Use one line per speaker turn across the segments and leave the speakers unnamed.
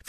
If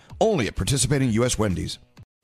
only at participating U.S. Wendy's.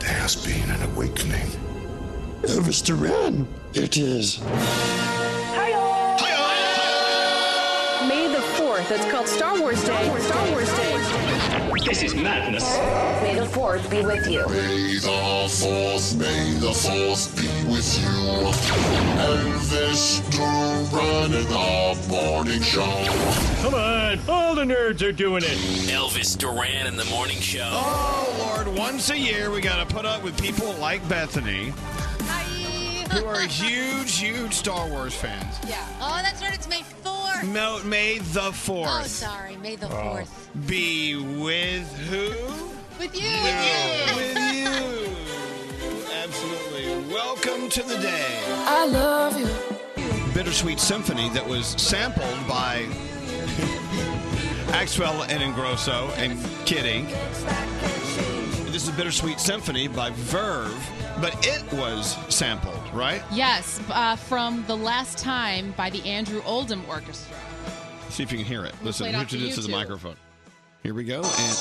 There has been an awakening.
Elvis Duran, it is.
May the 4th. That's called Star Wars Day. Star Wars, Day.
This is madness.
May the 4th be with you.
May the force, may the force be with you. Elvis Duran in the morning show.
Come on, all the nerds are doing it.
Elvis Duran in the morning show.
Oh, Lord, once a year we got to put up with people like Bethany, who are huge, huge Star Wars fans.
Yeah. Oh, that's right. It's May 4th.
Mo- May the
Oh,
4th
sorry. May the 4th.
be with who?
With you.
With you. Absolutely. Welcome to the day. I love you. Bittersweet Symphony that was sampled by Axwell and Ingrosso and Kid Ink. This is Bittersweet Symphony by Verve, but it was sampled, right?
Yes, uh, from The Last Time by the Andrew Oldham Orchestra.
See if you can hear it. Listen,
play it
you
off
have to
to
do this to the
YouTube.
microphone. Here we go. And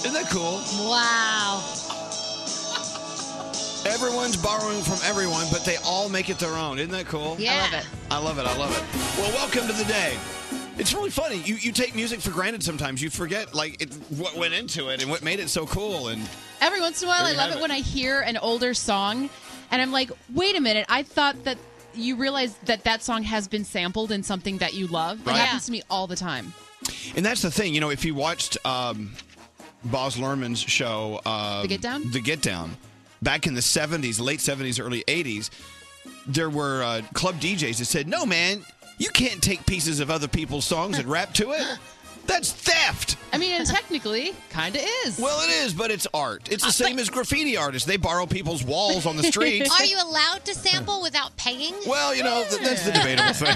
isn't that cool?
Wow.
Everyone's borrowing from everyone, but they all make it their own. Isn't that cool?
Yeah.
I love it.
I love it. I love it. Well, welcome to the day. It's really funny. You you take music for granted sometimes. You forget like it, what went into it and what made it so cool. And
Every once in a while,
There
I
you
love
have
it,
it.
when I hear an older song and I'm like, wait a minute, I thought that you realize that that song has been sampled in something that you love.
Right.
It happens to me all the time.
and that's the thing. You know, if you watched um, Boz Lerman's show, uh,
The Get Down?
The Get Down, back in the '70s, late '70s, early '80s, there were uh, club DJs that said, "No, man, you can't take pieces of other people's songs and rap to it. That's theft."
I mean, and technically, kind of is.
Well, it is, but it's art. It's the same as graffiti artists. They borrow people's walls on the street.
Are you allowed to sample without paying?
well, you know, th- that's the debatable thing.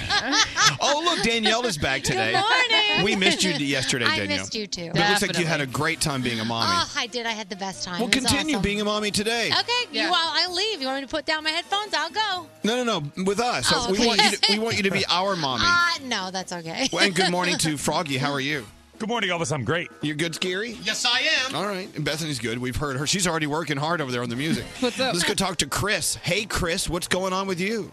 oh, look, Oh, Danielle is back today.
Morning.
We missed you yesterday,
I
Danielle.
missed you too.
But it looks like you had a great time being a mommy.
Oh, I did. I had the best time.
well,
It was
continue
awesome.
being a mommy today.
Okay, you, while I leave, you want me to put down my headphones? I'll go.
No, no, no. With us,
Oh,
we want you.
please.
To, we want you to be our mommy.
Uh, no, that's okay.
Well, and good morning to Froggy. How are you? Good morning, Elvis. I'm great. You're good, Scary?
Yes, I am.
All right. And Bethany's good. We've heard her. She's already working hard over there on the music. What's up? Let's go talk to Chris. Hey, Chris, what's going on with you?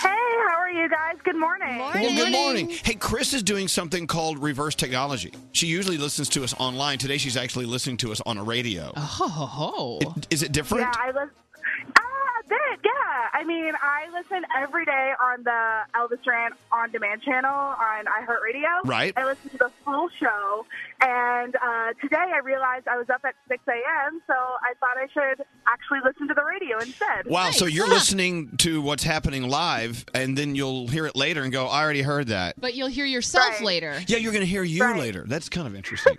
Hey, how are you guys? Good morning.
Well, good morning. Hey, Chris is doing something called reverse technology. She usually listens to us online. Today, she's actually listening to us on a radio.
Oh.
It, is it different?
Yeah, I listen. Ah, that, yeah. I mean, I listen every day on the Elvis Duran On Demand channel on iHeartRadio.
Right.
I listen to the full show, and uh, today I realized I was up at 6 a.m., so I thought I should actually listen to the radio instead.
Wow, so you're listening to what's happening live, and then you'll hear it later and go, I already heard that.
But you'll hear yourself later.
Yeah, you're going to hear you later. That's kind of interesting.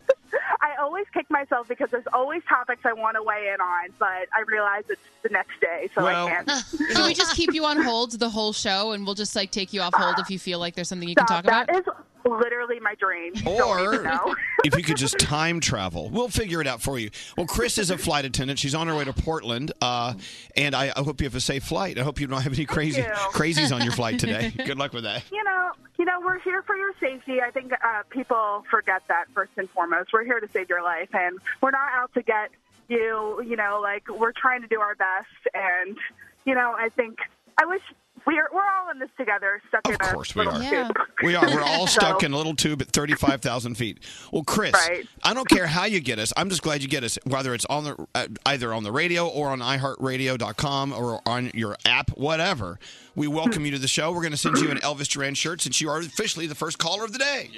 I always kick myself because there's always topics I want to weigh in on, but I realize it's the next day, so
Well-
I can't.
Should we just keep you on hold the whole show and we'll just like take you off hold if you feel like there's something you can talk about?
That is literally my dream. You
Or-
Don't even know.
if you could just time travel, we'll figure it out for you. Well, Chris is a flight attendant. She's on her way to Portland, uh, and I, I hope you have a safe flight. I hope you don't have any crazy
you.
crazies on your flight today. Good luck with that.
You know, you know, we're here for your safety. I think uh, people forget that first and foremost. We're here to save your life, and we're not out to get you. You know, like we're trying to do our best, and you know, I think I wish we're we're all in this together, stuck in
Of
our
course we
little
are.
tube.
We are. We're all stuck
So-
in a little tube at 35,000 feet. Well, Chris,
Right.
I don't care how you get us. I'm just glad you get us, whether it's on the uh, either on the radio or on iHeartRadio.com or on your app, whatever. We welcome you to the show. We're going to send you an Elvis Duran shirt since you are officially the first caller of the day.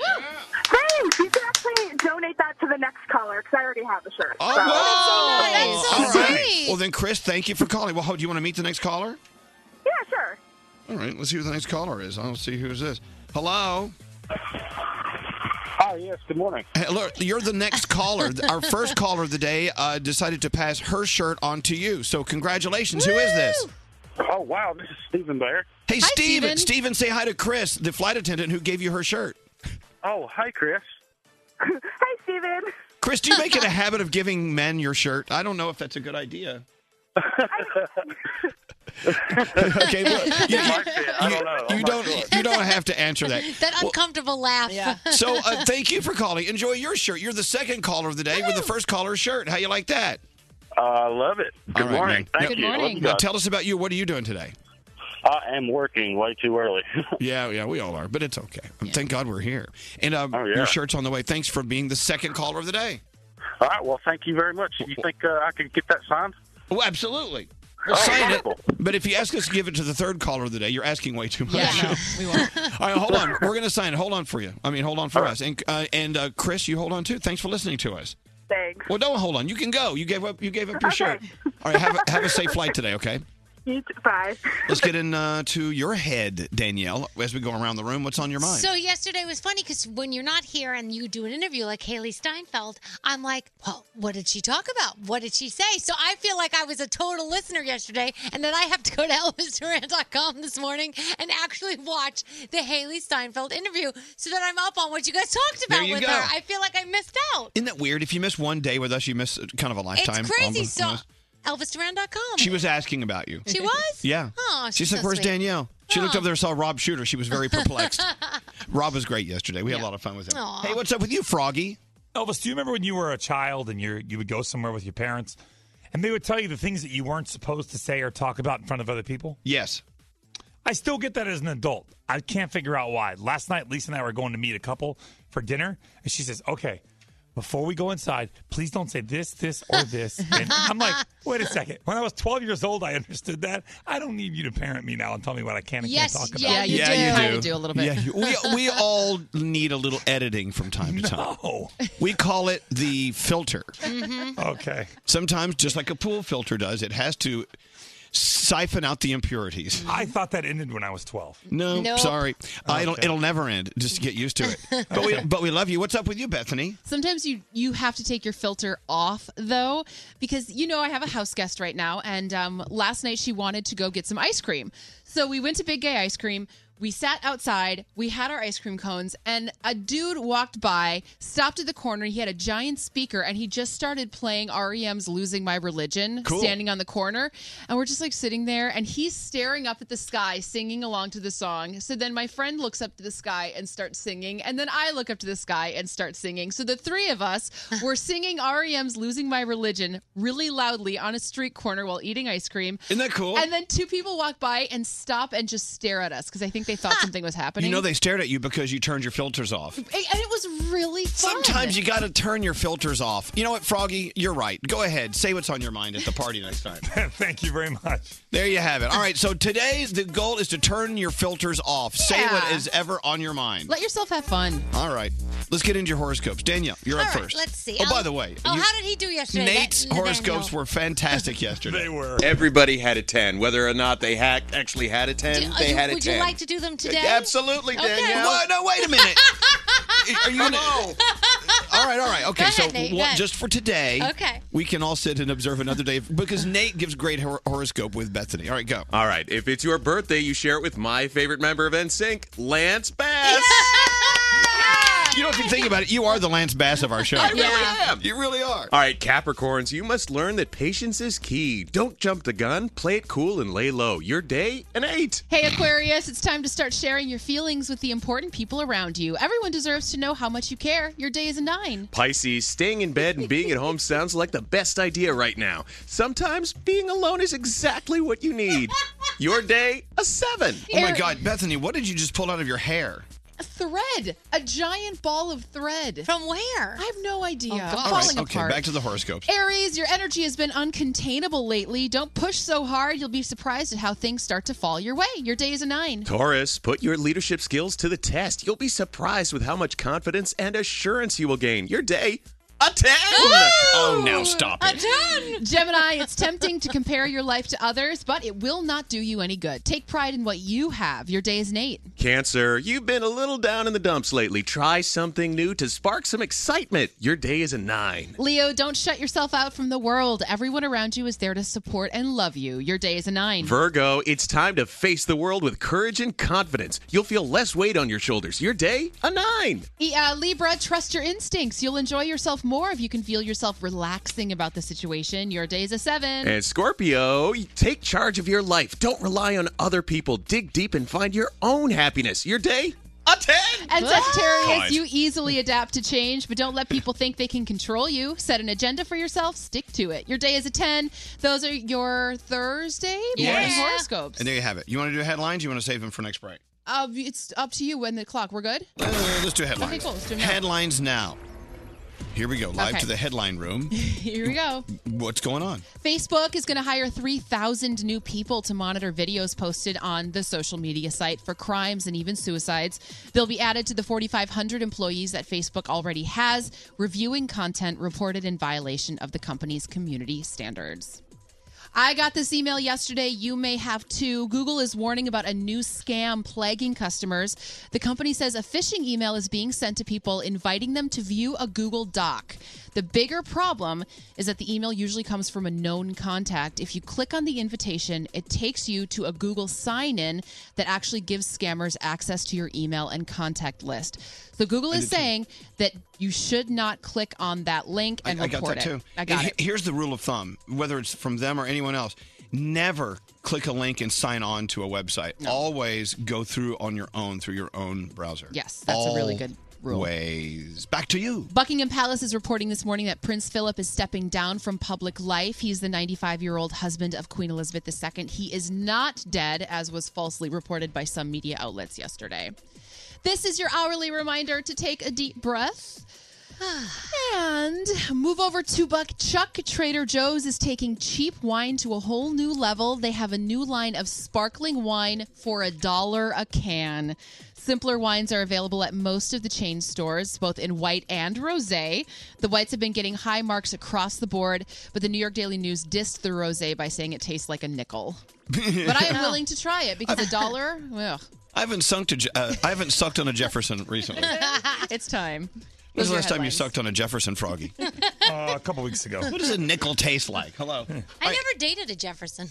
Thanks. You can actually donate that to the next caller because I already have the shirt.
Oh,
so.
wow. All right. Well, then, Chris, thank you for calling. Well, how- do you want to meet the next caller?
Yeah, sure.
All right. Let's see who the next caller is. I'll see who's this. Hello.
Hi, yes, good morning.
Hey, look, you're the next caller. Our first caller of the day uh, decided to pass her shirt on to you. So, congratulations. Who is this?
Oh, wow, this is Stephen Bear.
Hey, Steven. Steven, say hi to Chris, the flight attendant who gave you her shirt.
Oh, hi, Chris.
hi, Steven.
Chris, do you make it a habit of giving men your shirt? I don't know if that's a good idea. okay, well, you,
It might be. I don't know. I'm
you
not
don't
sure.
you don't have to answer that.
that
Well,
uncomfortable laugh.
So uh, thank you for calling. Enjoy your shirt. You're the second caller of the day with the first caller's shirt. How you like that?
I Uh, love it. Good
All right,
morning.
man.
Thank
Now-
you. I love you
Now
guys.
tell us about you. What are you doing today?
I am working way too early.
yeah, yeah, we all are, but it's okay. Thank God we're here. And uh,
Oh,
your shirt's on the way. Thanks for being the second caller of the day.
All right, well, thank you very much. You think uh, I could get that signed?
Oh,
Well, absolutely.
Oh,
We'll sign it. But if you ask us to give it to the third caller of the day, you're asking way too much. All right, hold on. We're going to sign it. Hold on for you. I mean, hold on for us. And uh, and uh, Chris, you hold on too. Thanks for listening to us.
Thanks.
Well, don't hold on. You can go. You gave up. You gave up your shirt. All right, have a, have a safe flight today. Okay.
You t- Bye.
Let's get in uh, to your head, Danielle. As we go around the room, what's on your mind?
So yesterday was funny because when you're not here and you do an interview like Haley Steinfeld, I'm like, well, what did she talk about? What did she say? So I feel like I was a total listener yesterday, and then I have to go to ElvisDuran.com this morning and actually watch the Haley Steinfeld interview so that I'm up on what you guys talked
There
about
you
with
go.
her. I feel like I missed out.
Isn't that weird? If you miss one day with us, you miss uh, kind of a lifetime.
it's crazy.
almost.
So ElvisDuran.com.
she was asking about you.
She was?
Yeah.
Aw, she's
she's like,
so
"Where's
sweet." Oh.
Danielle?" She looked
Aw.
over there, and saw Rob Shooter. She was very perplexed. Rob was great yesterday. We had a lot of fun with him.
Aw.
Hey, what's up with you, Froggy?
Elvis, do you remember when you were a child and you you would go somewhere with your parents and they would tell you the things that you weren't supposed to say or talk about in front of other people?
Yes.
I still get that as an adult. I can't figure out why. Last night, Lisa and I were going to meet a couple for dinner, and she says, "Okay, before we go inside, please don't say this, this, or this." And I'm like, "Wait a second. When I was 12 years old, I understood that. I don't need you to parent me now and tell me what I can and
Yes,
can't talk
yeah,
about."
you Yeah, do. you Kinda do. do a little bit.
Yeah, you- we, we all need a little editing from time to time. We call it the filter.
Mm-hmm.
Uh,
Okay.
Sometimes, just like a pool filter does, it has to siphon out the impurities.
I thought that ended when I was 12.
No,
Nope.
sorry. Uh, it'll,
Okay.
it'll never end. Just get used to it. But, we, but we love you. What's up with you, Bethany?
Sometimes you you have to take your filter off though, because you know I have a house guest right now, and um, last night she wanted to go get some ice cream, So we went to Big Gay Ice Cream. We sat outside. We had our ice cream cones, and a dude walked by, stopped at the corner. He had a giant speaker, and he just started playing REM's "Losing My Religion,"
Cool.
standing on the corner. And we're just like sitting there, and he's staring up at the sky, singing along to the song. So then my friend looks up to the sky and starts singing, and then I look up to the sky and start singing. So the three of us were singing REM's "Losing My Religion" really loudly on a street corner while eating ice cream.
Isn't that cool?
And then two people walk by and stop and just stare at us because I think they thought something was happening.
You know they stared at you because you turned your filters off.
and it was really fun.
Sometimes you got to turn your filters off. You know what, Froggy? You're right. Go ahead. Say what's on your mind at the party next time.
Thank you very much.
There you have it. All right. So today, the goal is to turn your filters off. Say what
Yeah.
is ever on your mind.
Let yourself have fun.
All right. Let's get into your horoscopes. Danielle, you're
All
up
right,
first.
let's see.
Oh, by
I'll-
the way,
Oh,
you-
how did he do yesterday? that
Nate's
Nathaniel?
horoscopes were fantastic yesterday. they were.
Everybody had a 10, whether or not they had, actually had a 10.
Uh,
they had a
Would
10.
you like to do them today?
Absolutely,
Okay.
Danielle.
Well,
no, wait a minute. Are you gonna... All right, all right. Okay,
Go ahead,
so
Nate, go
one-
ahead.
just for today,
Okay.
we can all sit and observe another day because Nate gives great hor- horoscope with Bethany. All right, go.
All right, if it's your birthday, you share it with my favorite member of NSYNC, Lance Bass.
You know, if you think about it, you are the Lance Bass of our show.
Oh,
I really Yeah. am.
You really are.
All right, Capricorns, you must learn that patience is key. Don't jump the gun, play it cool and lay low. Your day, an 8.
Hey, Aquarius, it's time to start sharing your feelings with the important people around you. Everyone deserves to know how much you care. Your day is a nine.
Pisces, staying in bed and being at home sounds like the best idea right now. Sometimes being alone is exactly what you need. Your day, a seven.
Oh my
Eric-
God, Bethany, what did you just pull out of your hair?
A thread, a giant ball of thread.
From where?
I have no
Oh,
idea.
All right,
Falling
okay,
apart.
back to the horoscopes.
Aries, your energy has been uncontainable lately. Don't push so hard. You'll be surprised at how things start to fall your way. Your day is a nine.
Taurus, put your leadership skills to the test. You'll be surprised with how much confidence and assurance you will gain. Your day, a 10. Oh, now stop it.
Gemini, it's tempting to compare your life to others, but it will not do you any good. Take pride in what you have. Your day is an eight.
Cancer, you've been a little down in the dumps lately. Try something new to spark some excitement. Your day is a 9.
Leo, don't shut yourself out from the world. Everyone around you is there to support and love you. Your day is a nine.
Virgo, it's time to face the world with courage and confidence. You'll feel less weight on your shoulders. Your day, a 9.
E- uh, Libra, trust your instincts. You'll enjoy yourself more if you can feel yourself relaxing about the situation. Your day is a seven.
And Scorpio, you take charge of your life. Don't rely on other people. Dig deep and find your own happiness. Your day, a 10.
And Sagittarius,
God.
you easily adapt to change, but don't let people think they can control you. Set an agenda for yourself, stick to it. Your day is a 10. Those are your Thursday morning
Yes.
horoscopes.
And there you have it. You want to do headlines? You want to save them for next break?
Uh, it's up to you when the clock. We're good?
Uh, let's do headlines.
Okay, cool. Let's do 'em now.
headlines now. Here we go. Live
Okay.
to the headline room.
Here we go.
What's going on?
Facebook is going to hire 3,000 new people to monitor videos posted on the social media site for crimes and even suicides. They'll be added to the 4,500 employees that Facebook already has, reviewing content reported in violation of the company's community standards. I got this email yesterday. You may have too. Google is warning about a new scam plaguing customers. The company says a phishing email is being sent to people inviting them to view a Google Doc. The bigger problem is that the email usually comes from a known contact. If you click on the invitation, it takes you to a Google sign in that actually gives scammers access to your email and contact list. So Google is saying that you should not click on that link and
I, I got
report
that
it.
too.
I got
And
it.
he- Here's the rule of thumb, whether it's from them or anyone else. Never click a link and sign on to a website. Always go through on your own through your own browser.
Yes, that's a really good rule.
Ways. Back to you.
Buckingham Palace is reporting this morning that Prince Philip is stepping down from public life. He's the 95 year old husband of Queen Elizabeth II. He is not dead, as was falsely reported by some media outlets yesterday. This is your hourly reminder to take a deep breath. And move over to Buck Chuck. Trader Joe's is taking cheap wine to a whole new level. They have a new line of sparkling wine for a dollar a can. Simpler wines are available at most of the chain stores, both in white and rosé. The whites have been getting high marks across the board, but the New York Daily News dissed the rosé by saying it tastes like a nickel. But I am willing to try it because a dollar, ugh,
I haven't sunk to. Je- Uh, I haven't sucked on a Jefferson recently.
it's time.
When's the
your
last time you sucked on a Jefferson froggy? uh,
a couple weeks ago.
What does a nickel taste like? Hello.
I never dated a Jefferson.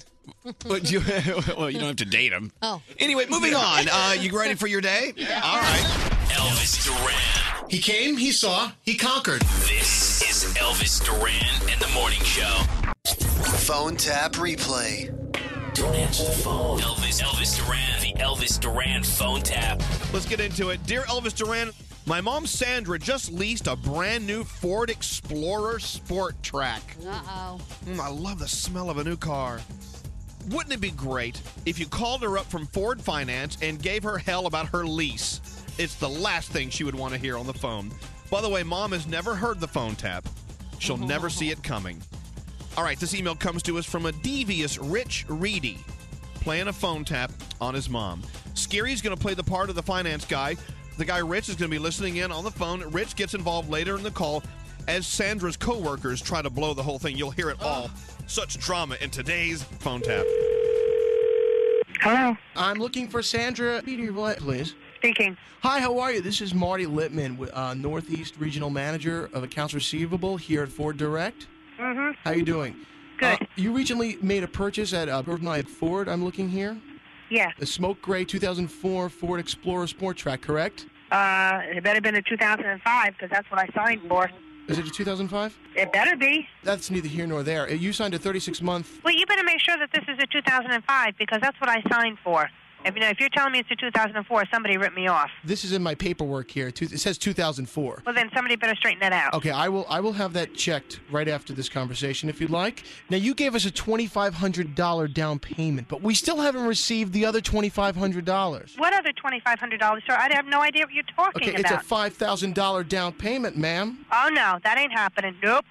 But you, well, you don't have to date him.
Oh.
Anyway, moving on. Uh, you ready for your day? Yeah. All right.
Elvis Duran.
He came, he saw, he conquered.
This is Elvis Duran and the Morning Show.
Phone tap replay.
Don't answer the phone. Elvis, Elvis Duran, the Elvis Duran phone tap.
Let's get into it. Dear Elvis Duran, my mom Sandra just leased a brand new Ford Explorer Sport Track.
Uh-oh.
Mm, I love the smell of a new car. Wouldn't it be great if you called her up from Ford Finance and gave her hell about her lease? It's the last thing she would want to hear on the phone. By the way, mom has never heard the phone tap. She'll never see it coming. All right, this email comes to us from a devious Rich Reedy playing a phone tap on his mom. Scary's going to play the part of the finance guy. The guy Rich is going to be listening in on the phone. Rich gets involved later in the call as Sandra's coworkers try to blow the whole thing. You'll hear it all. Such drama in today's phone tap.
Hello. I'm looking for Sandra Peter What, please. Speaking. Hi, how are you? This is Marty Littman, wi- uh, Northeast Regional Manager of Accounts Receivable here at Ford Direct.
Mm-hmm.
How you doing? Good. you recently made a purchase at uh, Urban Eye at Ford. I'm looking here.
Yeah.
A smoke gray 2004 Ford Explorer Sport Track, correct?
Uh, it better been a 2005 because that's what I signed for.
Is it a 2005?
It better be.
That's neither here nor there. Uh, You signed a 36 month.
Well, you better make sure that this is a 2005 because that's what I signed for. If, you know, if you're telling me it's a 2004, somebody ripped me off.
This is in my paperwork here. Two- It says 2004.
Well, then somebody better straighten that out.
Okay, I will. I will have that checked right after this conversation, if you'd like. Now, you gave us a twenty-five hundred dollar down payment, but we still haven't received the other twenty-five hundred dollars.
What other $2,500, sir? I have no idea what you're talking
Okay, it's a
about.
five thousand dollar down payment, ma'am.
oh, no, that ain't happening. Nope.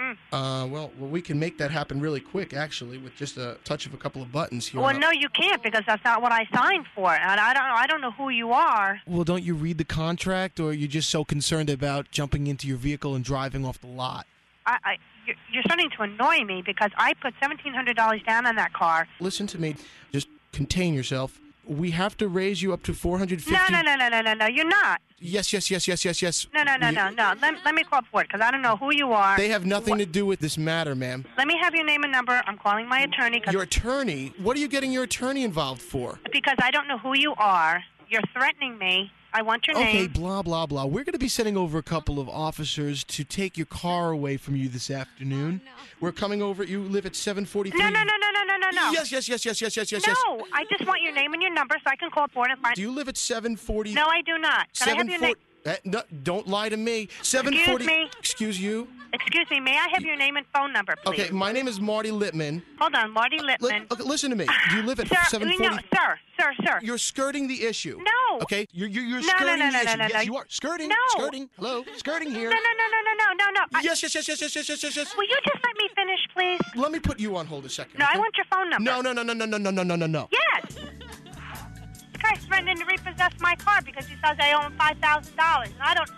Mm-mm.
Uh, well, well, we can make that happen really quick, actually, with just a touch of a couple of buttons here.
Well, no, you can't because that's not what I signed for. And I don't, I don't know who you are.
Well, don't you read the contract, or are you just so concerned about jumping into your vehicle and driving off the lot?
I, I, you're- you're starting to annoy me because I put $1,700 down on that car.
Listen to me. Just contain yourself. We have to raise you up to four hundred fifty.
No, no, no, no, no, no, no. You're not.
Yes, yes, yes, yes, yes, yes.
No, no, no,
We-
no, no. Let, let me call Ford because I don't know who you are.
They have nothing to do with this matter, ma'am.
Let me have your name and number. I'm calling my attorney 'cause-
Your attorney, what are you getting your attorney involved for?
because I don't know who you are. You're threatening me. I want your
Okay,
name.
blah, blah, blah. We're going to be sending over a couple of officers to take your car away from you this afternoon. We're coming over. You live at 743.
Oh, No, no, no, no, no, no, no, no.
Yes, yes, yes, yes, yes, yes, yes, yes.
No, I just want your name and your number so I can call Ford and find.
Do you live at 740?
No, I do not. Can I have your name?
eh, no, don't lie to me. 740.
me.
Excuse you.
Excuse me. May I have your name and phone number, please?
Okay, my name is Marty Littman.
Hold on, Marty
Li-
Littman.
okay, listen to me. You live at
Sir, we
740.
know, sir, sir, sir.
You're skirting the issue.
No.
Okay, you're you're, you're
No, no,
skirting
no, no,
the issue.
no, no,
yes,
no.
you are skirting.
No.
Skirting. Hello. Skirting here.
No, no, no, no, no, no, no, no. I-
Yes, yes, yes, yes, yes, yes, yes, yes, yes.
Will you just let me finish, please?
Let me put you on hold a second.
No, I
okay?
want your phone number.
No, no, no, no, no, no, no, no, no, no, no.
Yes. This guy's threatening to repossess my car because he says I owe him five thousand dollars, and I don't,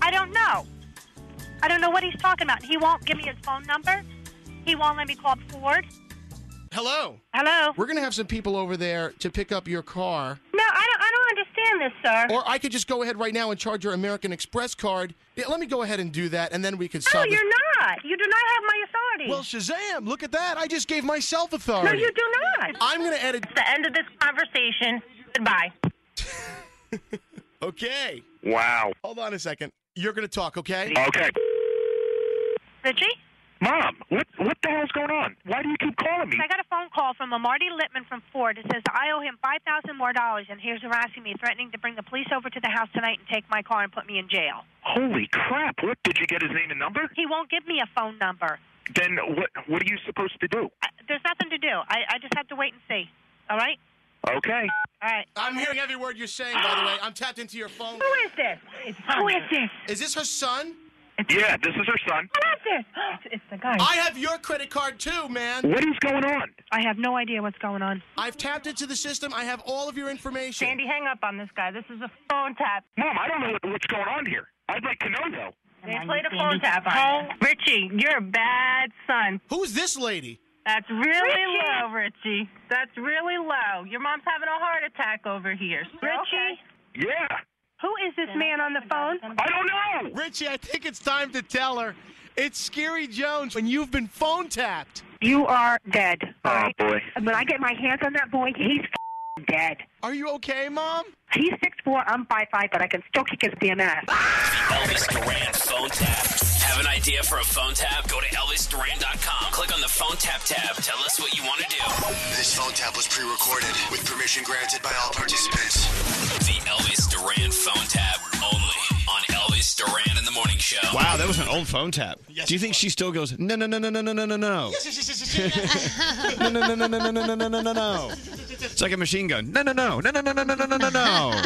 I don't know. I don't know what he's talking about. He won't give me his phone number. He won't let me call Ford.
Hello.
Hello.
We're gonna have some people over there to pick up your car,
No, I don't. I don't understand this, sir.
or I could just go ahead right now and charge your American Express card. Yeah, let me go ahead and do that, and then we could
no,
solve. this-
you're not. You do not have my authority.
Well, Shazam! Look at that. I just gave myself
no,
authority.
you do not.
I'm going to edit.
The end of this conversation. Goodbye.
Okay.
Wow.
Hold on a second. You're gonna talk, okay?
Okay.
Richie,
Mom, what what the hell's going on? Why do you keep calling me?
I got a phone call from a Marty Littman from Ford. It says I owe him five thousand more dollars, and he's harassing me, threatening to bring the police over to the house tonight and take my car and put me in jail.
Holy crap! What did you get his name and number?
He won't give me a phone number.
Then what what are you supposed to do?
I, there's nothing to do. I, I just have to wait and see. All right?
Okay.
All right.
I'm hearing every word you're saying, by the way. I'm tapped into your phone.
Who is this? Who is this?
Is this her son?
Yeah, this is her son.
Who is this? It's, it's the guy.
I have your credit card too, man.
What is going on?
I have no idea what's going on.
I've tapped into the system. I have all of your information.
Sandy, hang up on this guy. This is a phone tap.
Mom, I don't know what, what's going on here. I'd like to know though.
They played a phone tap on you. Richie, you're a bad son.
Who's this lady?
That's really low, Richie. That's really low. Your mom's having a heart attack over here.
Richie,
Yeah.
Who is this man on the phone? I don't know.
Richie, I think it's time to tell her. It's Scary Jones when you've been phone tapped.
You are dead.
Oh, boy.
When I get my hands on that boy, he's f***ing dead.
Are you okay, Mom?
He's 6'4", I'm 5'5", but I can still kick his damn ass.
Elvis Duran phone tap. Have an idea for a phone tap? Go to ElvisDuran.com. Click on the phone tap tab. Tell us what you want to do.
This phone tap was pre recorded with permission granted by all participants.
The Elvis Duran phone tap only on Elvis Duran in the Morning Show.
Wow, that was an old phone tap. Do you think she still goes, no, no, no, no, no, no, no, no, no? No, no, no, no, no, no, no, no, no, no, no, no. It's like a machine gun. No, no, no, no, no, no, no, no, no, no, no, no. Well,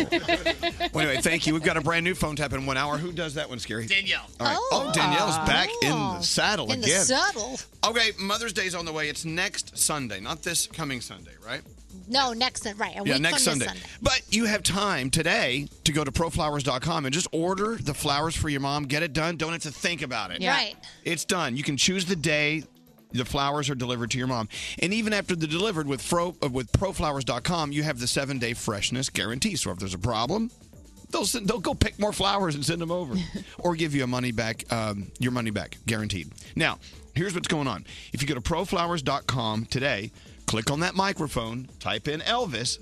anyway, thank you. We've got a brand new phone tap in one hour. Who does that one, Scary?
Danielle.
All right. Oh, Danielle's back in the
Oh.
saddle
In the
again.
saddle.
Okay, Mother's Day's on the way. It's next Sunday, not this coming Sunday, right?
No, next Sun- right. A
yeah,
week
next
from
Sunday.
this Sunday.
But you have time today to go to proflowers.com and just order the flowers for your mom. Get it done. Don't have to think about it.
Yeah. Right.
It's done. You can choose the day the flowers are delivered to your mom. And even after they're delivered with, fro, uh, with proflowers.com, you have the seven day freshness guarantee. So if there's a problem, they'll, send, they'll go pick more flowers and send them over or give you a money back, um, your money back guaranteed. Now, here's what's going on. If you go to proflowers.com today, click on that microphone, type in Elvis,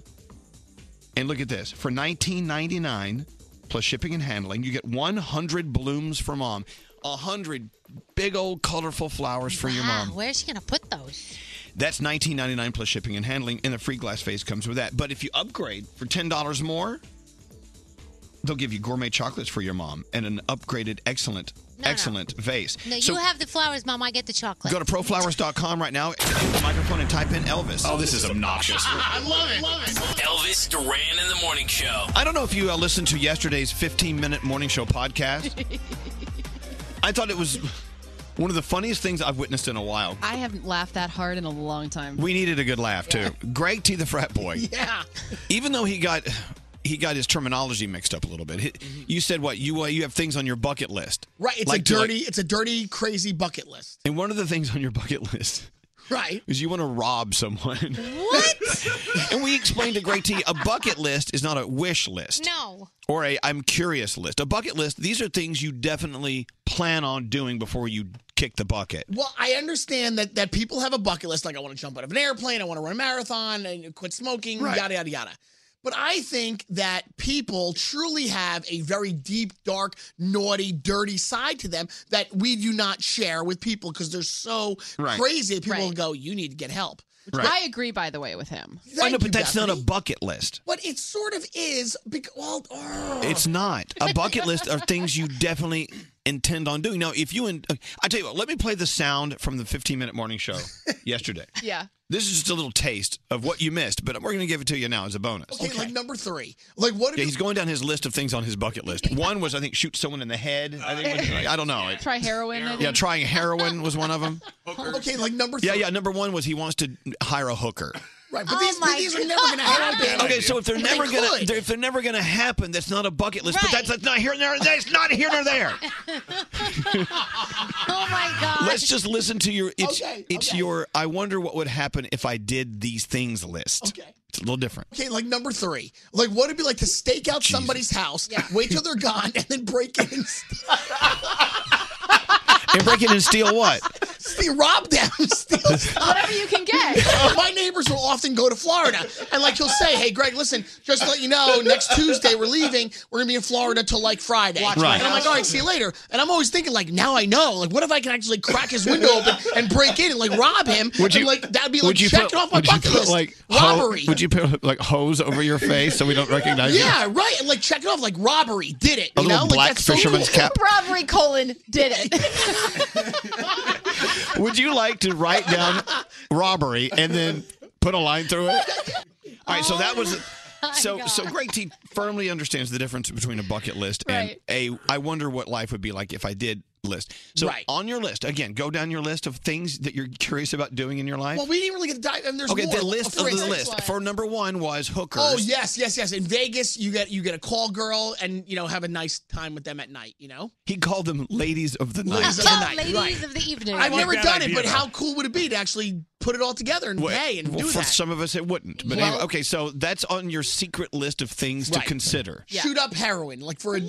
and look at this. For $19.99 plus shipping and handling, you get 100 blooms for mom. 100 big old colorful flowers for your
Wow,
mom.
where's Ah, she gonna put those?
That's $19.99 plus shipping and handling, and the free glass vase comes with that. But if you upgrade for $10 more, they'll give you gourmet chocolates for your mom and an upgraded, excellent, excellent vase.
No,
So-
you have the flowers, Mom. I get the chocolate.
Go to proflowers.com right now, hit the microphone, and type in Elvis. Oh, this is obnoxious.
Ah, I love it. Love it. Elvis Duran in the Morning Show.
I don't know if you uh, listened to yesterday's 15 minute morning show podcast. I thought it was one of the funniest things I've witnessed in a while.
I haven't laughed that hard in a long time.
We needed a good laugh, too. Greg T, the frat boy.
yeah.
even though he got he got his terminology mixed up a little bit. He- You said what you uh, you have things on your bucket list,
Mm-hmm. Right. It's
Like
a
to, like-
dirty, it's a dirty, crazy bucket list.
and one of the things on your bucket list
Right.
is you want to rob someone. What? and we explained to Greg T, a bucket list is not a wish list.
No.
Or a I'm curious list. A bucket list, these are things you definitely plan on doing before you kick the bucket.
Well, I understand that that people have a bucket list, like I want to jump out of an airplane, I want to run a marathon, and quit smoking,
Right.
yada yada yada. But I think that people truly have a very deep, dark, naughty, dirty side to them that we do not share with people because they're so
Right.
crazy that people
Right.
go, "You need to get help."
Right.
I agree, by the way, with him.
Thank
I know, Oh, but
you,
that's not a
Bethany.
bucket list.
But it sort of is because well, oh.
It's not. A bucket list are things you definitely intend on doing. Now, if you and I tell you what, let me play the sound from the 15 minute morning show yesterday.
Yeah.
This is just a little taste of what you missed, but we're going to give it to you now as a bonus.
okay, like number three. Like what?
Yeah, he's going down his list of things on his bucket list. One was, I think, shoot someone in the head. I, think was- I don't know.
Try heroin. I
Yeah,
think.
trying heroin was one of them.
Okay, like number.
Yeah, yeah. Number one was he wants to hire a hooker.
Right, but
Oh
these, but
my
these are never going to happen.
Okay, so if they're never gonna
could.
they're- if they're never gonna happen, that's not a bucket list. But
Right.
that's, that's not here nor there. It's not here nor there.
Oh my God.
Let's just listen to your it's
Okay,
it's
okay.
your I wonder what would happen if I did these things list. Okay. It's a little different.
Okay, like number three. Like, what it'd be like to stake out somebody's house, wait till they're gone, and then break in and st-
And break in and steal what?
steal, rob them, steal whatever
you can get.
My neighbors will often go to Florida, and like he'll say, "Hey, Greg, listen, just to let you know, next Tuesday we're leaving. We're gonna be in Florida till like Friday."
Watch my
And I'm like,
house.
"All right, see you later." And I'm always thinking, like, now I know. Like, what if I can actually crack his window open and break in and like rob him?
Would
and,
you-
like that'd be like
would you
checking
put,
off my
would you
bucket
put,
list?
Like, ho-
robbery.
would you put like hose over your face so we don't recognize you?
yeah, right. And like check it off, like robbery, did it.
A
you
little
know,
black
like that's so
fisherman's
cool.
cap.
Robbery colon did it.
Would you like to write down robbery and then put a line through it? All right, so that was Oh so so Greg T firmly understands the difference between a bucket list
Right.
and a I wonder what life would be like if I did list. So
Right.
on your list, again, go down your list of things that you're curious about doing in your life.
Well, we didn't really get to dive. And there's
okay,
more.
the list
For
of the
instance-
list for number one was hookers.
Oh yes, yes, yes. In Vegas, you get you get a call girl, and you know have a nice time with them at night. You know,
He called them ladies of the night.
Ladies of the night.
Ladies
right.
of the evening.
I've never done it, but
though.
how cool would it be to actually put it all together and
Well,
pay and
well,
do
for
that.
some of us, it wouldn't. But
Well-
anyway, okay, so that's on your secret list of things to
Right.
consider.
Shoot up heroin, like for a. I-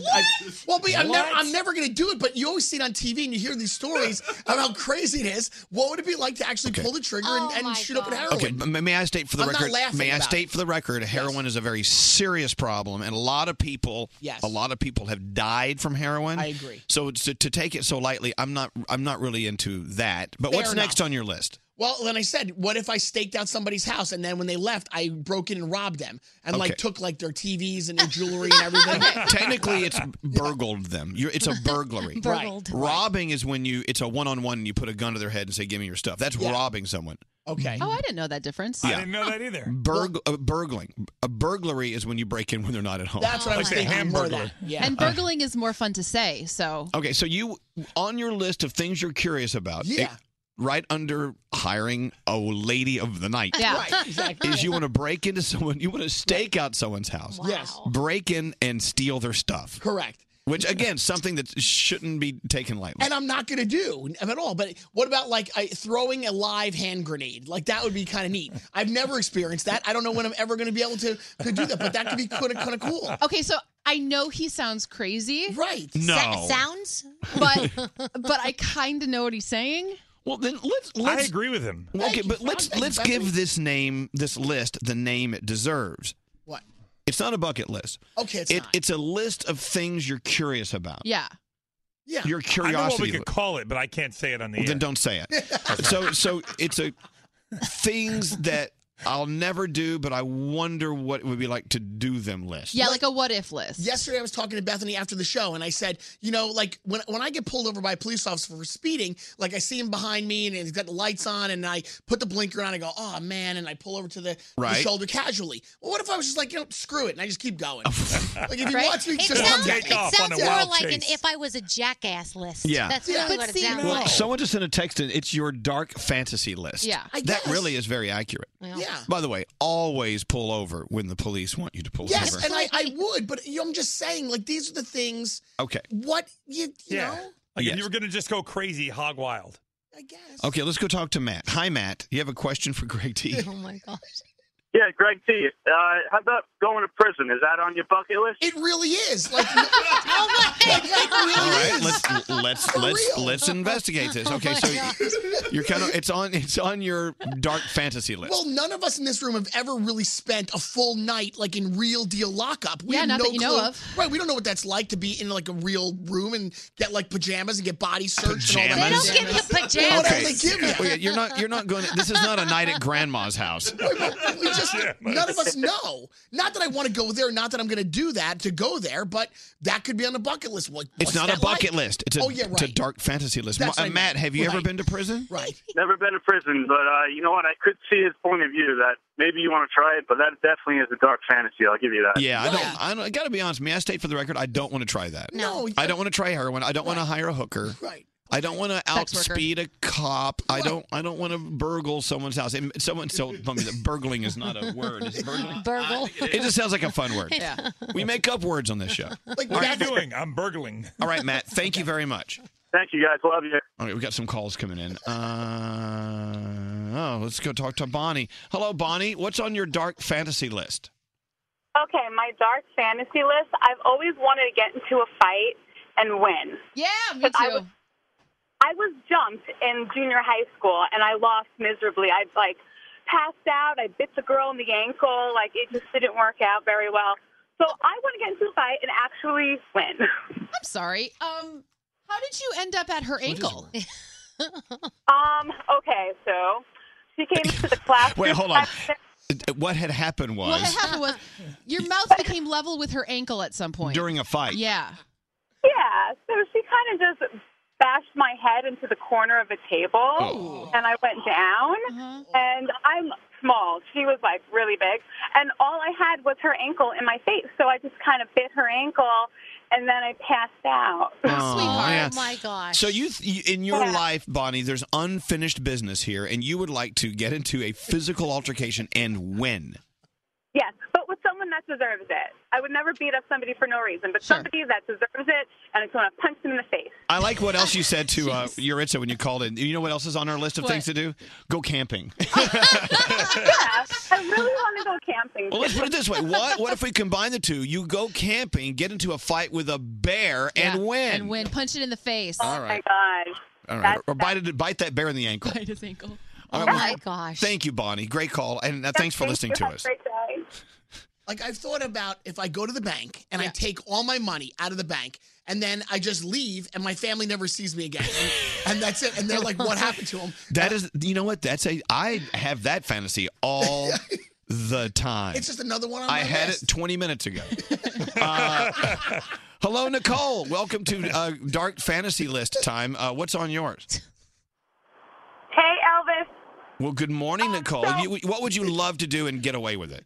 well, but I'm, never, I'm never going to do it. But you always see it on TV, and you hear these stories about how crazy it is. What would it be like to actually pull the trigger
Oh
and, and
my
shoot up an heroin?
Okay, but may may I state for the
I'm not
record?
laughing
may I
about
state for the record? Heroin is a very serious problem, and a lot of people,
Yes.
a lot of people have died from heroin.
I agree.
So it's to, to take it so lightly, I'm not, I'm not really into that. But
Fair
what's
enough.
next on your list?
Well, then I said, what if I staked out somebody's house and then when they left, I broke in and robbed them and
Okay.
like took like their TVs and their jewelry and everything?
Technically, it's burgled them. You're, it's a burglary.
Burgled. Right.
Robbing is when you it's a one on one. and You put a gun to their head and say, "Give me your stuff." That's robbing someone.
Okay.
Oh, I didn't know that difference.
Yeah.
know that either.
Burg- uh, burgling. A burglary is when you break in when they're not at home. Uh,
That's what I
Oh,
was Like a thinking, more hamburglar. that.
And burgling is more fun to say. So
Okay, so you on your list of things you're curious about.
Yeah.
it- right under hiring a lady of the night.
Yeah. Right, exactly.
Is you want to break into someone, you want to stake out someone's house.
Yes.
Break in and steal their stuff.
Correct.
Which again, something that shouldn't be taken lightly.
and I'm not going to do at all. But what about like I, throwing a live hand grenade? Like that would be kind of neat. I've never experienced that. I don't know when I'm ever going to be able to, to do that, but that could be kind of kind of cool.
Okay, so I know he sounds crazy.
Right.
No. Sa- sounds?
But but I kind of know what he's saying.
Well, then let's, let's-
agree with him.
Well, okay, but let's let's give this name, this list, the name it deserves.
What?
It's not a bucket list.
Okay, it's
it,
not.
it's a list of things you're curious about.
Yeah.
Yeah.
Your curiosity.
I know what we could call it, but I can't say it on the
Well,
air.
then don't say it. so so it's a things that I'll never do, but I wonder what it would be like to do them list.
Yeah, like a what if list.
Yesterday, I was talking to Bethany after the show, and I said, you know, like when when I get pulled over by a police officer for speeding, like I see him behind me and he's got the lights on, and I put the blinker on, I go, oh man, and I pull over to the,
Right.
the shoulder casually. Well, what if I was just like, you know, screw it, and I just keep going? like if he
Right?
wants me,
it
just
sounds,
take
Oh,
it
off on
sounds
a
more
wild
like an
chase.
if I was a jackass list.
Yeah.
that's really
Yeah,
what it
but see,
sounds
Well,
like.
someone just sent a text and it's your dark fantasy list.
Yeah. I
that
guess.
really is very accurate.
Yeah.
By the way, always pull over when the police want you to pull
Yes,
over.
and I, I would, but you know, I'm just saying, like these are the things.
okay.
What you, you
Yeah.
know?
Like if you were going to just go crazy, hog wild.
Okay, let's go talk to Matt. Hi, Matt. You have a question for Greg T.
Oh my gosh.
Yeah, Greg T. Uh, how about going to prison? Is that on your bucket list?
It really is. Like, oh my
All right, let's let's let's
real. Oh
let's investigate this. Okay,
Oh
so you're kind of it's on it's on your dark fantasy list.
Well, none of us in this room have ever really spent a full night like in real deal lockup.
Yeah,
have
not
no
that you know
clue-
of.
Right, we don't know what that's like to be in like a real room and get like pajamas and get body searched and all that.
Pajamas? They don't
give you
What else they give you?
Okay, you're not you're not going. To, this is not a night at grandma's house.
We just none of us know. Not that I want to go there, not that I'm going to do that to go there, but that could be on the bucket list. What,
It's
what's
not a
that
bucket
like?
list. It's a,
oh yeah,
it's a
right.
dark fantasy list.
That's
Ma-
what I meant.
Matt, have you ever
Right.
been to prison?
Right.
Never been to prison, but uh, you know what? I could see his point of view that maybe you want to try it, but that definitely is a dark fantasy. I'll give you that.
Yeah, I don't. I, don't, I got to be honest. May I state for the record? I don't want to try that.
No.
I don't want to try heroin. I don't want to hire a hooker.
Right.
I don't want to
Sex worker.
outspeed a cop. I don't. I don't want to burgle someone's house. And Someone told me that burgling is not a word. Is it burgling?
Burgle.
It just sounds like a fun word.
Yeah.
We make up words on this show.
what are you doing? I'm burgling.
All right, Matt. Thank you very much.
Thank you guys. Love you.
All right, we got some calls coming in. Uh, oh, let's go talk to Bonnie. Hello, Bonnie. What's on your dark fantasy list?
Okay, my dark fantasy list. I've always wanted to get into a fight and win.
Yeah, me
But I
too.
was- I was jumped in junior high school and I lost miserably. I like passed out. I bit the girl in the ankle. Like it just didn't work out very well. So I want to get into a fight and actually win.
I'm sorry. Um, how did you end up at her ankle?
Um. Okay. So she came into the class.
Wait, hold on. What had happened was
What had happened was your mouth became level with her ankle at some point.
during a fight.
yeah.
Yeah. So she kind of just bashed my head into the corner of a table,
Oh.
and I went down.
Uh-huh.
And I'm small. She was like really big, and all I had was her ankle in my face. So I just kind of bit her ankle, and then I passed out.
Aw, Oh, yeah.
oh
gosh.
So you, th- you in your
Yeah.
life, Bonnie, there's unfinished business here, and you would like to get into a physical altercation and win.
Yes, but with someone that deserves it. I would never beat up somebody for no reason, but somebody that deserves it, and it's going to punch them in the face.
I like what else you said to uh, Yuritsa when you called in. You know what else is on our list of
What?
things to do? Go camping.
yeah, I really want to go camping.
Well, let's put it this way. What what if we combine the two? You go camping, get into a fight with a bear, and win.
And win. Punch it in the face.
All right.
Oh my gosh.
All right. Or bite, it, bite that Oh bear in the ankle.
Bite his ankle.
All right, well, Thank you, Bonnie. Great call. And uh, thanks for listening to us.
Like I've thought about if I go to the bank and I take all my money out of the bank and then I just leave and my family never sees me again. And, and that's it. And they're like, what happened to him?
That is, you know what? That's a, I have that fantasy all the time.
It's just another one on
I
my
had
list.
it 20 minutes ago. Uh, hello, Nicole. Welcome to uh, Dark Fantasy List time. Uh, what's on yours?
Hey, Elvis.
Well, good morning, Nicole. You, what would you love to do and get away with it?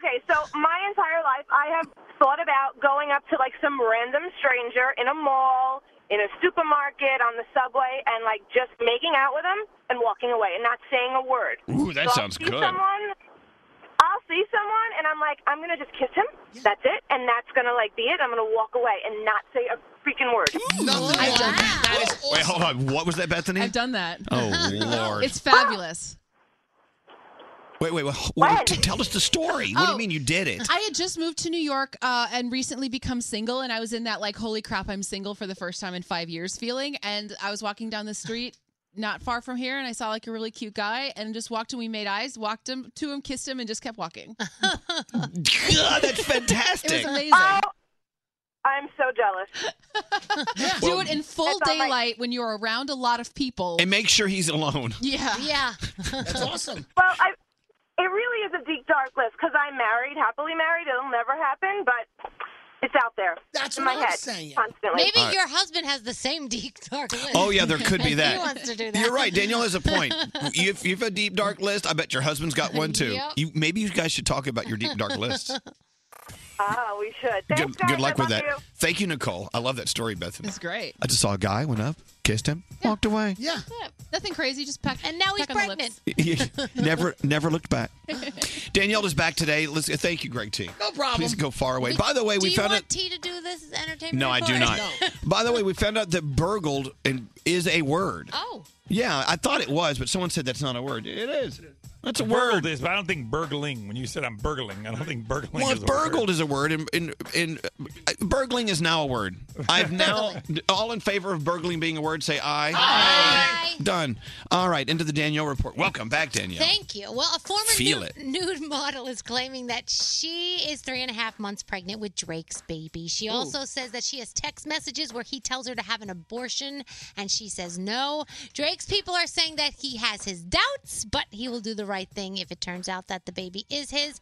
Okay, so my entire life I have thought about going up to like some random stranger in a mall, in a supermarket, on the subway, and like just making out with them and walking away and not saying a word.
Ooh, that
So I'll
sounds
see
good.
Someone, I'll see someone and I'm like, I'm gonna just kiss him. That's it, and that's gonna like be it. I'm gonna walk away and not say a freaking word.
Nothing.
Wait, hold on. What was that, Bethany?
I've done that.
Oh, Lord.
It's fabulous.
Wait, wait, wait. Wait, t- Tell us the story. What do
Oh.
you mean you did it?
I had just moved to New York uh, and recently become single, and I was in that like, holy crap, I'm single for the first time in five years feeling. And I was walking down the street not far from here, and I saw like a really cute guy, and just walked and we made eyes, walked him to him, kissed him, and just kept walking.
God, Oh, that's
it was
fantastic.
amazing.
I'm so jealous.
Do it in full daylight when you're around a lot of people.
And make sure he's alone.
Yeah.
Yeah.
That's
awesome.
Well, I, it really is a deep dark list because I'm married, happily married. It'll never happen, but it's out there.
That's
in
what
my
I'm
head
saying.
constantly.
Maybe
All right.
your husband has the same deep dark list.
Oh, yeah, there could be that.
he wants to do that.
You're right. Danielle has a point. If you have a deep dark list, I bet your husband's got one too.
Yep.
You, maybe you guys should talk about your deep dark lists.
Ah, we should. Thanks,
good,
guys.
good luck
I
with
love
that.
you.
Thank you, Nicole. I love that story, Bethany.
It's great.
I just saw a guy went up, kissed him, walked away.
Yeah.
Nothing crazy, just pack. And now he's pregnant.
never, never looked back. Danielle is back today. Let's uh, thank you, Greg T.
No problem.
Please go far away. By the way,
do
we
you
found
want
out.
T to do this as entertainment?
No, I do
report?
not. By the way, we found out that burgled and is a word.
Oh.
Yeah, I thought it was, but someone said that's not a word. It is. That's a
Burgled
word.
is, but I don't think burgling. When you said I'm burgling, I don't think burgling
Well,
is a
burgled
word.
is a word, and, and, and uh, burgling is now a word. I've now all in favor of burgling being a word. Say aye. Aye. Done. All right. Into the Danielle report. Welcome back, Danielle.
Thank you. Well, a former
Feel
nude,
it.
nude model is claiming that she is three and a half months pregnant with Drake's baby. She
Ooh.
also says that she has text messages where he tells her to have an abortion, and she says no. Drake's people are saying that he has his doubts, but he will do the right thing if it turns out that the baby is his.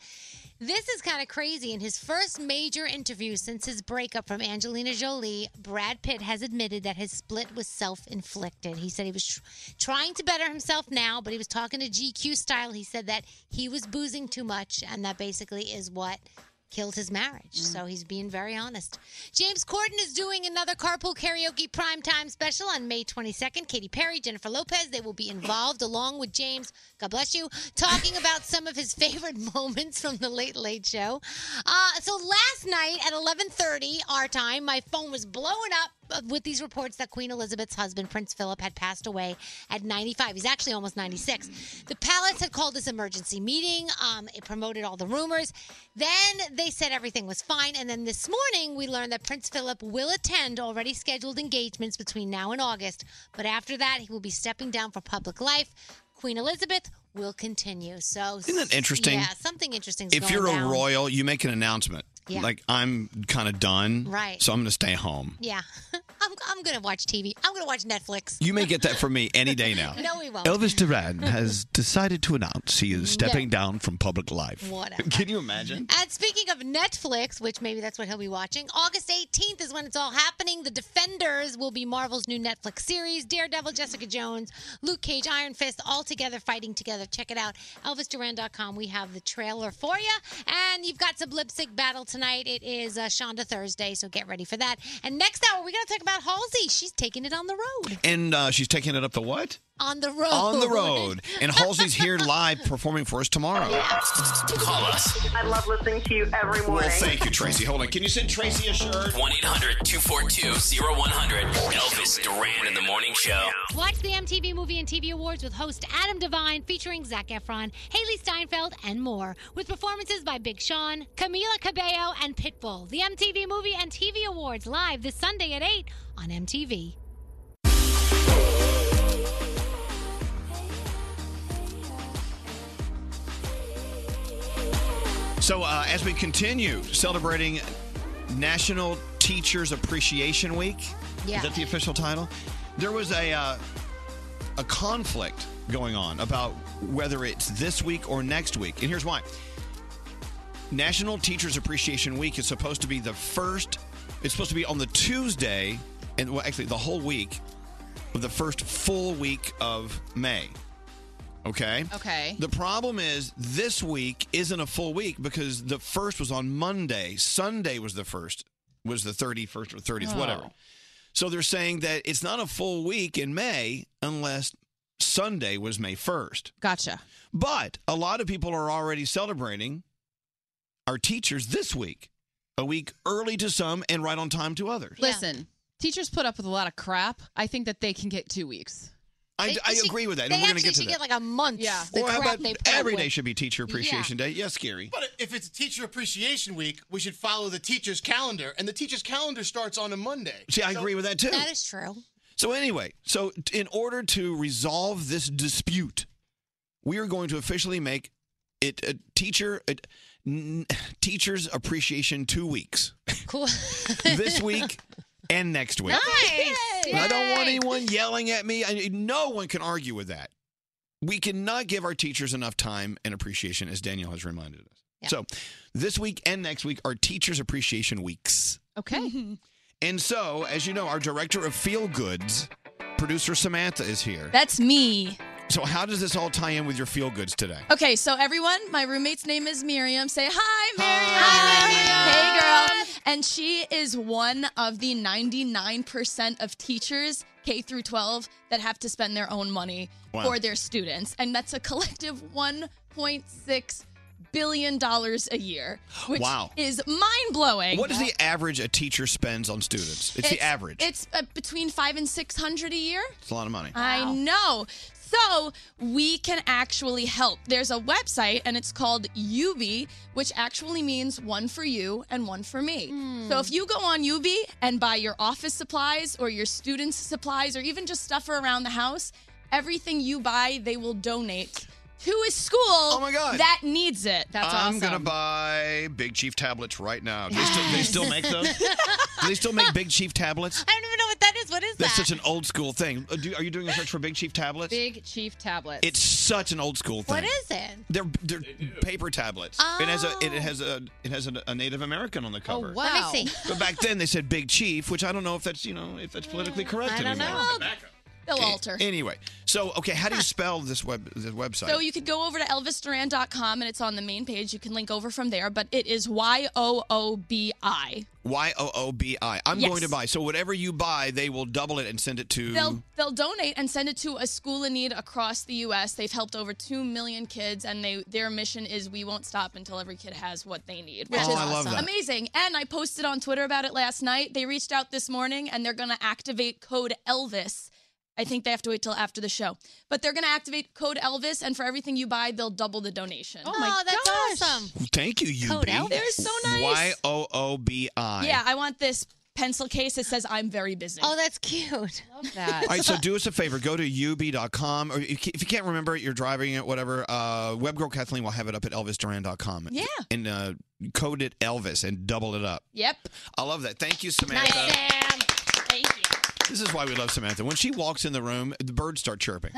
This is kind of crazy. In his first major interview since his breakup from Angelina Jolie, Brad Pitt has admitted that his split was self inflicted. He said he was tr- trying to better himself now, but he was talking to GQ style. He said that he was boozing too much, and that basically is what killed his marriage. So he's being very honest. James Corden is doing another Carpool Karaoke primetime special on May 22nd. Katy Perry, Jennifer Lopez, they will be involved along with James, God bless you, talking about some of his favorite moments from the Late Late Show. Uh, so last night at 11:30 our time, my phone was blowing up with these reports that Queen Elizabeth's husband Prince Philip had passed away at 95. He's actually almost 96. The palace had called this emergency meeting. Um, it promoted all the rumors. Then they said everything was fine. And then this morning, we learned that Prince Philip will attend already scheduled engagements between now and August. But after that, he will be stepping down for public life. Queen Elizabeth will continue. So, isn't
that interesting?
Yeah, something interesting.
If you're a royal, you make an announcement.
Yeah.
Like I'm kind of done.
Right.
So I'm going to stay home.
yeah, I'm, I'm gonna watch TV. I'm gonna watch Netflix.
You may get that from me any day now.
No, we won't.
Elvis Duran has decided to announce he is stepping
No.
down from public life.
Whatever.
Can you imagine?
And speaking of Netflix, which maybe that's what he'll be watching, August 18th is when it's all happening. The Defenders will be Marvel's new Netflix series. Daredevil, Jessica Jones, Luke Cage, Iron Fist, all together fighting together. Check it out. ElvisDuran.com. We have the trailer for you. And you've got some lip sync battle tonight. It is uh, Shonda Thursday, so get ready for that. And next hour, we're going to talk about Halsey. She's taking it on the road.
And uh, she's taking it up the what?
on the road.
on the road. And Halsey's here live performing for us tomorrow.
Call us.
I love listening to you every morning.
Well, thank you, Tracy. Hold on. Can you send Tracy a shirt?
1 800 242 0100. Elvis Duran in the Morning Show.
Watch the MTV Movie and TV Awards with host Adam Devine featuring Zach Efron, Haley Steinfeld, and more. With performances by Big Sean, Camila Cabello, and Pitbull. The MTV Movie and TV Awards live this Sunday at 8 on MTV.
So, uh, as we continue celebrating National Teachers Appreciation Week,
Yeah.
is that the official title? There was a uh, a conflict going on about whether it's this week or next week, and here's why. National Teachers Appreciation Week is supposed to be the first. It's supposed to be on the Tuesday, and well, actually the whole week of the first full week of May. Okay.
Okay.
The problem is this week isn't a full week because the first was on Monday. Sunday was the first, was the 31st or 30th, whatever.
Oh.
So they're saying that it's not a full week in May unless Sunday was May 1st.
Gotcha.
But a lot of people are already celebrating our teachers this week, a week early to some and right on time to others.
Listen, teachers put up with a lot of crap. I think that they can get two weeks.
I, I agree with that. and
they
we're going to
actually
get to
should
that.
get, like, a
month.
Yeah.
or how about every day
with.
should be Teacher Appreciation Day? Yes, Gary.
But if it's Teacher Appreciation Week, we should follow the teacher's calendar, and the teacher's calendar starts on a Monday.
See, I agree with that too.
That
is true.
So anyway, so t- in order to resolve this dispute, we are going to officially make it a teacher a, n- teachers appreciation 2 weeks.
Cool.
this week and next week. I don't want anyone yelling at me. I, no one can argue with that. We cannot give our teachers enough time and appreciation as Danielle has reminded us. So, this week and next week are teachers appreciation weeks.
Okay.
And so, as you know, our director of Feel Goods, producer Samantha, is here.
That's me.
So, how does this all tie in with your Feel Goods today?
Okay, so everyone, my roommate's name is Miriam. Say hi, Miriam. Hey, girl. And she is one of the 99% of teachers K through 12 that have to spend their own money
Wow.
for their students, and that's a collective 1.6 billion dollars a year, which
Wow.
is mind blowing.
What is the average a teacher spends on students? It's, the average. It's,
It's uh, between five and six hundred a year.
a lot of money.
I know. So we can actually help. There's a website and it's called UB, which actually means one for you and one for me. So if you go on UB and buy your office supplies or your students' supplies or even just stuff around the house, everything you buy, they will donate to a school oh my
God.
that needs it. That's
I'm
awesome.
gonna buy Big Chief tablets right now. Do they still, they still make those? Do they still make Big Chief tablets?
I don't even know what that is. What is
That's
that?
such an old school thing. Uh, do- are you doing a search for Big Chief tablets?
Big Chief tablets.
It's such an old school thing.
what is it?
They're they're paper tablets. It has a it has a it has a, a Native American
Oh,
on the cover.
Let me see.
But back then they said Big Chief, which I don't know if that's you know if that's politically correct
Mm, I don't
anymore.
know. They'll alter.
Anyway, so okay, how do you spell this web this website?
So you could go over to elvisduran.com and it's on the main page. You can link over from there, but it is Y O O B I.
Y O O B I. I'm
Yes.
going to buy. So whatever you buy, they will double it and send it to.
They'll they'll donate and send it to a school in need across the U.S. They've helped over two million kids, and they their mission is we won't stop until every kid has what they need, which
Oh,
is
I love that.
amazing. And I posted on Twitter about it last night. They reached out this morning, and they're going to activate code Elvis. I think they have to wait till after the show, but they're going to activate code Elvis, and for everything you buy, they'll double the donation. Oh
my that's awesome.
Thank you, UB.
Code Elvis. They're so nice.
Y O O B I.
Yeah, I want this pencil case that says I'm very busy. Oh,
that's cute.
Love
All right, so do us a favor. Go to ub.com, or you ca- if you can't remember it, you're driving it, whatever. Uh, Webgirl Kathleen will have it up at elvisduran.com.
Yeah.
And uh, code it Elvis and double it up.
Yep.
I love that. Thank you, Samantha.
Thank you.
This is why we love Samantha. When she walks in the room, the birds start chirping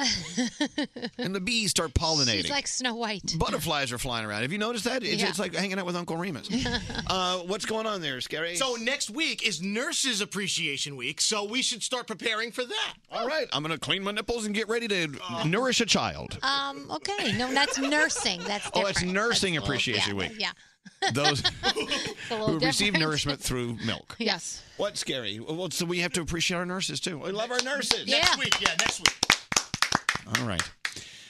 and the bees start pollinating.
She's like Snow White.
Butterflies are flying around. Have you noticed that? It's,
Yeah.
it's like hanging out with Uncle Remus. uh, what's going on there, Scary?
So next week is Nurses Appreciation Week, so we should start preparing for that.
All right, I'm going to clean my nipples and get ready to
Oh.
nourish a child.
Um, okay. No, that's nursing. That's
Oh,
different.
it's Nursing
That's a little-
Appreciation
yeah,
Week.
Yeah.
Those
It's a little
who receive
different.
nourishment through milk.
Yes.
What's scary? Well, so we have to appreciate our nurses too. We love our nurses.
Next week, yeah, next week.
All right.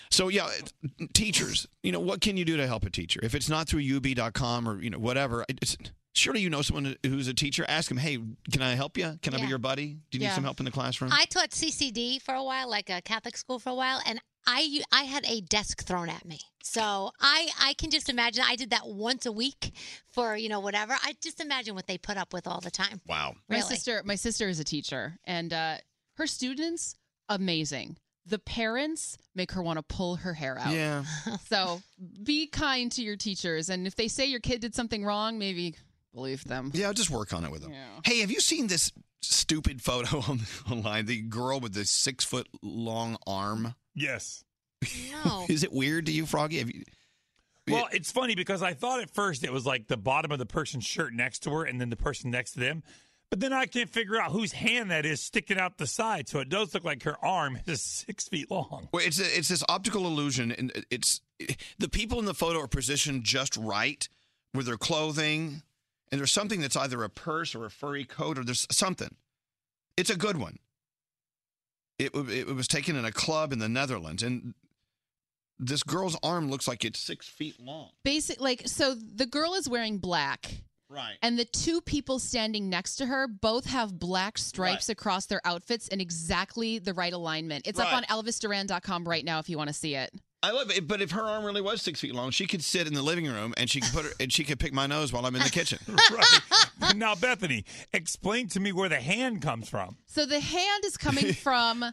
So yeah, it- teachers, you know, what can you do to help a teacher? If it's not through ub.com or, you know, whatever, it's surely you know someone who's a teacher, ask them, "Hey, can I help you? Can I be
Yeah.
your buddy? Do you
Yeah.
need some help in the classroom?"
I taught CCD for a while, like a Catholic school for a while, and I u- I had a desk thrown at me. So I I can just imagine. I did that once a week for you know whatever. I just imagine what they put up with all the time.
Wow.
My
Really?
sister, my sister is a teacher, and uh, her students amazing. The parents make her want to pull her hair out.
Yeah.
so be kind to your teachers, and if they say your kid did something wrong, maybe believe them.
Yeah, just work on it with them. Hey, have you seen this stupid photo on, online? The girl with the six foot long arm.
Yes.
No.
Is it weird to you, Froggy? Have you,
Well, it's funny because I thought at first it was like the bottom of the person's shirt next to her and then the person next to them. But then I can't figure out whose hand that is sticking out the side. So it does look like her arm is six feet long.
Well, it's a, it's this optical illusion, and it- it's the people in the photo are positioned just right with their clothing, and there's something that's either a purse or a furry coat or there's something. It's a good one. It wa- it was taken in a club in the Netherlands, and this girl's arm looks like it's six feet long.
Basic, like so, the girl is wearing black.
Right.
And the two people standing next to her both have black stripes
Right.
across their outfits in exactly the right alignment. It's up on
Right.
elvisduran.com right now if you want to see it.
I love it, but if her arm really was six feet long, she could sit in the living room and she could put her, and she could pick my nose while I'm in the kitchen.
right. Now, Bethany, explain to me where the hand comes from.
So the hand is coming from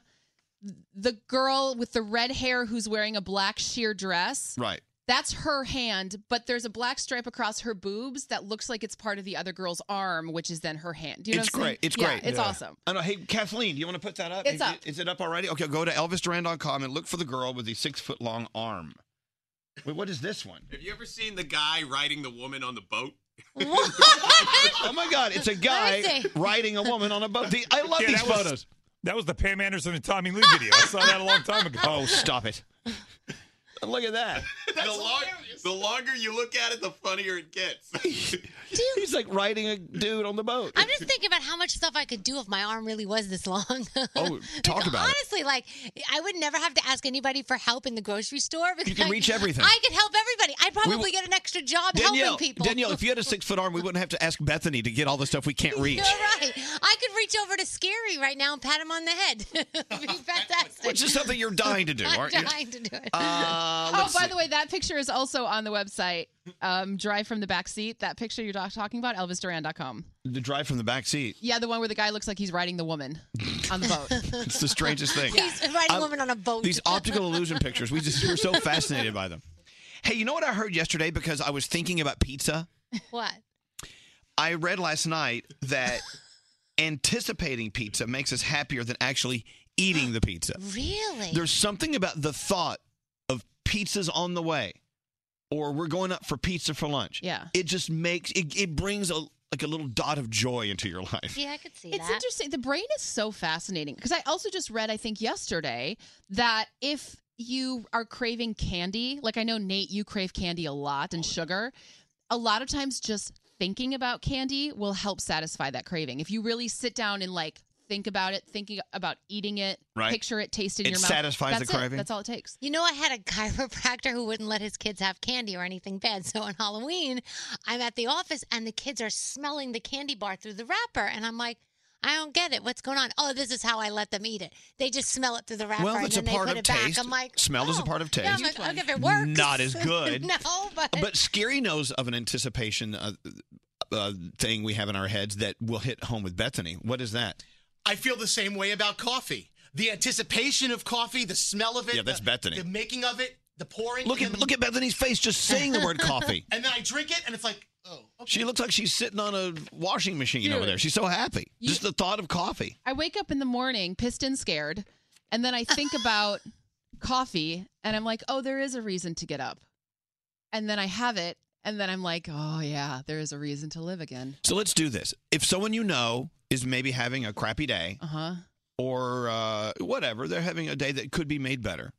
the girl with the red hair who's wearing a black sheer dress.
Right.
That's her hand, but there's a black stripe across her boobs that looks like it's part of the other girl's arm, which is then her hand. Do you know
it's
what I'm saying?
great. It's
Yeah,
great.
It's awesome.
I know. Hey, Kathleen, do you want to put that up?
It's
is,
up.
It, is it up already? Okay, go to elvisduran.com and look for the girl with the six foot long arm. Wait, what is this one?
Have you ever seen the guy riding the woman on the boat?
oh my God, it's a guy riding a woman on a boat. The- I love
Yeah,
these
that was-
photos.
that was the Pam Anderson and Tommy Lee video. I saw that a long time ago.
Oh, stop it. Look at that.
the, long- the longer you look at it, the funnier it gets.
He's like riding a dude on the boat.
I'm just thinking about how much stuff I could do if my arm really was this long.
Oh, talk
Like,
about it.
honestly, like I would never have to ask anybody for help in the grocery store. Because
can
I-
reach everything.
I could help everybody. I'd
We
probably
will-
get an extra job
Danielle,
helping people.
Danielle, if you had a six foot arm, we wouldn't have to ask Bethany to get all the stuff we can't reach.
You're right. I could reach over to Scary right now and pat him on the head. It'd be fantastic.
Which is something you're dying to do,
I'm
aren't you?
dying to do it.
Uh,
oh,
let's
by
see.
the way, that picture is also on the website. Um, drive from the back seat. That picture you're doc- talking about, elvisduran.com.
The drive from the back seat.
Yeah, the one where the guy looks like he's riding the woman on the boat.
It's the strangest thing.
He's riding
I-
a woman on a boat.
These optical illusion pictures, we just we're so fascinated by them. Hey, you know what I heard yesterday because I was thinking about pizza?
What?
I read last night that anticipating pizza makes us happier than actually eating the pizza.
Really?
There's something about the thought of pizza's on the way or we're going up for pizza for lunch.
Yeah.
It just makes it, it brings a like a little dot of joy into your life.
Yeah, I could see
it's
that.
interesting. The brain is so fascinating because I also just read, I think yesterday, that if you are craving candy, like I know Nate, you crave candy a lot and sugar. A lot of times, just thinking about candy will help satisfy that craving. If you really sit down and like think about it, thinking about eating it,
Right.
picture it, taste it in
It
your mouth,
satisfies the
that's it.
craving.
That's all it takes.
You know, I had a chiropractor who wouldn't let his kids have candy or anything bad. So on Halloween, I'm at the office and the kids are smelling the candy bar through the wrapper. And I'm like, I don't get it. What's going on? Oh, this is how I let them eat it. They just smell it through the wrapper
Well,
and
it's a
then they
part
put
of
it
taste.
back. I'm like,
Smell is a
oh.
part of
Yeah, I'm
taste.
like, okay, if it works.
Not as good.
no, but.
But Scary knows of an anticipation uh, uh, thing we have in our heads that will hit home with Bethany. What is that?
I feel the same way about coffee. The anticipation of coffee, the smell of it.
Yeah, that's
the-
Bethany.
The making of it, the pouring.
Look at look at Bethany's face just saying the word coffee.
And then I drink it, and it's like, oh.
She looks like she's sitting on a washing machine over
Dude.
there. She's so happy. just the thought of coffee.
I wake up in the morning pissed and scared, and then I think about coffee, and I'm like, oh, there is a reason to get up. And then I have it, and then I'm like, oh, yeah, there is a reason to live again.
So let's do this. If someone you know is maybe having a crappy day
Uh huh.
or uh, whatever, they're having a day that could be made better,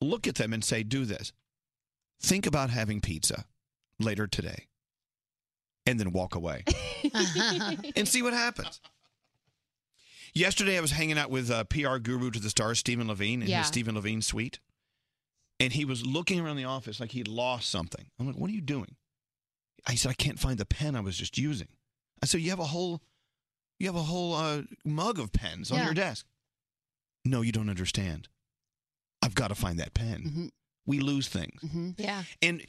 look at them and say, do this. Think about having pizza later today and then walk away. and see what happens. Yesterday, I was hanging out with uh, PR guru to the stars, Stephen Levine, in
Yeah.
his Stephen Levine suite. And he was looking around the office like he'd lost something. I'm like, what are you doing? I said, I can't find the pen I was just using. I said, you have a whole, you have a whole uh, mug of pens on
Yeah.
your desk. No, you don't understand. I've got to find that pen.
Mm-hmm.
We lose things.
Yeah.
And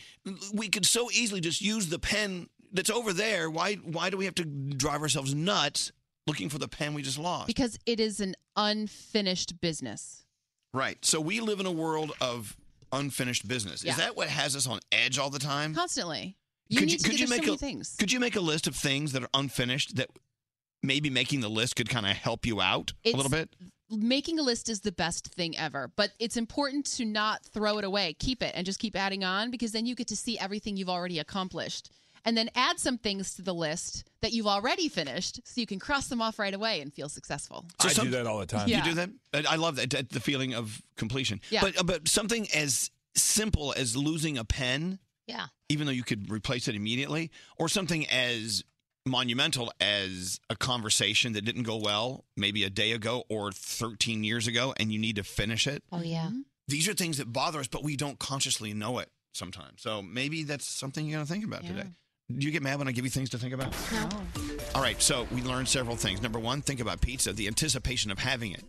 we could so easily just use the pen that's over there. Why why do we have to drive ourselves nuts looking for the pen we just lost?
Because it is an unfinished business.
Right. So we live in a world of unfinished business.
Yeah.
Is that what has us on edge all the time?
Constantly. You need to do so
make
many
a,
things.
Could you make a list of things that are unfinished that maybe making the list could kind of help you out a little bit?
It's- Making a list is the best thing ever, but it's important to not throw it away. Keep it and just keep adding on because then you get to see everything you've already accomplished. And then add some things to the list that you've already finished so you can cross them off right away and feel successful.
So some-
Yeah.
You do that? I I love that that- the feeling of completion.
Yeah.
But uh, but something as simple as losing a pen,
Yeah.
even though you could replace it immediately, or something as monumental as a conversation that didn't go well maybe a day ago or 13 years ago and you need to finish it.
Oh yeah.
Mm-hmm.
These are things that bother us but we don't consciously know it sometimes. So maybe that's something you got to think about today. Do you get mad when I give you things to think about? All right, so we learned several things. Number one, think about pizza, the anticipation of having it.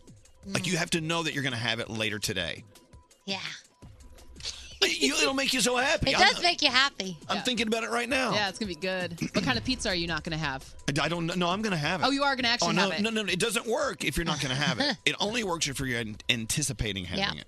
Like
Mm.
you have to know that you're going to have it later today.
Yeah.
You- it'll make you so happy.
It
I'm-
does make you happy.
I'm thinking about it right now.
Yeah, it's going to be good. what kind of pizza are you not going to have?
I I don't know. I'm going to have it.
Oh, you are gonna actually
oh, no,
have it.
No, no, no. It doesn't work if you're not going to have it. it only works if you're an- anticipating having
Yeah.
it.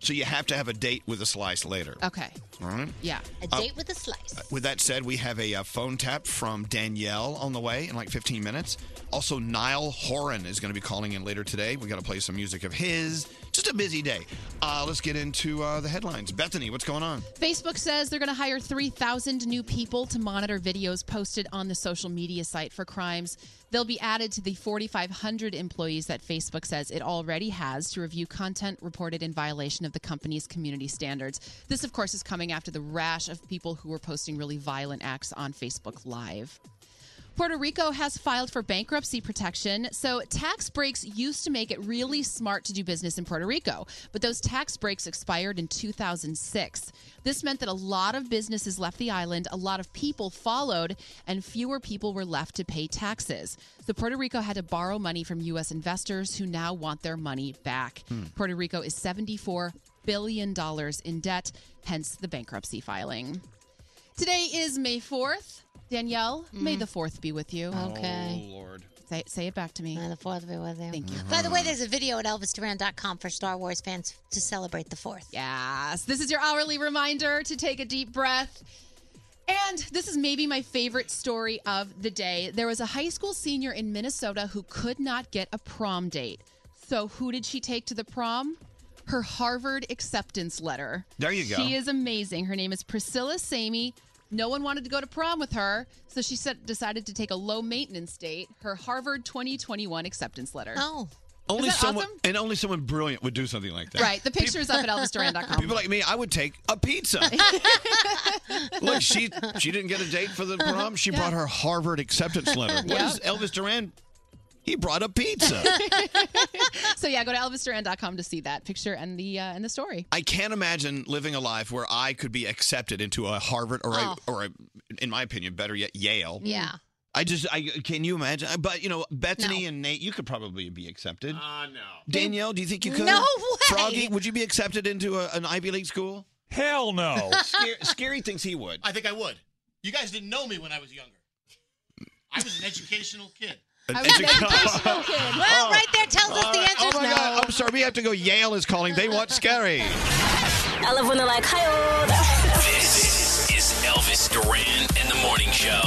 So you have to have a date with a slice later.
Okay.
All right.
Yeah.
A
Uh,
date with a slice.
With that said, we have a uh, phone tap from Danielle on the way in like 15 minutes. Also, Niall Horan is going to be calling in later today. We got to play some music of his. Just a busy day. Uh, let's get into uh, the headlines. Bethany, what's going on?
Facebook says they're going to hire 3,000 new people to monitor videos posted on the social media site for crimes. They'll be added to the 4,500 employees that Facebook says it already has to review content reported in violation of the company's community standards. This, of course, is coming after the rash of people who were posting really violent acts on Facebook Live. Puerto Rico has filed for bankruptcy protection. So, tax breaks used to make it really smart to do business in Puerto Rico, but those tax breaks expired in 2006. This meant that a lot of businesses left the island, a lot of people followed, and fewer people were left to pay taxes. So, Puerto Rico had to borrow money from U.S. investors who now want their money back.
Hmm.
Puerto Rico is $74 billion in debt, hence the bankruptcy filing. Today is May 4th. Danielle, may
Mm-hmm.
the 4th be with you.
Okay.
Oh, Lord.
Say, say it back to me. May
the 4th be with you.
Thank you.
By the way, there's a video at ElvisDuran.com for Star Wars fans to celebrate the 4th.
Yes. This is your hourly reminder to take a deep breath. And this is maybe my favorite story of the day. There was a high school senior in Minnesota who could not get a prom date. So, who did she take to the prom? Her Harvard acceptance letter.
There you go.
She is amazing. Her name is Priscilla Samey. No one wanted to go to prom with her, so she said, decided to take a low maintenance date, her Harvard 2021 acceptance letter.
Oh.
Only
that
someone
awesome?
and only someone brilliant would do something like that.
Right. The picture is up at elvisduran.com.
People like me, I would take a pizza. Look, she she didn't get a date for the prom. She brought her Harvard acceptance letter. What is Elvis Duran? He brought a pizza.
so yeah, go to elvisduran.com to see that picture and the uh, and the story.
I can't imagine living a life where I could be accepted into a Harvard or
Oh.
a, or a, in my opinion, better yet, Yale.
Yeah.
I just, I can you imagine? Uh, But you know, Bethany and Nate, you could probably be accepted.
Ah, no.
Danielle, do you think you could?
No way.
Froggy, would you be accepted into a, an Ivy League school?
Hell no.
Scary, Scary thinks he would.
I think I would. You guys didn't know me when I was younger. I was an educational kid.
I was an educational
kid.
Well, right there tells us the answer.
Oh my God! I'm sorry. We have to go. Yale is calling. They want Scary.
I love when they're like, hi, oh. This is Elvis Duran and the Morning Show.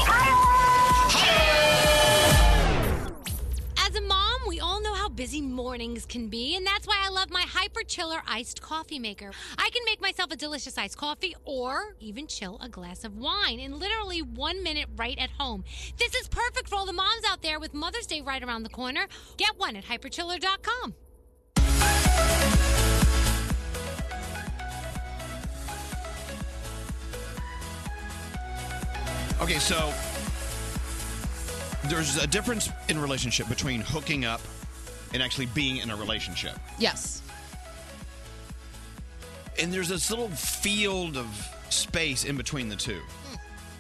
As a mom, we all know how busy mornings can be, and that's why I love my Hyper Chiller iced coffee maker. I can make myself a delicious iced coffee or even chill a glass of wine in literally one minute right at home. This is perfect for all the moms out there with Mother's Day right around the corner. Get one at hyperchiller.com.
Okay, so there's a difference in relationship between hooking up and actually being in a relationship.
Yes.
And there's this little field of space in between the two.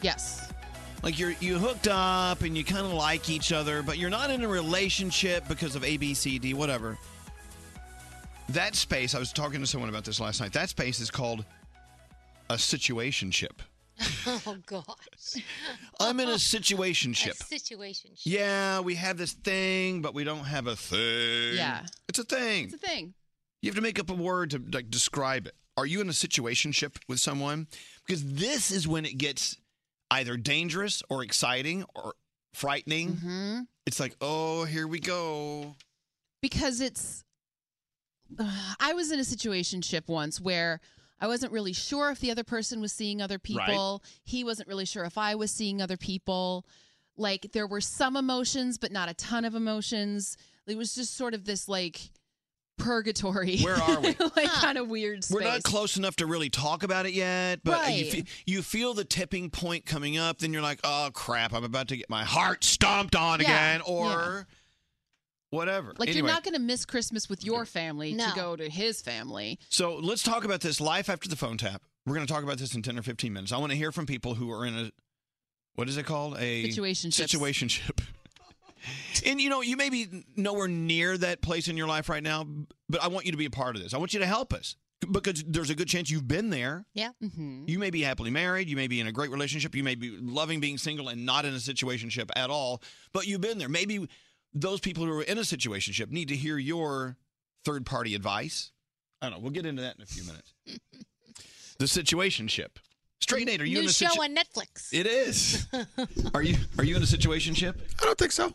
Yes.
Like you're you hooked up and you kind of like each other, but you're not in a relationship because of A, B, C, D, whatever. That space, I was talking to someone about this last night. That space is called a situationship.
Oh gosh.
I'm in a situationship.
Situation.
Yeah, we have this thing, but we don't have a thing.
Yeah.
It's a thing.
It's a thing.
You have to make up a word to like describe it. Are you in a situationship with someone? Because this is when it gets either dangerous or exciting or frightening.
Mm-hmm.
It's like, oh, here we go.
because it's i was in a situationship once where i wasn't really sure if the other person was seeing other people he wasn't really sure if i was seeing other people like there were some emotions but not a ton of emotions it was just sort of this like purgatory
Where are we?
like kind of weird space
We're not close enough to really talk about it yet, but you,
Right.
fe- you feel the tipping point coming up. Then you're like, oh, crap, I'm about to get my heart stomped on
Yeah,
again
yeah.
or whatever.
like
Anyway.
you're not going to miss christmas with your family to go to his family
So let's talk about this life after the phone tap. We're going to talk about this in 10 or 15 minutes. I want to hear from people who are in a, what is it called? A
Situationships.
Situationship. and you know, you may be nowhere near that place in your life right now, but I want you to be a part of this. I want you to help us because there's a good chance you've been there.
Yeah.
mm-hmm.
You may be happily married. You may be in a great relationship. You may be loving being single and not in a situationship at all, but you've been there. Maybe those people who are in a situationship need to hear your third party advice. I don't know. We'll get into that in a few minutes. the situationship. Straight Nate, are you
New
in a
show
situation?
on Netflix.
It is. Are you are you in a situationship? I don't think so.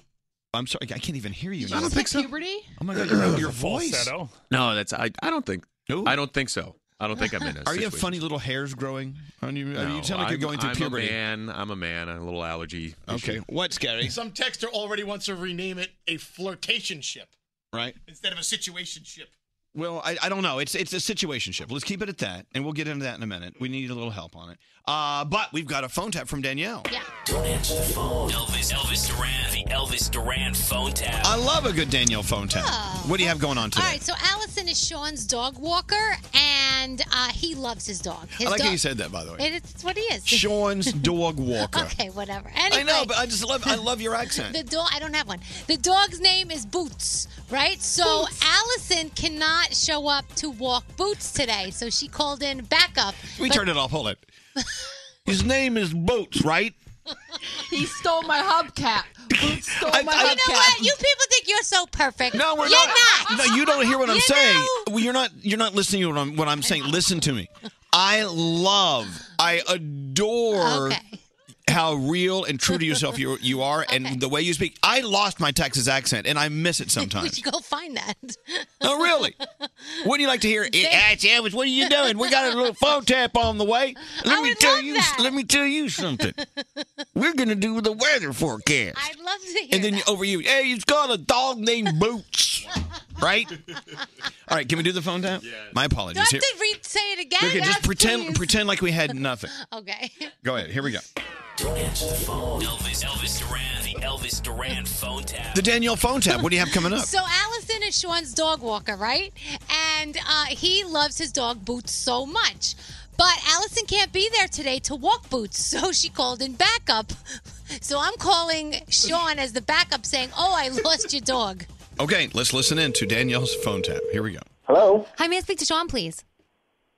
I'm sorry. I can't even hear you. now.
puberty
Oh my god, your, your voice.
Falsetto.
No, that's I. I don't think. I don't think so. I don't think I'm in a
Are you have
situation.
funny little hairs growing on you?
No,
you sound like
I'm-
you're going through
I'm
puberty.
A man, I'm a man. I have A little allergy.
Okay, what's Gary?
Some texter already wants to rename it a flirtationship
Right.
instead of a situationship.
Well, I, I don't know. It's it's a situationship. Let's keep it at that, and we'll get into that in a minute. We need a little help on it. Uh, but we've got a phone tap from Danielle. Yeah.
Don't answer the phone. Elvis, Elvis Duran, the Elvis Duran phone tap.
I love a good Danielle phone tap. What do you have going on
Ah. All
today?
right, so Allison is Sean's dog walker, and uh, he loves his dog. His
I like
dog-
how you said that, by the way.
It is it's what he is.
Sean's dog walker.
Okay, whatever. Anyway,
I know, but I just love I love your accent.
The dog. I don't have one. The dog's name is Boots, right? So Allison cannot show up to walk Boots today, so she called in backup.
we
But-
turned it off. Hold it. His name is Boots, right?
he stole my hubcap Boots stole
you know
my hubcap
what? You people think you're so perfect.
No, we're
You're
No, you don't hear what I'm saying. Well, you're not. You're not listening to what I'm, what I'm saying. Listen to me. I love. I adore. How real and true to yourself you you are, and the way you speak. I lost my Texas accent, and I miss it
We
sometimes.
should go find that.
oh, really? Wouldn't you like to hear? it? Hey, Elvis, what are you doing? We got a little phone tap on the way. Let me tell you. Let me tell you something. We're gonna do the weather forecast.
I'd love to hear.
And then you over you. Hey, it's got a dog named Boots, right? All right, can we do the phone tap? Yeah. My
Do I have
apologies. Here,
to re- say it again?
okay, just pretend pretend like we had nothing.
Okay.
Go ahead. Here we go.
Don't answer the phone. Elvis, Elvis Duran, the Elvis Duran phone tap.
The Danielle phone tap. What do you have coming up?
So Allison is Sean's dog walker, right? And uh, he loves his dog Boots so much. But Allison can't be there today to walk Boots, so she called in backup. So I'm calling Sean as the backup saying, Oh, I lost your dog.
Okay, let's listen in to Danielle's phone tap. Here we go.
Hello.
Hi, may I speak to Sean, please?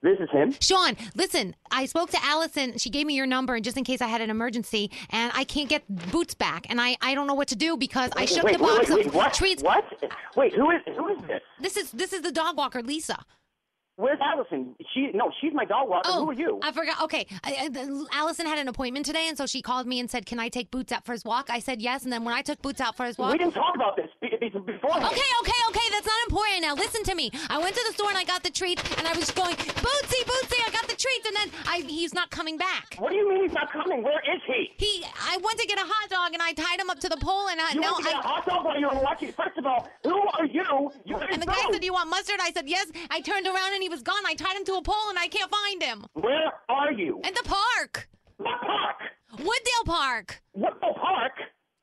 This is him.
Sean, listen, I spoke to Allison. She gave me your number and just in case I had an emergency, and I can't get Boots back. And I, I don't know what to do because I shook
wait,
the
wait,
box
wait,
of
wait, what?
treats.
What? Wait, who is who is this?
This is this is the dog walker, Lisa.
Where's Allison? She no, she's my dog walker.
Oh,
Who are you?
I forgot. Okay, I, I, Allison had an appointment today, and so she called me and said, "Can I take Boots out for his walk?" I said yes, and then when I took Boots out for his walk,
we didn't talk about this be- be- before.
Okay, okay, okay. That's not important now. Listen to me. I went to the store and I got the treats, and I was going, Bootsy, Bootsy, I got the treats, and then I, he's not coming back.
What do you mean he's not coming? Where is he?
He, I went to get a hot dog, and I tied him up to the pole, and I,
You
no,
want to get
I-
a hot dog while you were watching? First of all, who are you? You
and the guy said, "Do you want mustard?" I said yes. I turned around and he was gone. I tied him to a pole, and I can't find him.
Where are you?
At the park.
What park?
Wooddale Park.
What the park?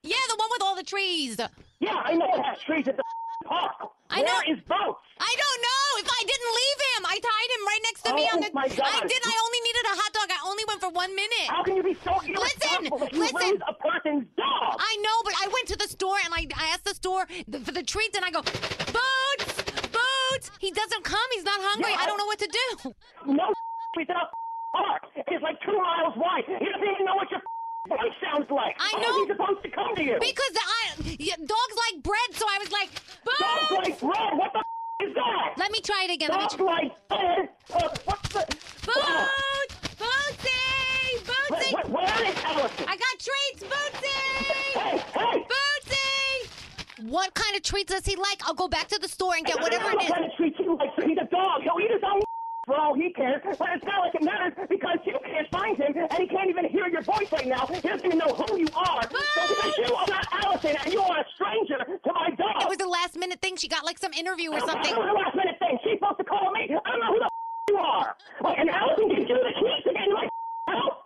Yeah, the one with all the trees.
Yeah, I know it has trees at the fuck?
I know.
Where is Boats?
I don't know. If I didn't leave him, I tied him right next to me
Oh,
on the.
my God.
I did. I only needed a hot dog. I only went for one minute.
How can you be so irresponsible that
Listen,
you
listen.
raise a person's dog?
I know, but I went to the store and I, I asked the store th- for the treats and I go, boots, boots. He doesn't come. He's not hungry. I don't know what to do.
No, he's not park. It's like two miles wide. He doesn't even know what your voice sounds like.
I
How
know.
is he supposed to come to you?
Because the, I, yeah, dogs like bread, so I was like, boots.
Dogs like bread? What the f- is that?
Let me try it again. Let me
Dogs
try-
like bread? Uh, what's the?
Boots! Bootsy! Bootsy!
Wait, wait, where is Allison?
I got treats, Bootsy! Bootsy! What kind of treats does he like? I'll go back to the store and get whatever it
I'm
is.
going to treat you like he's a dog. He'll eat his own for all he cares. But it's not like it matters because you can't find him and he can't even hear your voice right now. He doesn't even know who you are. So because you are not Allison and you are a stranger to my dog.
It was a last minute thing. She got like some interview or something.
That was a last minute thing. She's supposed to call me. I don't know who the f- you are. Like, and Allison didn't do this. She needs to get in my f- house.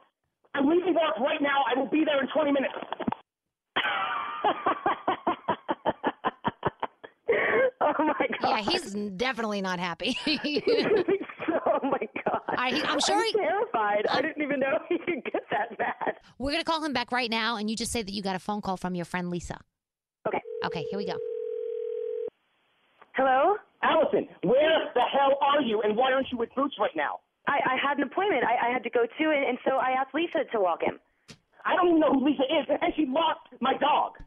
I'm leaving work right now. I will be there in 20 minutes. oh my god.
Yeah, he's definitely not happy.
oh my god.
I, he- I'm sure
I'm
he-
terrified. I didn't even know he could get that bad.
We're going to call him back right now, and you just say that you got a phone call from your friend Lisa.
Okay.
Okay, here we go.
Hello? Allison, where the hell are you and why aren't you with Boots right now?
I, I had an appointment I, I had to go to, and, and so I asked Lisa to walk him.
I don't even know who Lisa is, and she lost my dog.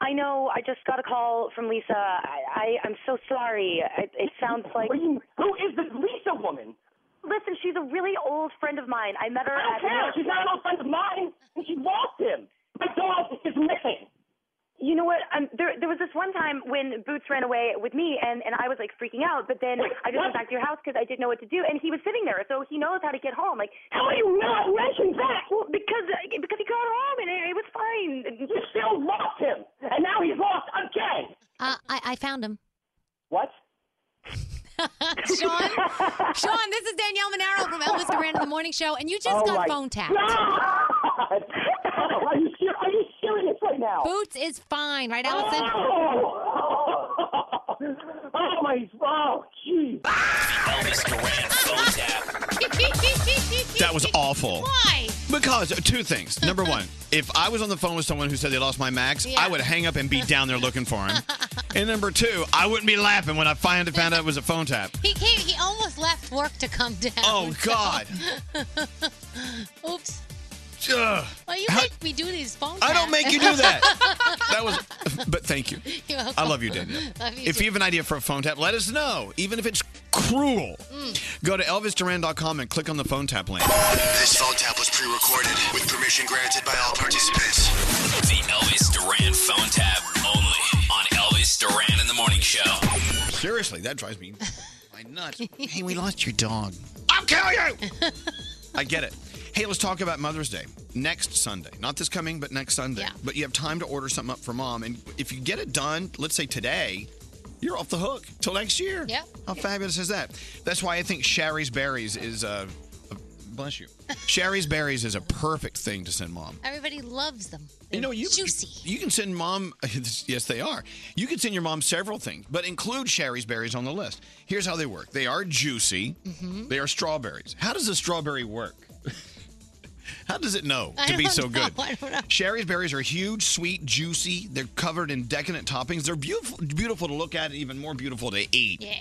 I know. I just got a call from Lisa. I, I I'm so sorry. It, it sounds like.
who is this Lisa woman?
Listen, she's a really old friend of mine. I met her
I
at.
don't care. She's not an old friend of mine, and she lost him. My dog is missing.
You know what? Um, there there was this one time when Boots ran away with me, and and I was like freaking out. But then I just went back to your house because I didn't know what to do, and he was sitting there, so he knows how to get home. Like
How are you not mentioning that?
Well, because uh, because he got home and it, it was fine.
You still lost him, and now he's lost again.
Uh, I, I found him.
What?
Sean, Sean, this is Danielle Monaro from Elvis Duran in the Morning Show, and you just
Oh
got
my
phone tapped.
God. Oh, are, you ser- are you serious right now?
Boots is fine, right, Allison?
Oh, my. Oh, jeez.
Elvis Duran phone tap.
That was awful.
Why?
Because uh, two things. Number one, if I was on the phone with someone who said they lost my Max,
Yeah.
I would hang up and be down there looking for him. and number two, I wouldn't be laughing when I find, found out it was a phone tap.
He came. He almost left work to come down.
Oh, God.
Oops.
Ugh.
Well, you
How-
make me do these phone.
I don't
taps.
make you do that. That was, but thank you.
You're welcome.
I love you, Danielle.
Love you
if
too.
you have an idea for a phone tap, let us know, even if it's cruel.
Mm.
Go to elvisduran.com and click on the phone tap link.
This phone tap was pre-recorded with permission granted by all participants.
The Elvis Duran phone tap only on Elvis Duran in the Morning Show.
Seriously, that drives me my nuts. hey, we lost your dog. I'll kill you. I get it. Hey, let's talk about Mother's Day next Sunday. Not this coming, but next Sunday.
Yeah.
But you have time to order something up for mom. And if you get it done, let's say today, you're off the hook till next year.
Yep.
How fabulous is that? That's why I think Sherry's Berries is uh, a. Bless you. Sherry's Berries is a perfect thing to send mom.
Everybody loves them.
You know, you You can send mom. Yes, they are. You can send your mom several things, but include Sherry's berries on the list. Here's how they work. They are juicy.
Mhm.
They are strawberries. How does a strawberry work? how does it know
I
to be
don't
so
know.
good?
I don't know.
Sherry's berries are huge, sweet, juicy. They're covered in decadent toppings. They're beautiful, beautiful to look at, and even more beautiful to eat.
Yeah.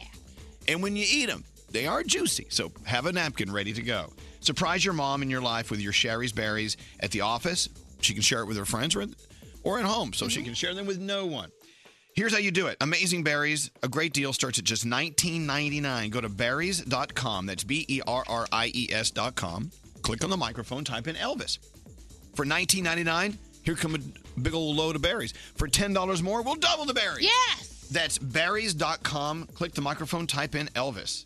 And when you eat them, they are juicy. So have a napkin ready to go. Surprise your mom in your life with your Sherry's berries at the office. She can share it with her friends or, or at home, so she can share them with no one. Here's how you do it. Amazing Berries, a great deal starts at just $19.99. Go to berries.com. That's B E R R I E S.com. Click on the microphone, type in Elvis. For $19.99, here come a big old load of berries. For $10 more, we'll double the berries.
Yes.
That's berries.com. Click the microphone, type in Elvis.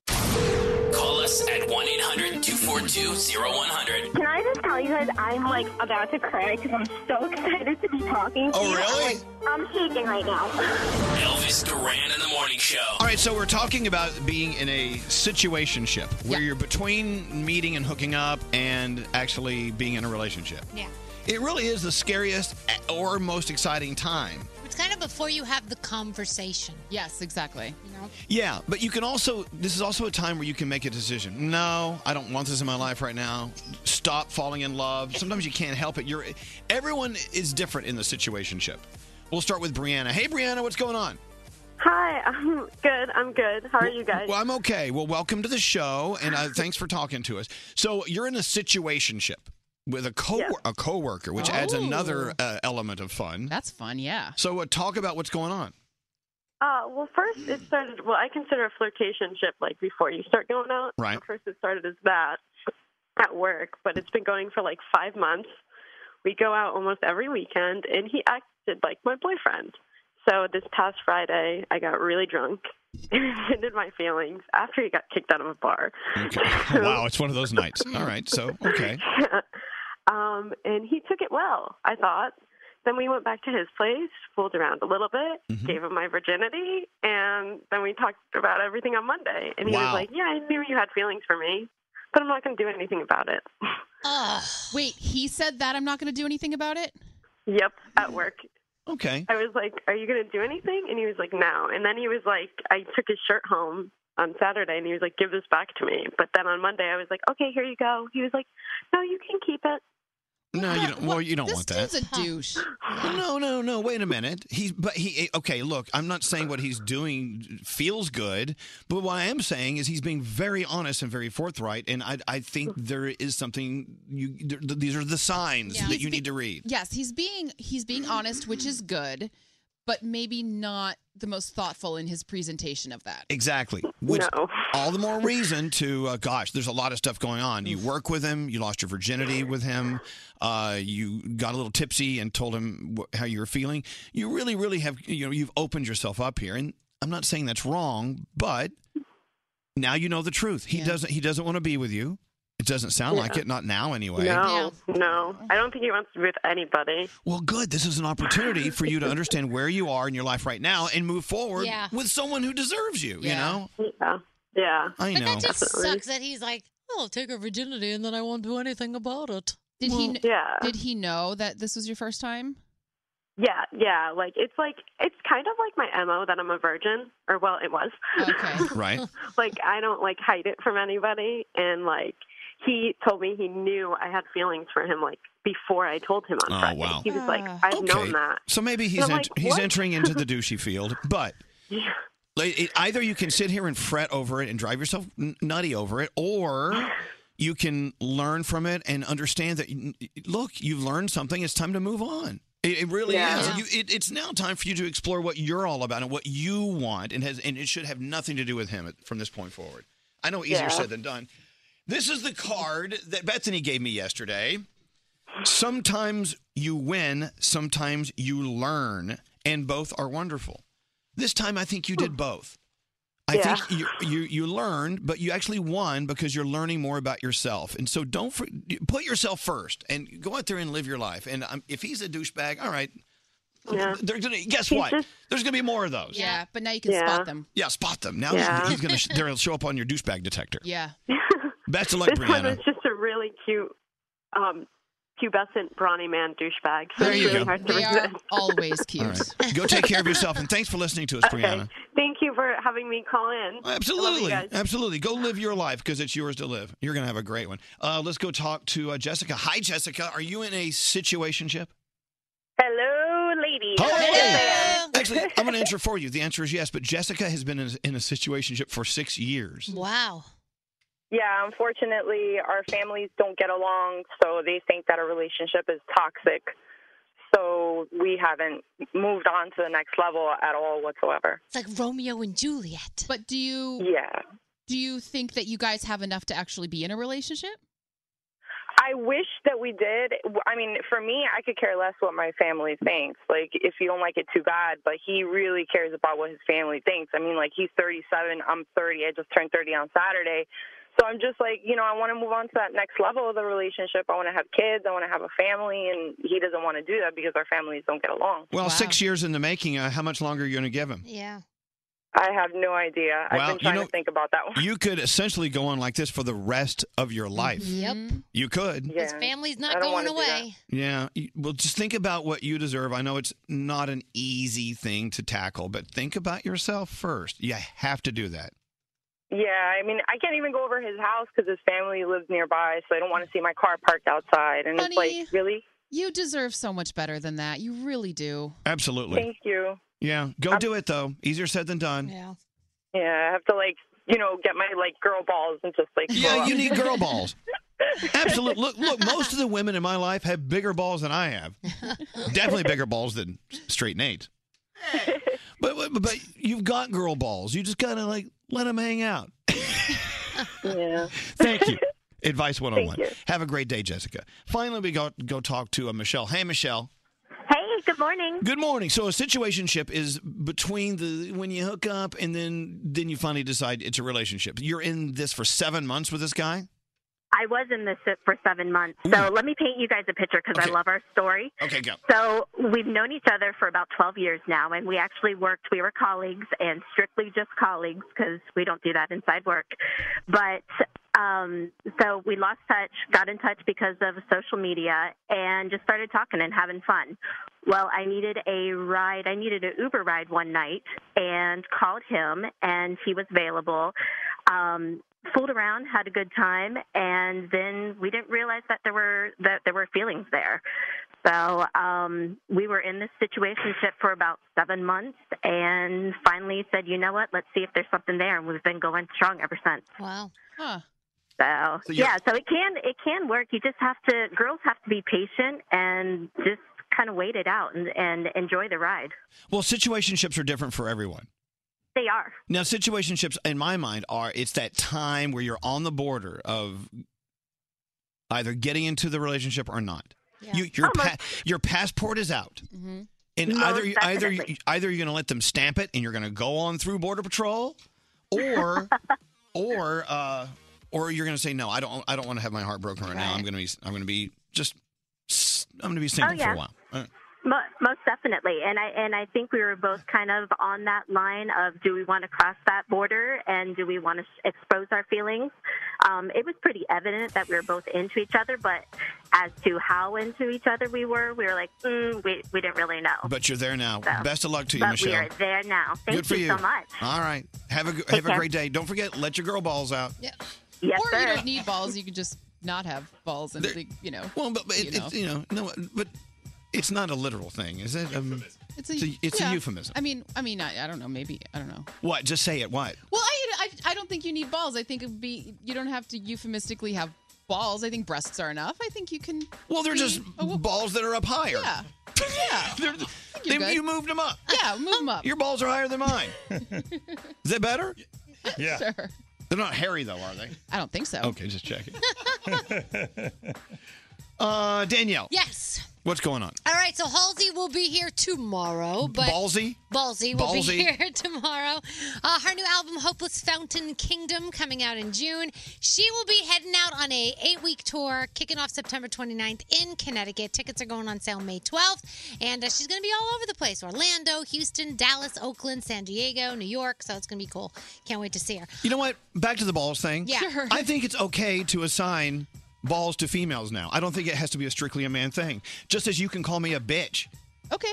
Call us at 1 800 242 0100.
Can I just tell you guys I'm like about to cry because I'm so excited to be talking to
Oh,
you.
really?
I'm, like, I'm shaking right now.
Elvis Duran in the Morning Show.
All right, so we're talking about being in a situationship where you're between meeting and hooking up and actually being in a relationship.
Yeah.
It really is the scariest or most exciting time.
It's kind of before you have the conversation.
Yes, exactly.
You know?
Yeah, but you can also, this is also a time where you can make a decision. No, I don't want this in my life right now. Stop falling in love. Sometimes you can't help it. You're, everyone is different in the situationship. We'll start with Brianna. Hey, Brianna, what's going on?
Hi, I'm good. I'm good. How are you guys?
Well, I'm okay. Well, welcome to the show, and uh, thanks for talking to us. So you're in a situationship with a co a coworker, which
Oh.
adds another uh, element of fun.
That's fun, yeah.
So uh, talk about what's going on.
Uh, well, first it started. Well, I consider a flirtationship like before you start going out.
Right.
First, it started as that at work, but it's been going for like five months. We go out almost every weekend, and he acted like my boyfriend. So this past Friday, I got really drunk and offended my feelings after he got kicked out of a bar.
Okay. wow, it's one of those nights. All right, so okay.
um, and he took it well, I thought. Then we went back to his place, fooled around a little bit,
Mm-hmm.
gave him my virginity, and then we talked about everything on Monday. And he
Wow.
was like, "Yeah, I knew you had feelings for me, but I'm not going to do anything about it."
Wait, he said that I'm not going to do anything about it?
yep, at work.
Okay.
I was like, "Are you going to do anything?" And he was like, "No." And then he was like, I took his shirt home on Saturday, and he was like, "Give this back to me." But then on Monday, I was like, "Okay, here you go." He was like, "No, you can keep it."
No, you don't. Well, you don't want that.
douche.
No, no, no. Wait a minute. He's but he eh, okay. Look, I'm not saying what he's doing feels good, but what I am saying is he's being very honest and very forthright, and I I think there is something you. Th- these are the signs that you need to read.
Yes, he's being he's being honest, which is good, but maybe not the most thoughtful in his presentation of that.
Exactly. Which all the more reason to uh, gosh, there's a lot of stuff going on. You work with him, you lost your virginity with him, uh, you got a little tipsy and told him wh- how you were feeling. You really really have you know, you've opened yourself up here and I'm not saying that's wrong, but now you know the truth. He doesn't he doesn't want to be with you. It doesn't sound like
Yeah.
it not now anyway.
No, no, I don't think he wants to be with anybody.
Well, good. This is an opportunity for you to understand where you are in your life right now and move forward
Yeah.
with someone who deserves you,
Yeah.
you know?
Yeah, yeah.
I
But
know.
that just sucks that he's like, "Oh, I'll take her virginity and then I won't do anything about it.
Did he? kn-
Hmm. yeah.
Did he know that this was your first time?
Yeah, yeah. Like it's like it's kind of like my mo that I'm a virgin, or well, it was.
Okay.
right.
like I don't like hide it from anybody, and like he told me he knew I had feelings for him like before I told him on
Oh,
Friday.
wow.
He was like,
Ah.
I've known that.
So maybe he's
And I'm
ent-
like,
he's
what?
entering into the douchey field, but like, it- either you can sit here and fret over it and drive yourself n- nutty over it, or you can learn from it and understand that you- look, you've learned something. It's time to move on. It, it really
Yeah.
is. You, it, it's now time for you to explore what you're all about and what you want, and has and it should have nothing to do with him at- from this point forward. I know easier
Yeah.
said than done. This is the card that Bethany gave me yesterday. Sometimes you win, sometimes you learn, and both are wonderful. This time, I think you
Hmm.
did both. I think you, you you learned, but you actually won because you're learning more about yourself. And so don't for, put yourself first and go out there and live your life. And um, if he's a douchebag, all right,
Yeah.
they're gonna guess
He's
what?
just-
There's gonna be more of those.
Yeah, but now you can
Yeah.
spot them.
Yeah, spot them now.
Yeah.
He's gonna sh- they'll show up on your douchebag detector.
Yeah.
Best of luck,
this one was
Brianna.
just a really cute, um, pubescent brawny man douchebag. So
There
it's
you
really
go.
hard to
They are
resist.
always cute.
All right. Go take care of yourself, and thanks for listening to us, Brianna.
Thank you for having me call in. I love you
Absolutely.
guys.
Absolutely. Go live your life because it's yours to live. You're going to have a great one. Uh, let's go talk to uh, Jessica. Hi, Jessica. Are you in a situationship?
Hello, ladies.
Actually, I'm going to answer for you. The answer is yes, but Jessica has been in a, in a situationship for six years.
Wow.
Yeah, unfortunately, our families don't get along, so they think that our relationship is toxic. So we haven't moved on to the next level at all whatsoever.
It's like Romeo and Juliet.
But do you?
Yeah.
Do you think that you guys have enough to actually be in a relationship?
I wish that we did. I mean, for me, I could care less what my family thinks. Like, if you don't like it, too bad. But he really cares about what his family thinks. I mean, like, he's 37. I'm 30. I just turned 30 on Saturday. So I'm just like, you know, I want to move on to that next level of the relationship. I want to have kids. I want to have a family. And he doesn't want to do that because our families don't get along.
Well, six years in the making. Uh, how much longer are you going to give him?
Yeah.
I have no idea.
Well,
I've
you
been trying
know-
to think about that one.
You could essentially go on like this for the rest of your life.
Yep.
You could.
His family's
I
not
don't
going
wanna do that.
away.
Yeah. you- Well, just think about what you deserve. I know it's not an easy thing to tackle, but think about yourself first. You have to do that.
Yeah, I mean, I can't even go over his house because his family lives nearby, so I don't want to see my car parked outside. And it's
Honey.
like, really?
You deserve so much better than that. You really do.
Absolutely.
Thank you.
Yeah. Go do it, though. Easier said than done.
Yeah.
Yeah, I have to like, you know, get my like girl balls and just like. grow
Yeah,
up.
you need girl balls. Absolutely. Look, look. Most of the women in my life have bigger balls than I have. Definitely bigger balls than straight Nate. But, but but you've got girl balls. You just gotta like let them hang out.
yeah.
Thank you. Advice one on one.
Thank you.
Have a great day, Jessica. Finally, we go go talk to uh, Michelle. Hey, Michelle.
Hey, good morning.
Good morning. So a situationship is between the when you hook up and then then you finally decide it's a relationship. You're in this for seven months with this guy.
I was in this shit for seven months. So let me paint you guys a picture because I love our story.
Okay, go.
So we've known each other for about 12 years now, and we actually worked. We were colleagues and strictly just colleagues because we don't do that inside work. But um, so we lost touch, got in touch because of social media, and just started talking and having fun. Well, I needed a ride. I needed an Uber ride one night and called him, and he was available. Um, fooled around, had a good time, and then we didn't realize that there were that there were feelings there. So um, we were in this situationship for about seven months, and finally said, "You know what? Let's see if there's something there." And we've been going strong ever since.
Wow.
Huh.
So, So you're- yeah, so it can it can work. You just have to. Girls have to be patient and just kind of wait it out and, and enjoy the ride.
Well, situationships are different for everyone.
They are.
Now, situationships in my mind are it's that time where you're on the border of either getting into the relationship or not. You, your pa- your passport is out, and
Most
either you- either you-
definitely.
either you're going to let them stamp it and you're going to go on through border patrol, or or uh, or you're going to say no, I don't I don't want to have my heart broken right, now. I'm going to be I'm going to be just s- I'm going to be single for
Oh, yeah.
a while. Uh, All right.
Mo- Most definitely, and I and I think we were both kind of on that line of do we want to cross that border and do we want to sh- expose our feelings? Um, it was pretty evident that we were both into each other, but as to how into each other we were, we were like, mm, we we didn't really know.
But you're there now.
So-
Best of luck to you,
but
Michelle.
we are there now. Thank
Good for you,
so much.
All right, have a g- have a
care.
great day. Don't forget, let your girl balls out.
Yeah.
Yes,
or you
sir.
don't need balls. You can just not have balls and think, you know.
Well, but, but it,
you
it's
know.
you know, no, but it's not a literal thing, is it? Um,
It's a,
it's
yeah.
a euphemism.
I mean, I mean, I, I don't know. Maybe I don't know.
What? Just say it. What?
Well, I, I, I don't think you need balls. I think it would be you don't have to euphemistically have balls. I think breasts are enough. I think you can.
Well, they're
be
just
a wo-
balls that are up higher.
Oh, Yeah.
Yeah.
you're
They-
good.
you moved them up.
Yeah, move them up.
Your balls are higher than mine. is that better?
Yeah. Sure.
They're not hairy though, are they?
I don't think so.
Okay, just checking. uh, Danielle,
Yes.
what's going on?
All right, so Halsey will be here tomorrow, but
Ballsy?
Ballsy will
Ballsy.
be here tomorrow. Uh, her new album, Hopeless Fountain Kingdom, coming out in June. She will be heading out on a eight-week tour, kicking off September 29th in Connecticut. Tickets are going on sale May 12th, and uh, she's going to be all over the place: Orlando, Houston, Dallas, Oakland, San Diego, New York. So it's going to be cool. Can't wait to see her.
You know what? Back to the balls thing.
Yeah. Sure.
I think it's okay to assign balls to females now. I don't think it has to be a strictly a man thing. Just as you can call me a bitch.
Okay.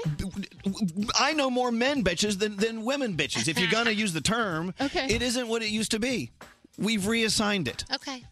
I know more men bitches than, than women bitches. If you're going to use the term,
Okay.
it isn't what it used to be. We've reassigned it.
Okay.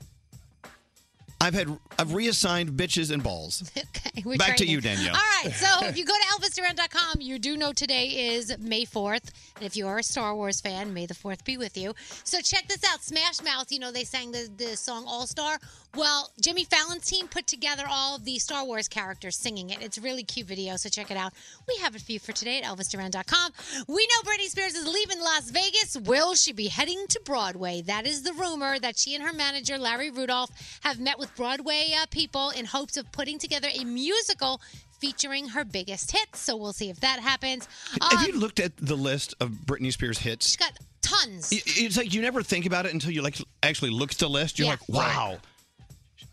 I've had I've reassigned bitches and balls.
Okay, we're
Back to
training.
you, Danielle.
All right, so if you go to ElvisDuran.com, you do know today is May 4th. And if you are a Star Wars fan, may the 4th be with you. So check this out Smash Mouth, you know, they sang the, the song All Star. Well, Jimmy Fallon's team put together all of the Star Wars characters singing it. It's a really cute video, so check it out. We have a few for today at ElvisDuran.com. We know Britney Spears is leaving Las Vegas. Will she be heading to Broadway? That is the rumor that she and her manager, Larry Rudolph, have met with Broadway uh, people in hopes of putting together a musical featuring her biggest hits. So we'll see if that happens.
Have you looked at the list of Britney Spears hits?
She's Um, got tons.
It's like you never think about it until you like actually look at the list. You're like, wow.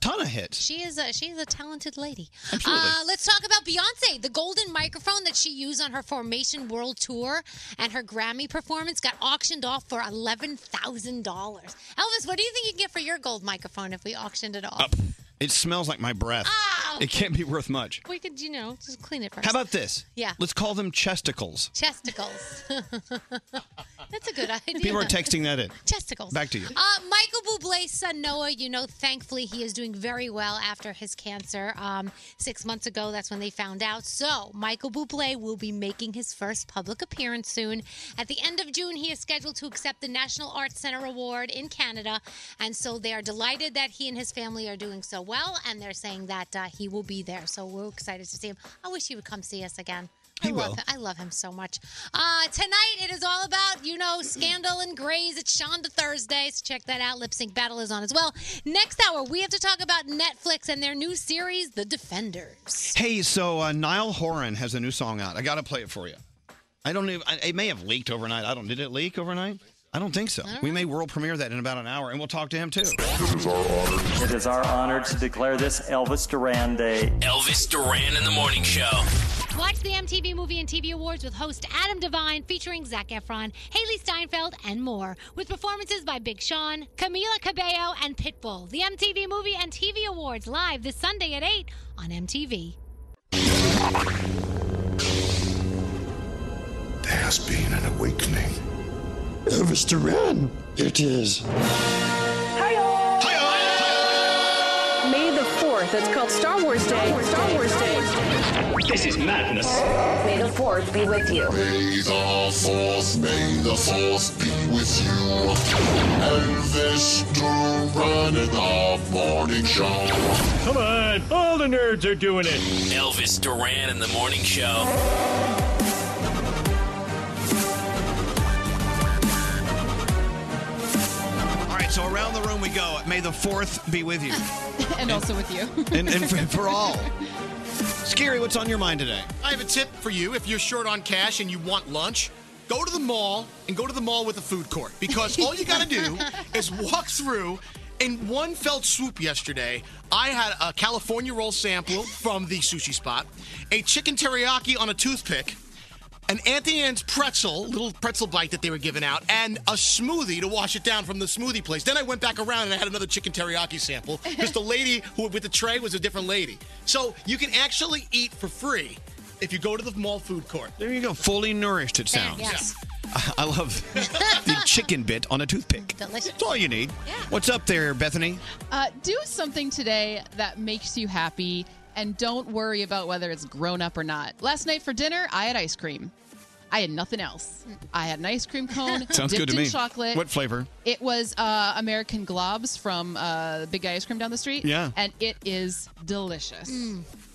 ton of hits.
She is a she's a talented lady. Uh, let's talk about Beyonce. The golden microphone that she used on her Formation World Tour and her Grammy performance got auctioned off for eleven thousand dollars. Elvis, what do you think you can get for your gold microphone if we auctioned it off?
Up. It smells like my breath. It can't be worth much.
We could, you know, just clean it first.
How about this?
Yeah.
Let's call them chesticles.
Chesticles. That's a good idea.
People are texting that in.
Chesticles.
Back to you.
Uh, Michael Bublé's son Noah, you know, thankfully he is doing very well after his cancer. Um, six months ago, that's when they found out. So Michael Bublé will be making his first public appearance soon. At the end of June, he is scheduled to accept the National Arts Center Award in Canada, and so they are delighted that he and his family are doing so well, and they're saying that uh, he will be there. So we're excited to see him. I wish he would come see us again. I
He
love
will.
him. I love him so much. Uh, tonight it is all about, you know, Scandal and Grays. It's Shonda Thursday, so check that out. Lip Sync Battle is on as well. Next hour, we have to talk about Netflix and their new series, The Defenders.
Hey, so uh, Niall Horan has a new song out. I got to play it for you. I don't even, I, it may have leaked overnight. I don't, did it leak overnight? I don't think so. We may world premiere that in about an hour and we'll talk to him too.
This is our honor. It is our honor to declare this Elvis Duran Day.
Elvis Duran in the Morning Show.
Watch the MTV Movie and TV Awards with host Adam Devine featuring Zach Efron, Haley Steinfeld, and more, with performances by Big Sean, Camila Cabello, and Pitbull. The MTV Movie and TV Awards live this Sunday at 8 on MTV.
There has been an awakening. Elvis Duran, it is.
May the 4th. It's called Star Wars Day. Star Wars Day.
This is madness.
May the 4th be with you.
May the force, may the force be with you. Elvis Duran in the morning show.
Come on, all the nerds are doing it. Elvis Duran in the Morning Show.
All right, so around the room we go. May the 4th be with you.
and also with you.
and and for, for all. Scary, what's on your mind today?
I have a tip for you if you're short on cash and you want lunch. Go to the mall and go to the mall with a food court because all you got to do is walk through. In one fell swoop yesterday, I had a California roll sample from the sushi spot, a chicken teriyaki on a toothpick, an Auntie Anne's pretzel, little pretzel bite that they were giving out, and a smoothie to wash it down from the smoothie place. Then I went back around and I had another chicken teriyaki sample because the lady who with the tray was a different lady. So you can actually eat for free if you go to the mall food court.
There you go. Fully nourished, it sounds.
Yes.
I- I love the chicken bit on a toothpick.
Delicious.
That's all you need. What's up there, Bethany?
Uh, do something today that makes you happy and don't worry about whether it's grown up or not. Last night for dinner, I had ice cream. I had nothing else. I had an ice cream cone
Sounds
dipped
good to
in
me.
chocolate.
What flavor?
It was uh, American Globs from uh, the Big Ice Cream down the street.
Yeah.
and it is delicious.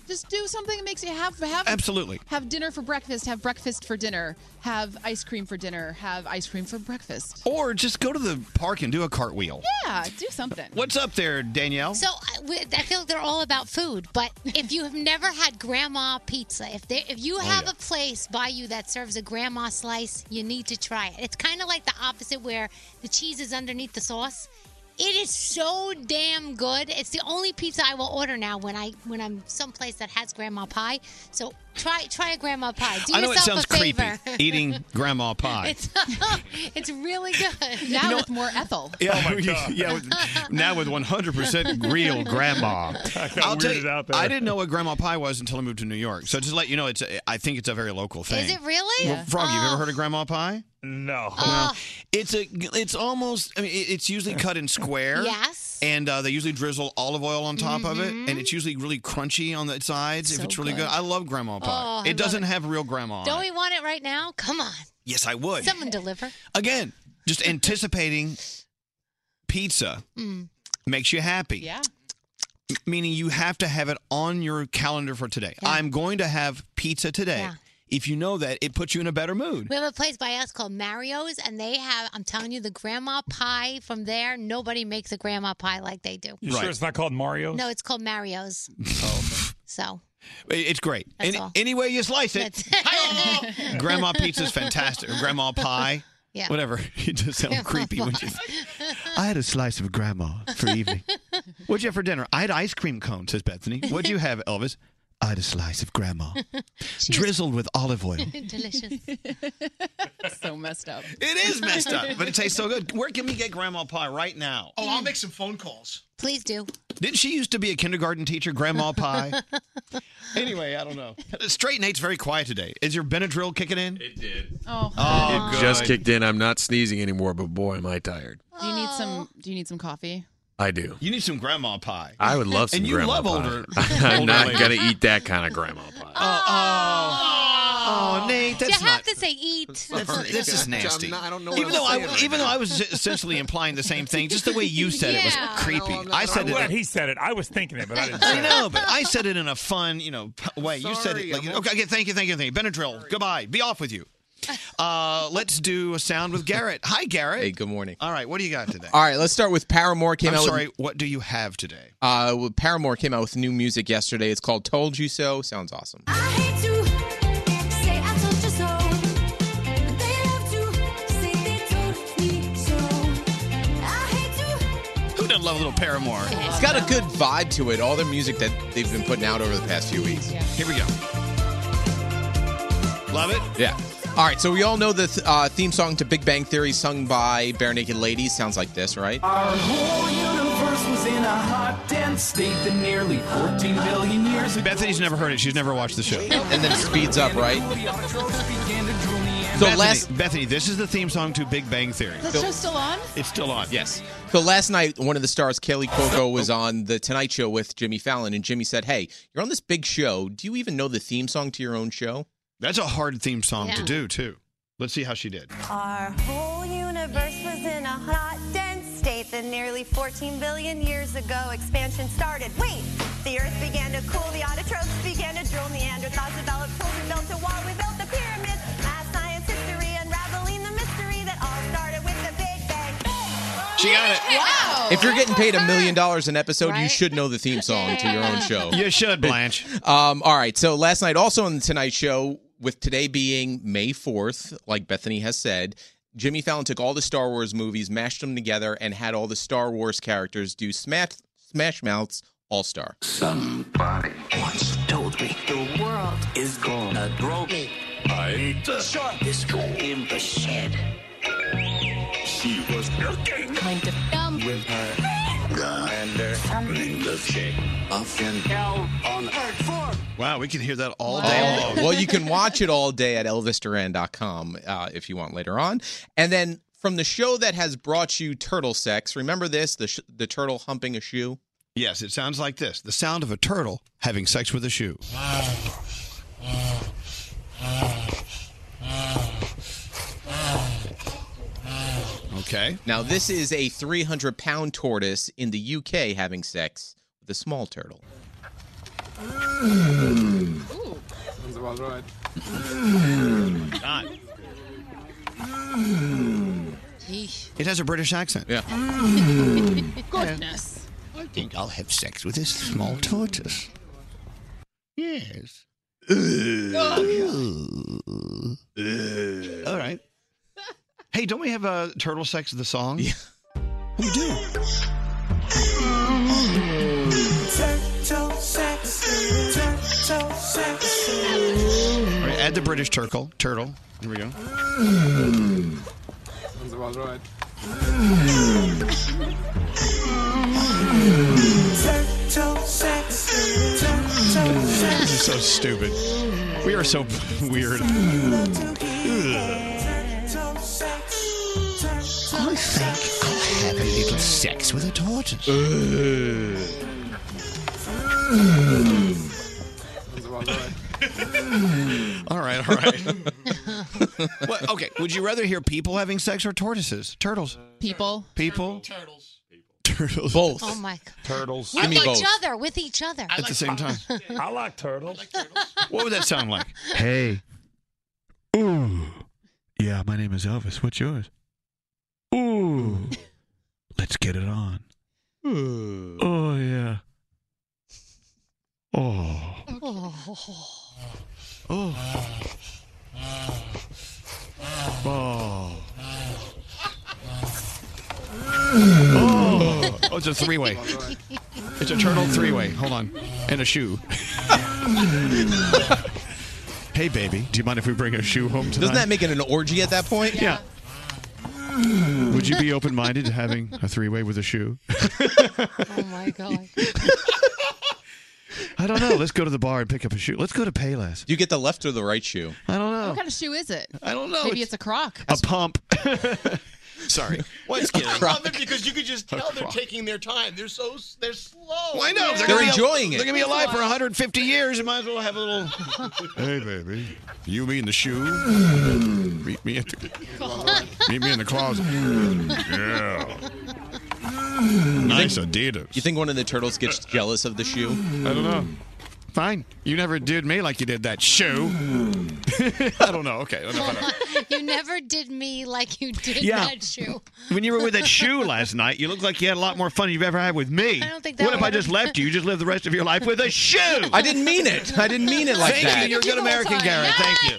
Just do something that makes you have have
Absolutely.
have dinner for breakfast. Have breakfast for dinner. Have ice cream for dinner. Have ice cream for breakfast.
Or just go to the park and do a cartwheel.
Yeah, do something.
What's up there, Danielle?
So I we- I feel like they're all about food, but if you have never had grandma pizza, if they, if you
Oh,
have a place by you that serves a grandma slice, you need to try it. It's kind of like the opposite where the cheese is underneath the sauce. It is so damn good. It's the only pizza I will order now when I when I'm someplace that has grandma pie. So try try a grandma pie. Do
I know it
yourself
sounds
a favor.
creepy eating grandma pie.
It's, it's really good.
Now with more Ethel.
Yeah,
Oh,
yeah. With, now with 100% real grandma. I
got weirded out there.
I didn't know what grandma pie was until I moved to New York. So just to let you know, it's a, I think it's a very local thing.
Is it really?
Well, Frog, you've ever heard of grandma pie? No.
Oh.
it's a. It's almost. I mean, it- it's usually cut in square.
Yes. Mm-hmm.
And uh, they usually drizzle olive oil on top of it, and it's usually really crunchy on the sides.
So
if it's really good.
good.
I love grandma
Oh, I
pie.
love
it doesn't have real grandma. on
Don't we
it.
want it right now? Come on,
Yes, I would.
someone deliver.
Again, just anticipating pizza
Mm.
makes you happy.
Yeah.
M- Meaning you have to have it on your calendar for today. I'm going to have pizza today.
Yeah.
If you know that, it puts you in a better mood.
We have a place by us called Mario's, and they have, I'm telling you, the grandma pie from there. Nobody makes a grandma pie like they do.
You sure it's not called Mario's? Oh,
No, it's called Mario's. So,
It- It's great.
That's
Any,
all.
any way you slice it, grandma pizza is fantastic. Or grandma pie.
Yeah.
Whatever. You just sound
Grandma
creepy when you. I had a slice of grandma for evening. What'd you have for dinner? I had ice cream cone, says Bethany. What'd you have, Elvis? I had a slice of grandma, drizzled with olive oil.
Delicious. so messed up.
It is messed up, but it tastes so good. Where can we get grandma pie right now?
Oh, I'll make some phone calls.
Please do.
Didn't she used to be a kindergarten teacher, grandma pie? anyway, I don't know. Straight Nate's very quiet today. Is your Benadryl kicking in? It did.
Oh,
Oh,
It
good.
just kicked in. I'm not sneezing anymore, but boy, am I tired.
do you need some? Do you need some coffee?
I do.
You need some grandma pie.
I would love some
And you
grandma
love
pie.
older-
I'm
older
not
ladies.
going to eat that kind of grandma
Uh,
pie.
Oh, Nate, that's
you have to say eat.
That's, this is nasty.
I'm not- I don't know what
even
I'm
though I,
saying right
even though I was essentially implying the same thing, just the way you said it was
Yeah.
creepy.
I'm not-
I said
I'm
it.
glad he said it. I was thinking it, but I didn't.
I know, but I said it in a fun, you know, p- way. you said it like, okay, okay, thank you, thank you, thank you. Benadryl, goodbye. Be off with you. Uh, let's do a sound with Garrett. Hi, Garrett. Hey,
good morning.
All right, what do you got today?
All right, let's start with Paramore. Came
I'm
out.
sorry,
With,
what do you have today?
uh, well, Paramore came out with new music yesterday. It's called "Told You So." Sounds awesome.
Who doesn't love a little Paramore?
It's got a good vibe to it. All the music that they've been putting out over the past few weeks.
Here we go. Love it.
Yeah. All right, so we all know the th- uh, theme song to Big Bang Theory, sung by Bare Naked Ladies. Sounds like this, right?
Our whole universe was in a hot, dense state that nearly 14 billion years ago.
Bethany's never heard it. She's never watched the show.
And then it speeds up, right?
So Bethany, last Bethany, this is the theme song to Big Bang Theory.
That show's still on?
It's still on. Yes.
So last night, one of the stars, Kelly Cuoco,
Oh.
was on The Tonight Show with Jimmy Fallon, and Jimmy said, Hey, you're on this big show. Do you even know the theme song to your own show?
That's a hard theme song
Yeah.
to do too. Let's see how she did.
Our whole universe was in a hot, dense state that nearly 14 billion years ago expansion started. Wait, the earth began to cool, the autotrophs began to drill, Neanderthals developed tools, we built a wall, we built the pyramids, math, science, history, unraveling the mystery that all started with the Big Bang.
She got it.
ah!
Wow.
If you're getting paid a million dollars an episode, you
Right?
should know the theme song to your own show.
You should, Blanche.
um, all right. So last night, also on the Tonight Show, with today being May 4th, like Bethany has said, Jimmy Fallon took all the Star Wars movies, mashed them together, and had all the Star Wars characters do Smash, Smash Mouth's All Star.
Somebody once told me the world is gonna grow me. I ate the sharpest girl in the shed. She was looking kind of dumb with her gander in the shape of an L on her form.
Wow, we can hear that all
Wow.
day
Oh,
long.
well, you can watch it all day at elvisduran.com uh, if you want later on. And then from the show that has brought you turtle sex, remember this the, sh- the turtle humping a shoe?
Yes, it sounds like this. The sound of a turtle having sex with a shoe. Okay.
Now, this is a 300 pound tortoise in the UK having sex with a small turtle.
Sounds about right.
Not. It has a British accent. Yeah.
Mm.
Mm.
Goodness.
I think I'll have sex with this small tortoise. Yes. All right. Hey, don't we have uh, turtle sex with the song? Yeah. We do.
Turtle sex. Turtle sex.
All right, add the British turkle, turtle. Here we go.
Sounds about right. Turtle sex. Turtle
this
sex.
is so stupid. We are so weird.
Turtle sex.
I think I'll have a little sex with a tortoise. all right, all right. what, okay, would you rather hear people having sex or tortoises? Turtles.
People.
People? Turtles. Turtles.
Both.
Oh my god.
Turtles.
With each other, with each other.
At the same time.
I like turtles.
What would that sound like? Hey. Ooh. Yeah, my name is Elvis. What's yours? Ooh. Let's get it on. Oh yeah. Oh. Oh. Oh. Oh. oh it's a three way. It's a turtle three way. Hold on. And a shoe. hey, baby, do you mind if we bring a shoe home tonight?
Doesn't that make it an orgy at that point?
Yeah. Would you be open minded to having a three way with a shoe?
Oh my god.
I don't know. Let's go to the bar and pick up a shoe. Let's go to Payless.
Do you get the left or the right shoe?
I don't know.
What kind of shoe is it?
I don't know.
Maybe it's, a croc.
A pump. Sorry.
What is
I love it because you could just
A
tell they're
croc.
taking their time. They're so they're slow.
Well, I know.
Yeah.
gonna be al- They're going to be alive for 150 years. You might as well have a little. hey, baby. You mean the shoe? meet, me at the, meet me in the closet. yeah. Nice Adidas.
You think one of the turtles gets jealous of the shoe?
I don't know. Fine. You never did me like you did that shoe. I don't know. Okay. enough, enough.
you never did me like you did
Yeah.
that shoe.
When you were with that shoe last night, you looked like you had a lot more fun you've ever had with me.
I don't think that
what if I
would-
just left you? You just lived the rest of your life with a shoe. I
didn't mean it. I didn't mean it like
Thank
that.
you. You're a good American, Garrett. Thank you.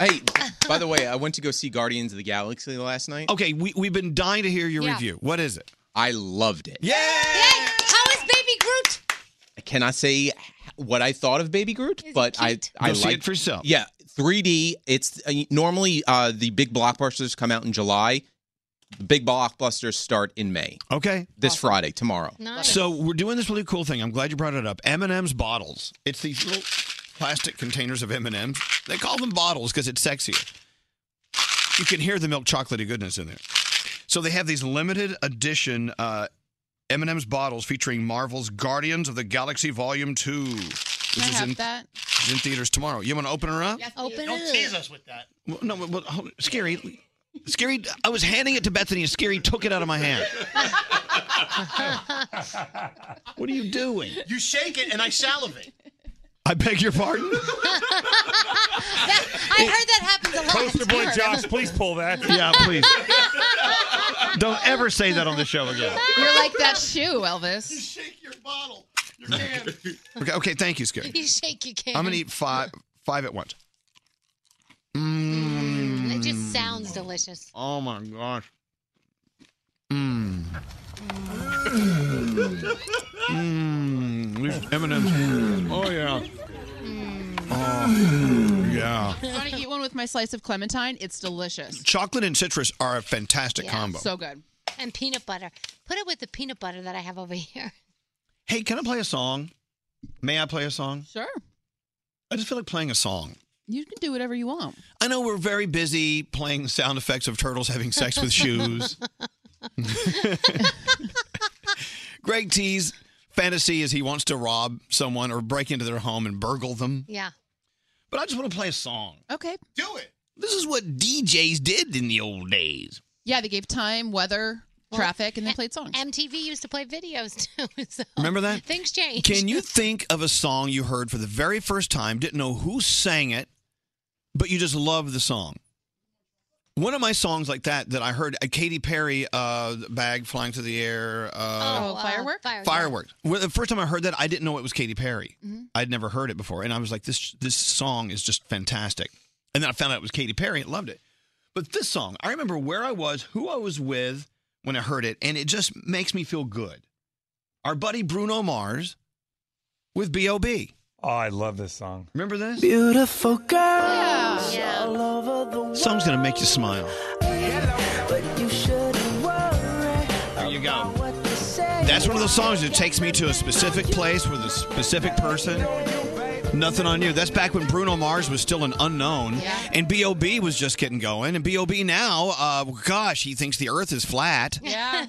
Hey, by the way, I went to go see Guardians of the Galaxy last night.
Okay, we, we've been dying to hear your
Yeah.
review. What is it?
I loved it.
Yeah.
How is Baby Groot?
I cannot say what I thought of Baby Groot, but I I
Go see
liked-
it for yourself.
Yeah, 3D. It's uh, normally uh, the big blockbusters come out in July. The big blockbusters start in May.
Okay.
This Friday, tomorrow.
So we're doing this really cool thing. I'm glad you brought it up. M&M's bottles. It's these little plastic containers of M&M's. They call them bottles because it's sexier. You can hear the milk chocolatey goodness in there. So they have these limited edition uh, M&M's bottles featuring Marvel's Guardians of the Galaxy Volume 2. Which
I
is
have
in,
that?
is in theaters tomorrow. You want to open her up?
Oh,
Open
Don't
it up.
tease us with that.
Well, no, well, hold, Scary. Scary, I was handing it to Bethany and Scary took it out of my hand. What are you doing?
You shake it and I salivate.
I beg your pardon?
That- I heard that happens a lot.
Poster
It's
boy
weird.
Josh, please pull that.
Yeah, please. Don't ever say that on the show again.
You're like that shoe, Elvis. You shake
your bottle.
Okay, okay thank you, Scary.
You shake your can.
I'm gonna eat five five at once. Mm.
It just sounds delicious.
Oh my gosh. Mmm. Mmm. These M&M's. Oh yeah.
Mm.
Oh yeah.
I want to eat one with my slice of clementine. It's delicious.
Chocolate and citrus are a fantastic
Yeah.
combo.
So good.
And peanut butter. Put it with the peanut butter that I have over here.
hey, can I play a song? May I play a song?
Sure.
I just feel like playing a song.
You can do whatever you want.
I know we're very busy playing sound effects of turtles having sex with shoes. Greg T's fantasy is he wants to rob someone or break into their home and burgle them.
Yeah.
But I just want to play a song.
Okay.
Do it. This is what DJs did in the old days.
Yeah, they gave time, weather, traffic, and they played songs.
MTV used to play videos too. So
Remember that?
Things change.
Can you think of a song you heard for the very first time, didn't know who sang it, but you just loved the song? One of my songs like that that I heard, a Katy Perry uh, bag flying through the air. Uh,
Oh, firework?
Fireworks. Well, the first time I heard that, I didn't know it was Katy Perry.
Mhm.
I'd never heard it before, and I was like, "This this song is just fantastic." And then I found out it was Katy Perry and loved it. But this song, I remember where I was, who I was with when I heard it, and it just makes me feel good. Our buddy Bruno Mars with B.O.B.
Oh, I love this song.
Remember this?
Beautiful girls all over the world.
Song's gonna make you smile.
But you shouldn't worry.
There you go.
about what they say.
That's one of those songs that takes me to a specific place with a specific person. Nothing on you. That's back when Bruno Mars was still an unknown, and B.O.B. was just getting going. And B.O.B. now, uh, gosh, he thinks the Earth is flat.
Yeah.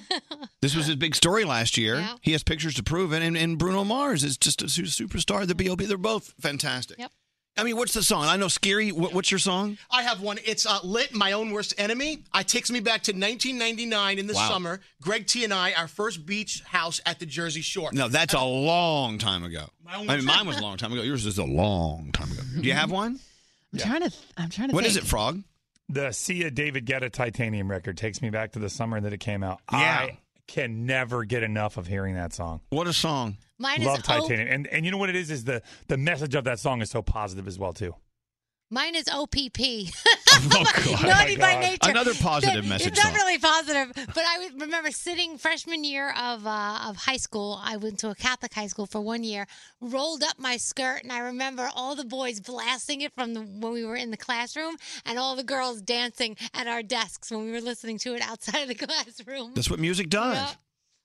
This was his big story last year.
Yeah.
He has pictures to prove it. And, and Bruno Mars is just a su- superstar. The B.O.B. They're both fantastic.
Yep.
I mean, what's the song? I know Scary. What, what's your song?
I have one. It's uh, Lit, My Own Worst Enemy. It takes me back to 1999 in the
Wow.
summer. Greg T and I, our first beach house at the Jersey Shore.
No, that's a long time ago.
My own
I
worst-
mean, mine was a long time ago. Yours is a long time ago. Do you have one?
I'm trying to. I'm trying to.
What is
think.
it, Frog?
The Sia David Guetta Titanium record takes me back to the summer that it came out. I can never get enough of hearing that song.
What a song.
Mine is
Love
O-
Titanium. And and you know what it is is the the message of that song is so positive as well too.
Mine is OPP.
God.
Naughty
Oh my
by
God.
nature.
Another positive
That-
message
It's not
song.
really positive, but I would remember sitting freshman year of uh, of high school. I went to a Catholic high school for one year. Rolled up my skirt, and I remember all the boys blasting it from the, when we were in the classroom, and all the girls dancing at our desks when we were listening to it outside of the classroom.
That's what music does.
Yeah.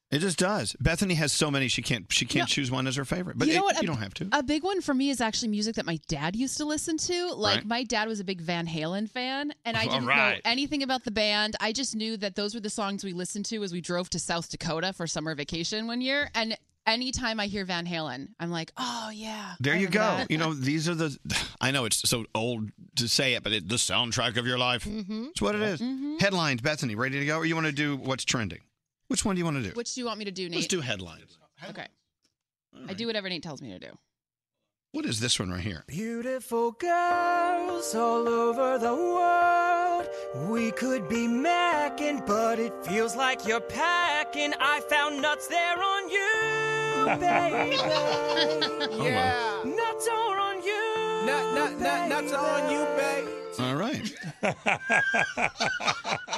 It just does. Bethany has so many she can't she can't
No.
choose one as her favorite. But
you know
it-
what? A-
you don't have to.
A big one for me is actually music that my dad used to listen to. Like
Right.
my dad was a big Van Halen fan, and I
All
didn't
right.
know anything about the band. I just knew that those were the songs we listened to as we drove to South Dakota for summer vacation one year. And anytime I hear Van Halen, I'm like, oh yeah.
There
I
you
remember
go.
that.
You know, these are the. I know it's so old to say it, but it, the soundtrack of your life.
Mhm.
It's what it is. Headlines, Bethany, ready to go? Or you want to do what's trending? Which one do you want to do?
Which do you want me to do, Nate?
Let's do headlines.
Okay. I do whatever Nate tells me to do.
What is this one right here?
Beautiful girls all over the world. We could be macking, but it feels like you're packing. I found nuts there on you, baby. yeah. Nuts are on you. Nut, nut, nut, nuts are on you, babe.
All right.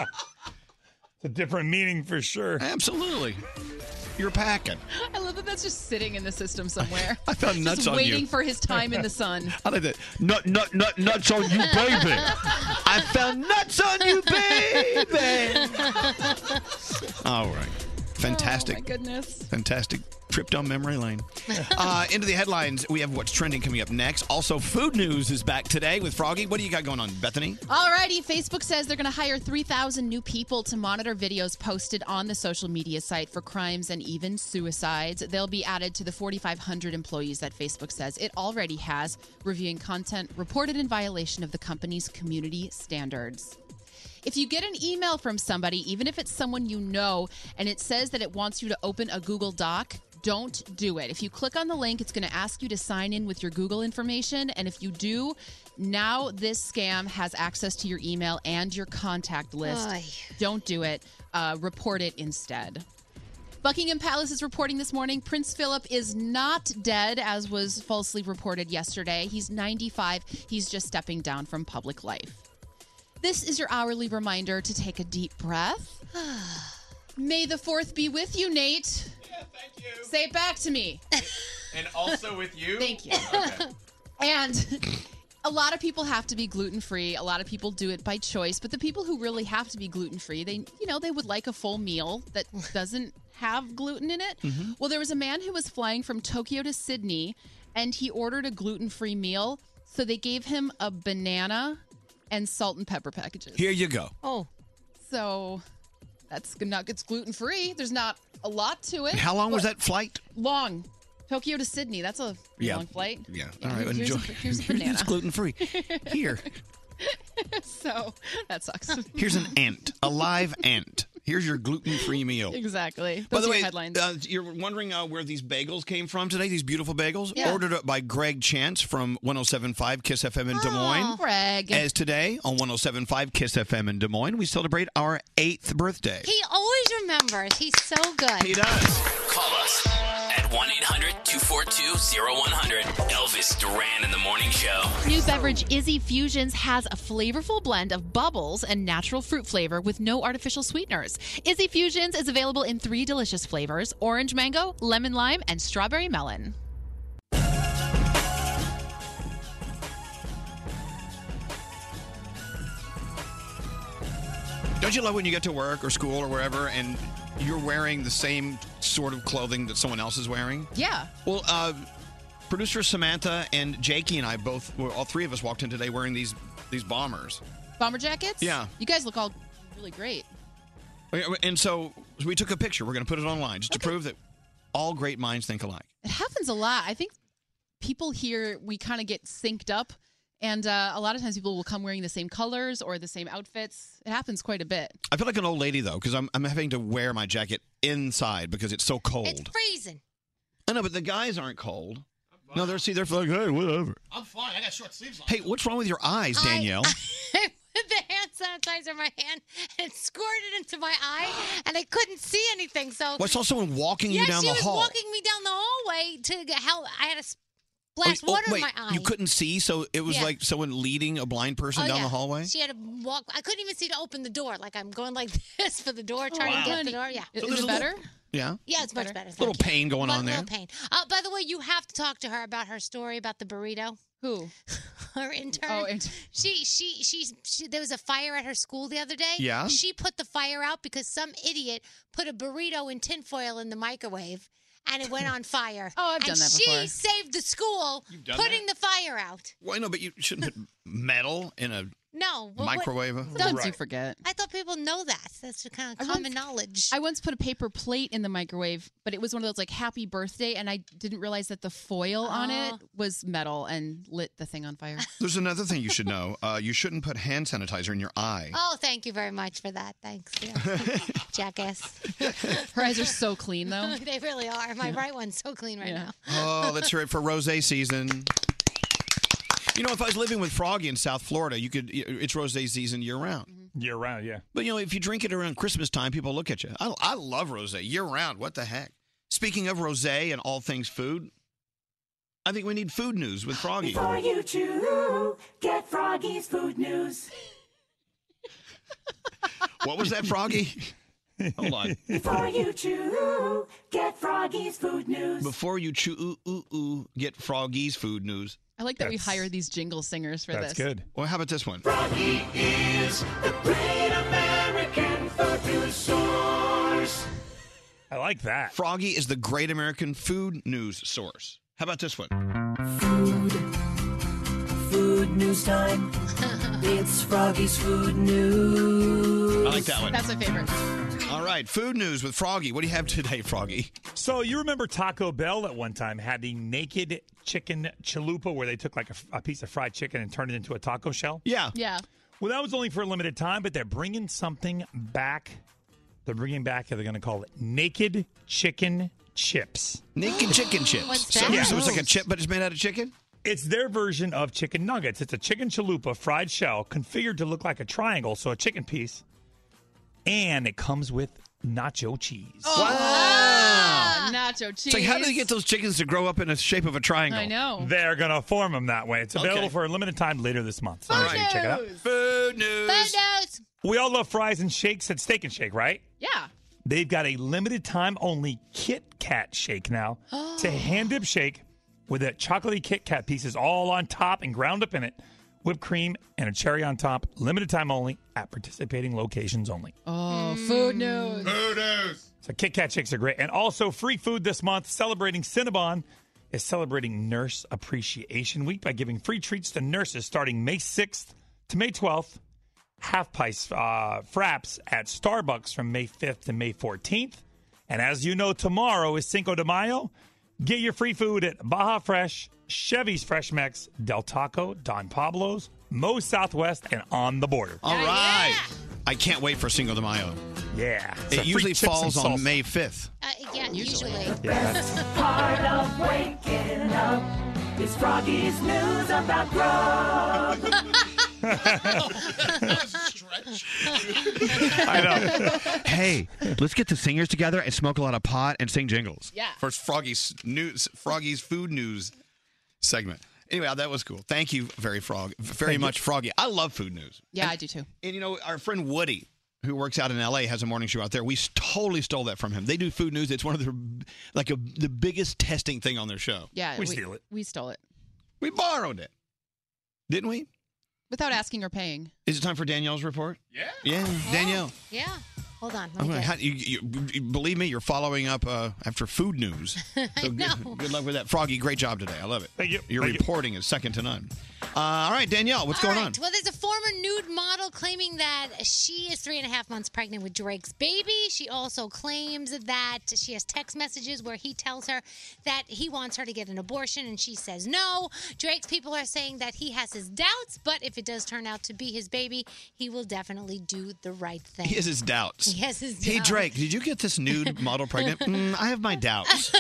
It's a different meaning for sure.
Absolutely. You're packing.
I love that that's just sitting in the system somewhere.
I found
just
nuts on you.
waiting for his time in the sun.
I like that. Nut, nut, nut, nuts on you, baby. I found nuts on you, baby. All right. Fantastic.
Oh, my goodness.
Fantastic trip down memory lane. uh, into the headlines, we have what's trending coming up next. Also, food news is back today with Froggy. What do you got going on, Bethany?
Alrighty, Facebook says they're going to hire 3,000 new people to monitor videos posted on the social media site for crimes and even suicides. They'll be added to the 4,500 employees that Facebook says it already has, reviewing content reported in violation of the company's community standards. If you get an email from somebody, even if it's someone you know, and it says that it wants you to open a Google Doc, don't do it. If you click on the link, it's going to ask you to sign in with your Google information. And if you do, now this scam has access to your email and your contact list.
Ay.
Don't do it. Uh, report it instead. Buckingham Palace is reporting this morning Prince Philip is not dead, as was falsely reported yesterday. He's 95. He's just stepping down from public life. This is your hourly reminder to take a deep breath. May the fourth be with you, Nate. Yeah, thank you. Say it back to me.
And also with you.
Thank you. and a lot of people have to be gluten free. A lot of people do it by choice, but the people who really have to be gluten free, they you know, they would like a full meal that doesn't have gluten in it.
Mhm.
Well, there was a man who was flying from Tokyo to Sydney and he ordered a gluten-free meal, so they gave him a banana and salt and pepper packages.
Here you go.
Oh. So that's good. Not, it's gluten free. There's not a lot to it.
And how long was that flight?
Long. Tokyo to Sydney. That's a
Yeah.
long flight.
Yeah. All right.
Here's a-
enjoy.
here's a banana.
It's gluten free. Here.
so that sucks.
Here's an ant, a live ant. Here's your gluten free meal.
Exactly. Those
By the
are
way,
headlines.
Uh, you're wondering uh, where these bagels came from today, these beautiful bagels?
Yeah.
Ordered up by Greg Chance from 1075 Kiss FM in Des Moines.
Oh, Greg.
As today on 1075 Kiss FM in Des Moines, we celebrate our eighth birthday.
He always remembers. He's so good.
He does.
Call us at 1 800 242 0100. Elvis Duran in the Morning Show.
New beverage Izzy Fusions has a flavorful blend of bubbles and natural fruit flavor with no artificial sweeteners. Izzy Fusions is available in three delicious flavors orange mango, lemon lime, and strawberry melon.
Don't you love when you get to work or school or wherever and you're wearing the same sort of clothing that someone else is wearing?
yeah.
Well, uh, producer Samantha and Jakey and I both, well, all three of us walked in today wearing these these bombers.
Bomber jackets?
Yeah.
You guys look all really great.
And so we took a picture. We're going to put it online just to prove that all great minds think alike.
It happens a lot. I think people here, we kind of get synced up. And uh, a lot of times people will come wearing the same colors or the same outfits. It happens quite a bit.
I feel like an old lady though, because I'm I'm having to wear my jacket inside because it's so cold.
Freezing.
I know, but the guys aren't cold. No, they're see they're like, hey, whatever.
I'm fine. I got short sleeves
Hey, what's wrong with your eyes,
I-
Danielle?
I put the hand sanitizer in my hand and it squirted into my eye, and I couldn't see anything. So
Well, I saw someone walking
yeah,
you down
she
the
was
hall.
walking me down the hallway to get help. I had a s- Blast
oh,
water
wait,
in my eye.
You couldn't see, so it was
Yeah.
like someone leading a blind person
Oh,
down
yeah.
the hallway.
She had to walk. I couldn't even see to open the door. Like I'm going like this for the door, trying
wow.
to get the door. Yeah.
So there's a little- yeah.
Yeah, it's much better.
A little pain going
Little-
on there.
little pain. Uh, by the way, you have to talk to her about her story about the burrito.
Who?
her intern.
Oh,
she, she, she, she. There was a fire at her school the other day.
Yeah?
She put the fire out because some idiot put a burrito in tinfoil in the microwave, and it went on fire. oh, I've
done that
she
before.
saved the school
done
putting the fire out.
Well, I know, but you shouldn't put metal in a
No, but what-
microwave.
Don't you forget.
I thought people know that. That's the kind of common knowledge.
I once put a paper plate in the microwave, but it was one of those like happy birthday, and I didn't realize that the foil on
Oh.
it was metal and lit the thing on fire.
There's another thing you should know. Uh, you shouldn't put hand sanitizer in your eye.
Oh, thank you very much for that. Thanks, yeah. jackass.
Her eyes are so clean though.
they really are. My right one's so clean right now.
Oh, let's hear it for rose season. You know, if I was living with Froggy in South Florida, you could. It's rose season year
Mm-hmm.
round.
Year round, yeah.
But you know, if you drink it around Christmas time, people look at you. I, I love rose year round. What the heck? Speaking of rose and all things food, I think we need food news with Froggy.
Before you chew, get Froggy's food news.
What was that, Froggy? Hold on.
Before you chew, get Froggy's food news.
Before you chew, ooh, ooh, ooh, get Froggy's food news.
I like that we hire these jingle singers for this.
Well, how about this one?
Froggy is the great American food news source.
I like that. Froggy is the great American food news source. How about this one?
Food. Food news time. it's Froggy's food news.
I like that one. That's
my favorite.
All right, food news with Froggy. What do you have today, Froggy?
So you remember Taco Bell at one time had the naked chicken chalupa where they took like a, a piece of fried chicken and turned it into a taco shell?
Yeah.
Yeah.
Well, that was only for a limited time, but they're bringing something back. They're bringing back, they're going to call it naked chicken chips.
Naked chicken chips.
What's
So- that? so it's like a chip, but it's made out of chicken?
It's their version of chicken nuggets. It's a chicken chalupa fried shell configured to look like a triangle, so a chicken piece. And it comes with nacho cheese.
Oh, Ah, nacho cheese.
It's like, how do they get those chickens to grow up in the shape of a triangle?
I know.
They're going to form them that way. It's available
Okay.
for a limited time later this month. So
All
make sure you
right.
check it out.
Food news.
Food news.
We all love fries and shakes at Steak and Shake, right?
Yeah.
They've got a limited time only Kit Kat shake now. it's a hand dip shake with the chocolatey Kit Kat pieces all on top and ground up in it, whipped cream and a cherry on top. Limited time only at participating locations only.
Oh, food news.
Food news.
So Kit Kat shakes are great. And also free food this month celebrating Cinnabon is celebrating Nurse Appreciation Week by giving free treats to nurses starting May 6th to May 12th. Half price uh, fraps at Starbucks from May 5th to May 14th. And as you know, tomorrow is Cinco de Mayo. Get your free food at Baja Fresh, Chevy's Fresh Mex, Del Taco, Don Pablo's, Mo's Southwest, and On the Border.
All right. I can't wait for Cinco de Mayo.
Yeah. So
It
free
usually
chips and
falls on
salsa.
May 5th.
Uh, yeah, usually.
Part of waking up is Froggy's news about growth.
I know. hey, let's get the singers together and smoke a lot of pot and sing jingles.
Yeah.
For Froggy's news, Froggy's food news segment. Anyway, that was cool. Thank you, very frog, very much, Froggy. I love food news.
Yeah, I do too.
And you know, our friend Woody, who works out in L.A., has a morning show out there. We s- totally stole that from him. They do food news. It's one of their like a, the biggest testing thing on their show.
Yeah. We stole it
We borrowed it, didn't we?
without asking or paying.
Is it time for Danielle's report? Yeah.
Oh,
Yeah, Danielle.
Yeah. Hold on.
Oh,
let me
my,
get-
how, you, you- you- believe me, you're following up uh, after food news.
I know.
Good, good luck with that, Froggy. Great job today. I love it. Thank you. Your
Thank you.
reporting is second to none. Uh, all right, Danielle, what's going on?
Well, there's a former nude model claiming that she is three and a half months pregnant with Drake's baby. She also claims that she has text messages where he tells her that he wants her to get an abortion and she says no. Drake's people are saying that he has his doubts, but if it does turn out to be his baby, he will definitely do the right thing.
He has his doubts.
He has his
Hey,
doubts.
Drake, did you get this nude model pregnant? Mm, I have my doubts.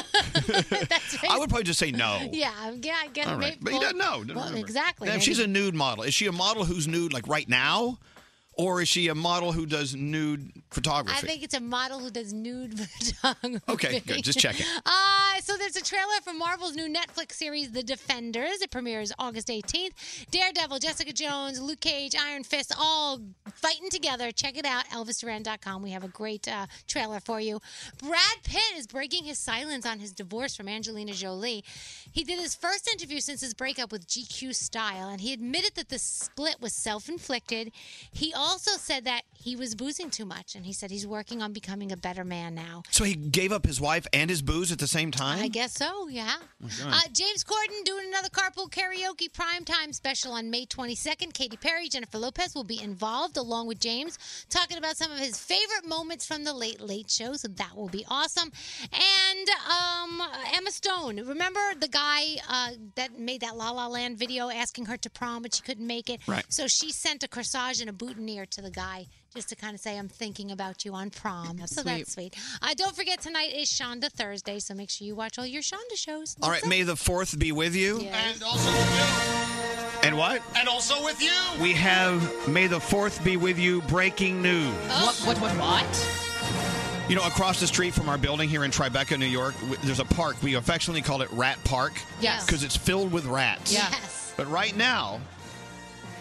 I would probably just say no.
Yeah, I'm- yeah, I get it.
All right,
Maybe-
but he doesn't know.
well,
doesn't remember.
exactly.
Now, if
Maybe-
she's a nude model, is she a model who's nude like right now, or is she a model who does nude photography?
I think it's a model who does nude photography.
Okay, good. Just checking.
Uh, so there's a trailer for Marvel's new Netflix series, The Defenders. It premieres August 18th. Daredevil, Jessica Jones, Luke Cage, Iron Fist, all fighting together. Check it out, ElvisDuran.com. We have a great uh, trailer for you. Brad Pitt is breaking his silence on his divorce from Angelina Jolie. He did his first interview since his breakup with GQ Style, and he admitted that the split was self inflicted. He also said that he was boozing too much, and he said he's working on becoming a better man now.
So he gave up his wife and his booze at the same time?
I guess so, yeah.
Oh,
Uh,
God.
James Corden doing another carpool karaoke primetime special on May 22nd. Katy Perry, Jennifer Lopez will be involved along with James, talking about some of his favorite moments from the Late Late Show. So that will be awesome. And um, Emma Stone, remember the guy uh, that made that La La Land video asking her to prom, but she couldn't make it.
Right.
So she sent a corsage and a boutonniere to the guy. Just to kind of say, I'm thinking about you on prom. so that's sweet. Uh, don't forget, tonight is Shonda Thursday, so make sure you watch all your Shonda shows.
All right, may the 4th be with you.
And also with
And what?
you. And also with you.
We have May the 4th be with you breaking news.
What, what, what, what?
You know, across the street from our building here in Tribeca, New York, w- there's a park. We affectionately call it Rat Park.
Yes.
Because it's filled with rats.
Yeah.
But right now,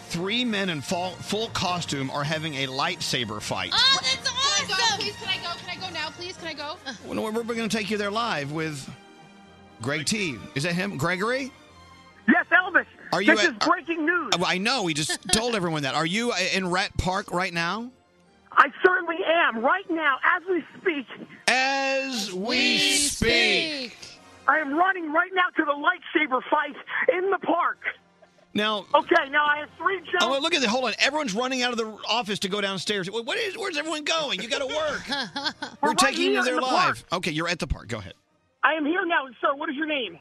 three men in full, full costume are having a lightsaber fight.
Oh, that's awesome! Can I go, please, can I go? Can I go now, please? Can I go?
Well, no, We're going to take you there live with Greg T. Is that him? Gregory?
Yes, Elvis.
Are you
This
at-
is breaking news.
Oh, I know. We just told everyone that. Are you uh, in Rat Park right now?
I certainly am right now as we speak.
As
we
speak.
I am running right now to the lightsaber fight in the park.
Now,
Okay, now I have three jumps.
Oh, well, look at that. Hold on. Everyone's running out of the office to go downstairs. Wait, What is, where's everyone going? You got to work. We're,
right
taking
here
you there
in the
live. Okay, you're at the park. Go ahead.
I am here now, sir. What is your name?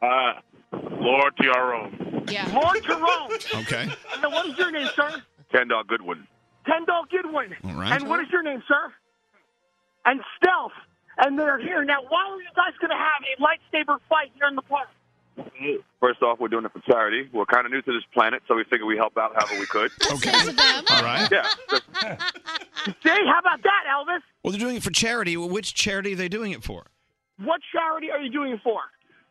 Uh, Lord Tiaro.
Yeah. Lord Jerome.
Okay.
now, what is your name, sir?
Kendall Goodwin.
Kendall Goodwin.
All right.
And what is your name, sir? And Stealth. And they're here. Now, why are you guys going to have a lightsaber fight here in the park?
First off, we're doing it for charity. We're kind of new to this planet, so we figured we help out however we could. okay.
All right.
Yeah.
See, how about that, Elvis?
Well, they're doing it for charity. Well, Which charity are they doing it for?
What charity are you doing it for?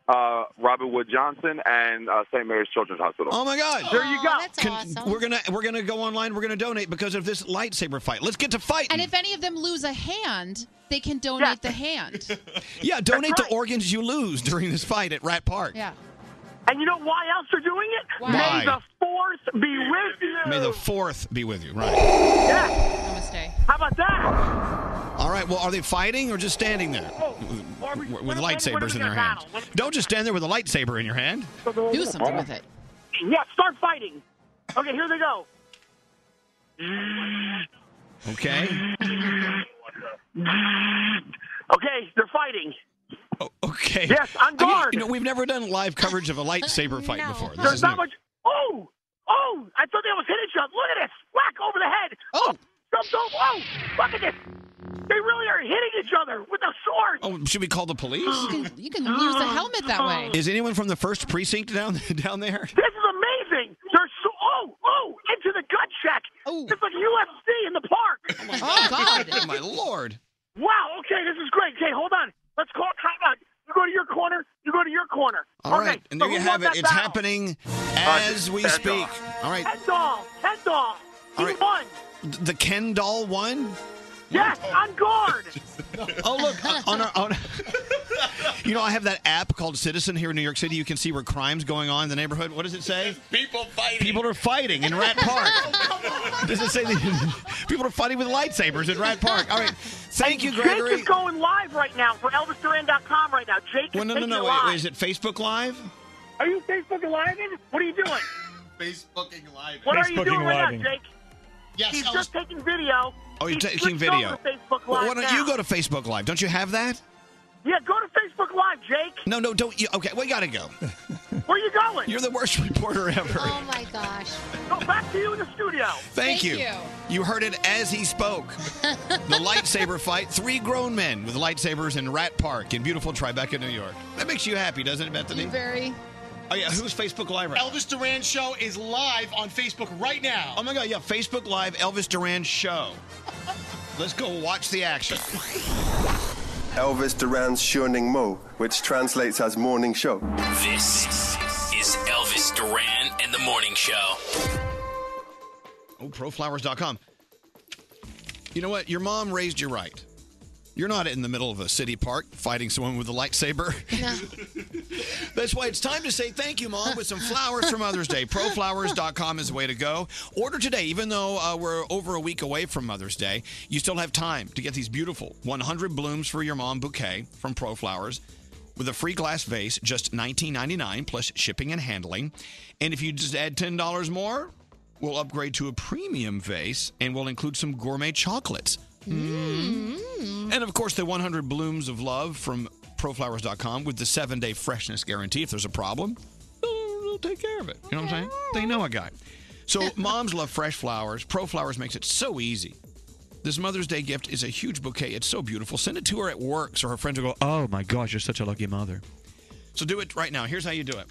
Uh, Robert Wood Johnson and uh, St. Mary's Children's Hospital.
Oh my God!
There you go.
Can- We're gonna we're gonna go online. We're gonna donate because of this lightsaber fight. Let's get to fighting.
And if any of them lose a hand, they can donate the hand.
yeah, donate the organs you lose during this fight at Rat Park.
Yeah.
And you know why else they're doing it?
Why?
May the fourth be with you.
May the fourth be with you. Right.
How about that?
All right. Well, are they fighting or just standing there
Oh,
with, with lightsabers in their hand? Don't just stand there with a lightsaber in your hand.
Do
something with it.
Yeah, start fighting. Okay, here they go.
Okay.
Okay, they're fighting.
Okay.
Yes, on
I mean,
guard.
you know, we've never done live coverage of a lightsaber fight before. This
There's
is
not
new.
much. Oh, oh! I thought they almost hit each other. Look at this! Whack over the head. Oh, jumped over. Oh, look at this! They really are hitting each other with a sword.
Oh, should we call the police?
You can lose a helmet that way.
Is anyone from the first precinct down down there?
This is amazing. They're so oh oh into the gut check. It's like UFC in the park.
Oh, God. Oh, my lord.
Wow. Okay, this is great. Okay, hold on. Let's call timeout. You go to your corner. You go to your corner.
All right,
okay,
and there
so
you
who
have it.
won that
It's
battle? Uh,
happening as we
that's
speak. All right,
Kendall. Kendall. He
All right.
won.
the Ken doll won.
Yes, on guard.
Oh look, uh, on our on. You know, I have that app called Citizen here in New York City. You can see where crime's going on in the neighborhood. What does it say?
People fighting.
People are fighting in Rat Park. does it say the, people are fighting with lightsabers in Rat Park? All right, thank you, Gregory.
Jake is going live right now for ElvisDuran.com right now. Jake is
Well, no, no,
taking
no.
it
Wait,
live.
wait, is it Facebook Live?
Are you Facebooking live? What are you doing?
Facebooking live.
What are you doing right
Facebooking
now, Jake? Yes, He's just taking video.
Oh, you're
He's
taking
switched
video.
Over to Facebook
Well,
live
why don't
now.
you go to Facebook Live? Don't you have that?
Yeah, go to Facebook Live, Jake.
No, no, don't you. Okay, we gotta go.
Where you going?
You're the worst reporter ever.
Oh my gosh.
Go back to you in the studio.
Thank, you. heard it as he spoke. the lightsaber fight. Three grown men with lightsabers in Rat Park in beautiful Tribeca, New York. That makes you happy, doesn't it, Bethany?
Very.
Oh yeah, who's Facebook Live right? now?
Elvis Duran Show is live on Facebook right now.
Oh my god, yeah, Facebook Live Elvis Duran show. Let's go watch the action.
Elvis Duran's Schöning Mo, which translates as morning show.
This is Elvis Duran and the Morning Show.
Oh, proflowers.com. You know what? Your mom raised you right. You're not in the middle of a city park fighting someone with a lightsaber. That's why it's time to say thank you, Mom, with some flowers from Mother's Day. Proflowers.com is the way to go. Order today, even though uh, we're over a week away from Mother's Day. You still have time to get these beautiful 100 blooms for your mom bouquet from Pro Flowers with a free glass vase, just $19.99 plus shipping and handling. And if you just add $10 more, we'll upgrade to a premium vase and we'll include some gourmet chocolates. And of course, the 100 blooms of love from proflowers.com with the seven day freshness guarantee. If there's a problem, they'll, they'll take care of it. You know what I'm saying? They know a guy. So moms love fresh flowers. ProFlowers makes it so easy. This Mother's Day gift is a huge bouquet. It's so beautiful. Send it to her at work so her friends will go, oh my gosh, you're such a lucky mother. So do it right now. Here's how you do it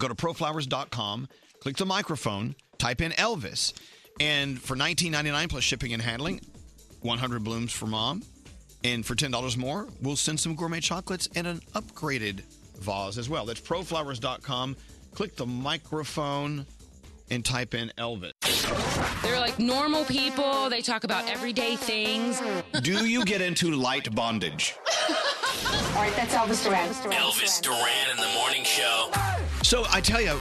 go to proflowers.com, click the microphone, type in Elvis, and for $19.99 plus shipping and handling, 100 blooms for mom. And for $10 more, we'll send some gourmet chocolates and an upgraded vase as well. That's proflowers.com. Click the microphone and type in Elvis.
They're like normal people. They talk about everyday things.
Do you get into light bondage?
All right, that's Elvis Duran.
Elvis Duran and the Morning Show.
So I tell you,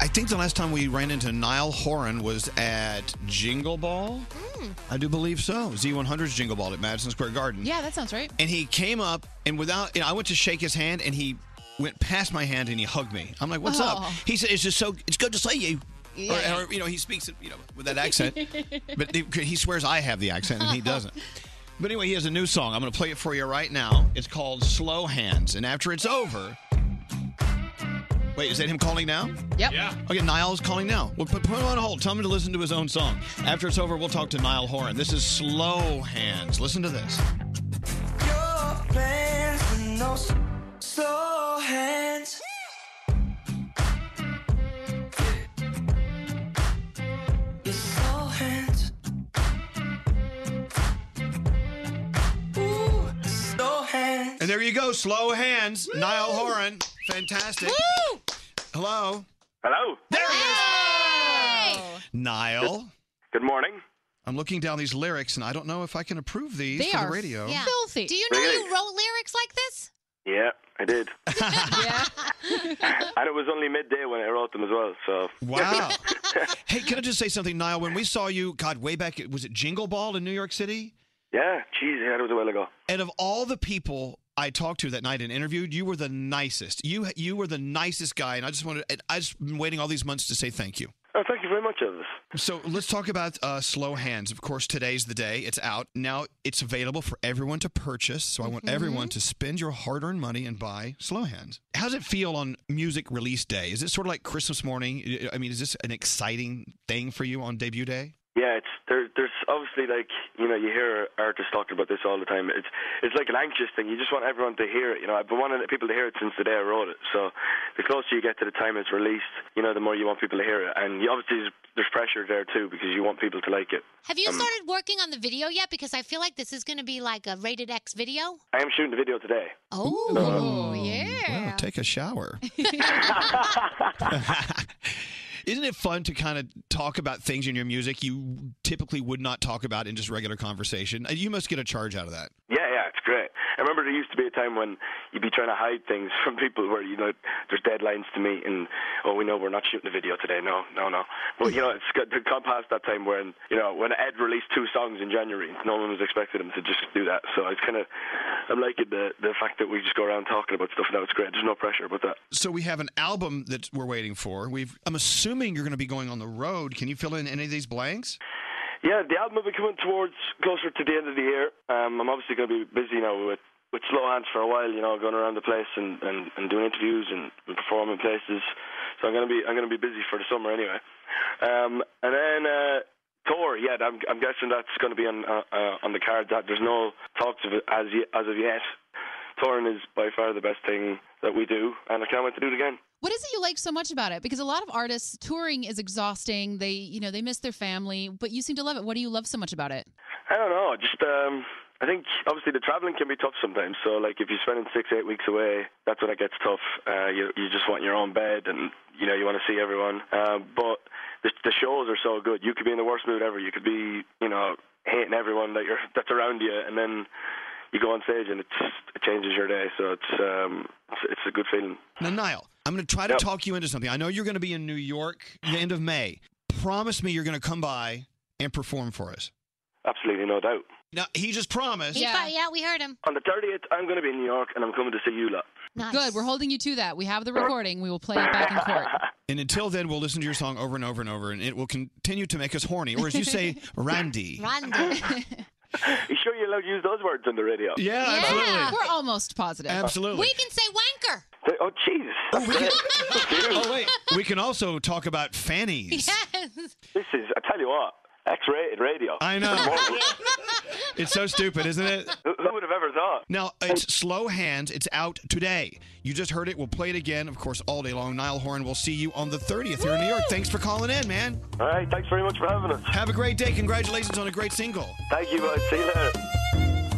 I think the last time we ran into Niall Horan was at Jingle Ball.
Hmm.
I do believe so. Z100's Jingle Ball at Madison Square Garden.
Yeah, that sounds right.
And he came up and without, you know, I went to shake his hand and he went past my hand and he hugged me. I'm like, what's up?
Oh.
He said, it's just so, it's good to see you.
Yeah.
Or, or, you know, he speaks, you know, with that accent. but he, he swears I have the accent and he doesn't. But anyway, he has a new song. I'm going to play it for you right now. It's called Slow Hands. And after it's over, Wait, is that him calling now?
Yep.
Yeah. Okay, Niall's calling now. We'll put, put him on hold. Tell him to listen to his own song. After it's over, we'll talk to Niall Horan. This is Slow Hands. Listen to this.
Your plans with no s- slow hands. Your slow hands. Ooh, slow hands.
And there you go, Slow Hands, Niall Horan. Fantastic. Woo! Hello.
Hello.
There he is. Niall.
Good morning.
I'm looking down these lyrics and I don't know if I can approve these
They
for
are
the radio.
yeah. filthy. Do you know
Really?
you wrote lyrics like this?
Yeah, I did. and it was only midday when I wrote them as well. So
Wow. hey, can I just say something, Niall? When we saw you, God, way back, was it Jingle Ball in New York City?
yeah, geez, yeah, that was a while ago.
And of all the people I talked to that night and interviewed, you were the nicest. You you were the nicest guy, and I just wanted. I just been waiting all these months to say thank you.
Oh, thank you very much, Elvis.
So let's talk about uh, Slow Hands. Of course, today's the day. It's out. Now it's available for everyone to purchase. So I want
Mhm.
everyone
Mm-hmm.
to spend your hard earned money and buy Slow Hands. How does it feel on music release day? Is it sort of like Christmas morning? I mean, is this an exciting thing for you on debut day?
Yeah, it's there. There's obviously like you know you hear artists talking about this all the time. It's it's like an anxious thing. You just want everyone to hear it. You know, I've been wanting people to hear it since the day I wrote it. So the closer you get to the time it's released, you know, the more you want people to hear it. And you, obviously there's, there's pressure there too because you want people to like it.
Have you
Um,
started working on the video yet? Because I feel like this is going to be like a rated X video.
I am shooting the video today.
Oh, yeah.
Wow, take a shower. Isn't it fun to kind of talk about things in your music you typically would not talk about in just regular conversation? Uh, You must get a charge out of that.
Yeah, yeah, it's great. I remember there used to be a time when you'd be trying to hide things from people where, you know, there's deadlines to meet and, oh, we know we're not shooting the video today. No, no, no. But, you know, it's got to come past that time when, you know, when Ed released two songs in January, no one was expecting him to just do that. So it's kind of, I'm liking the, the fact that we just go around talking about stuff now. It's great. There's no pressure about that.
So we have an album that we're waiting for. We've I'm assuming you're going to be going on the road. Can you fill in any of these blanks?
Yeah, the album will be coming towards closer to the end of the year. Um, I'm obviously going to be busy now with, with Slow Hands for a while. You know, going around the place and, and, and doing interviews and, and performing places. So I'm going to be I'm going to be busy for the summer anyway. Um, and then uh, tour, yeah, I'm, I'm guessing that's going to be on uh, uh, on the cards. That there's no talks of it as yet, as of yet. touring is by far the best thing that we do, and I can't wait to do it again.
What is it you like so much about it? Because a lot of artists touring is exhausting. They, you know, they miss their family, but you seem to love it. What do you love so much about it?
I don't know. Just um, I think obviously the traveling can be tough sometimes. So like if you're spending six eight weeks away, that's when it gets tough. Uh, you you just want your own bed and you know you want to see everyone. Uh, but the, the shows are so good. You could be in the worst mood ever. You could be you know hating everyone that you're that's around you, and then you go on stage and it's, it changes your day. So it's um it's, it's a good feeling.
Now, Niall, I'm going to try to talk you into something. I know you're going to be in New York the end of May. Promise me you're going to come by and perform for us.
Absolutely no doubt.
Now, he just promised.
He fi- Uh, yeah, we heard him.
On the 30th, I'm going to be in New York, and I'm coming to see you lot.
Good. We're holding you to that. We have the recording. We will play it back in court.
And until then, we'll listen to your song over and over and over, and it will continue to make us horny, or as you say, randy.
You sure you're allowed to use those words on the radio?
Yeah, absolutely.
We're almost positive.
Absolutely. We
can say wanker.
Oh, jeez.
oh, wait. We can also talk about fannies.
Yes.
This is, I tell you what, X-rated radio.
I know. It's so stupid, isn't it?
Who who would have ever thought?
Now, it's Slow Hands. It's out today. You just heard it. We'll play it again, of course, all day long. Niall Horn, we'll see you on the 30th here in New York. Thanks for calling in, man.
All right, thanks very much for having us.
Have a great day. Congratulations on a great single.
Thank you, guys. See you later.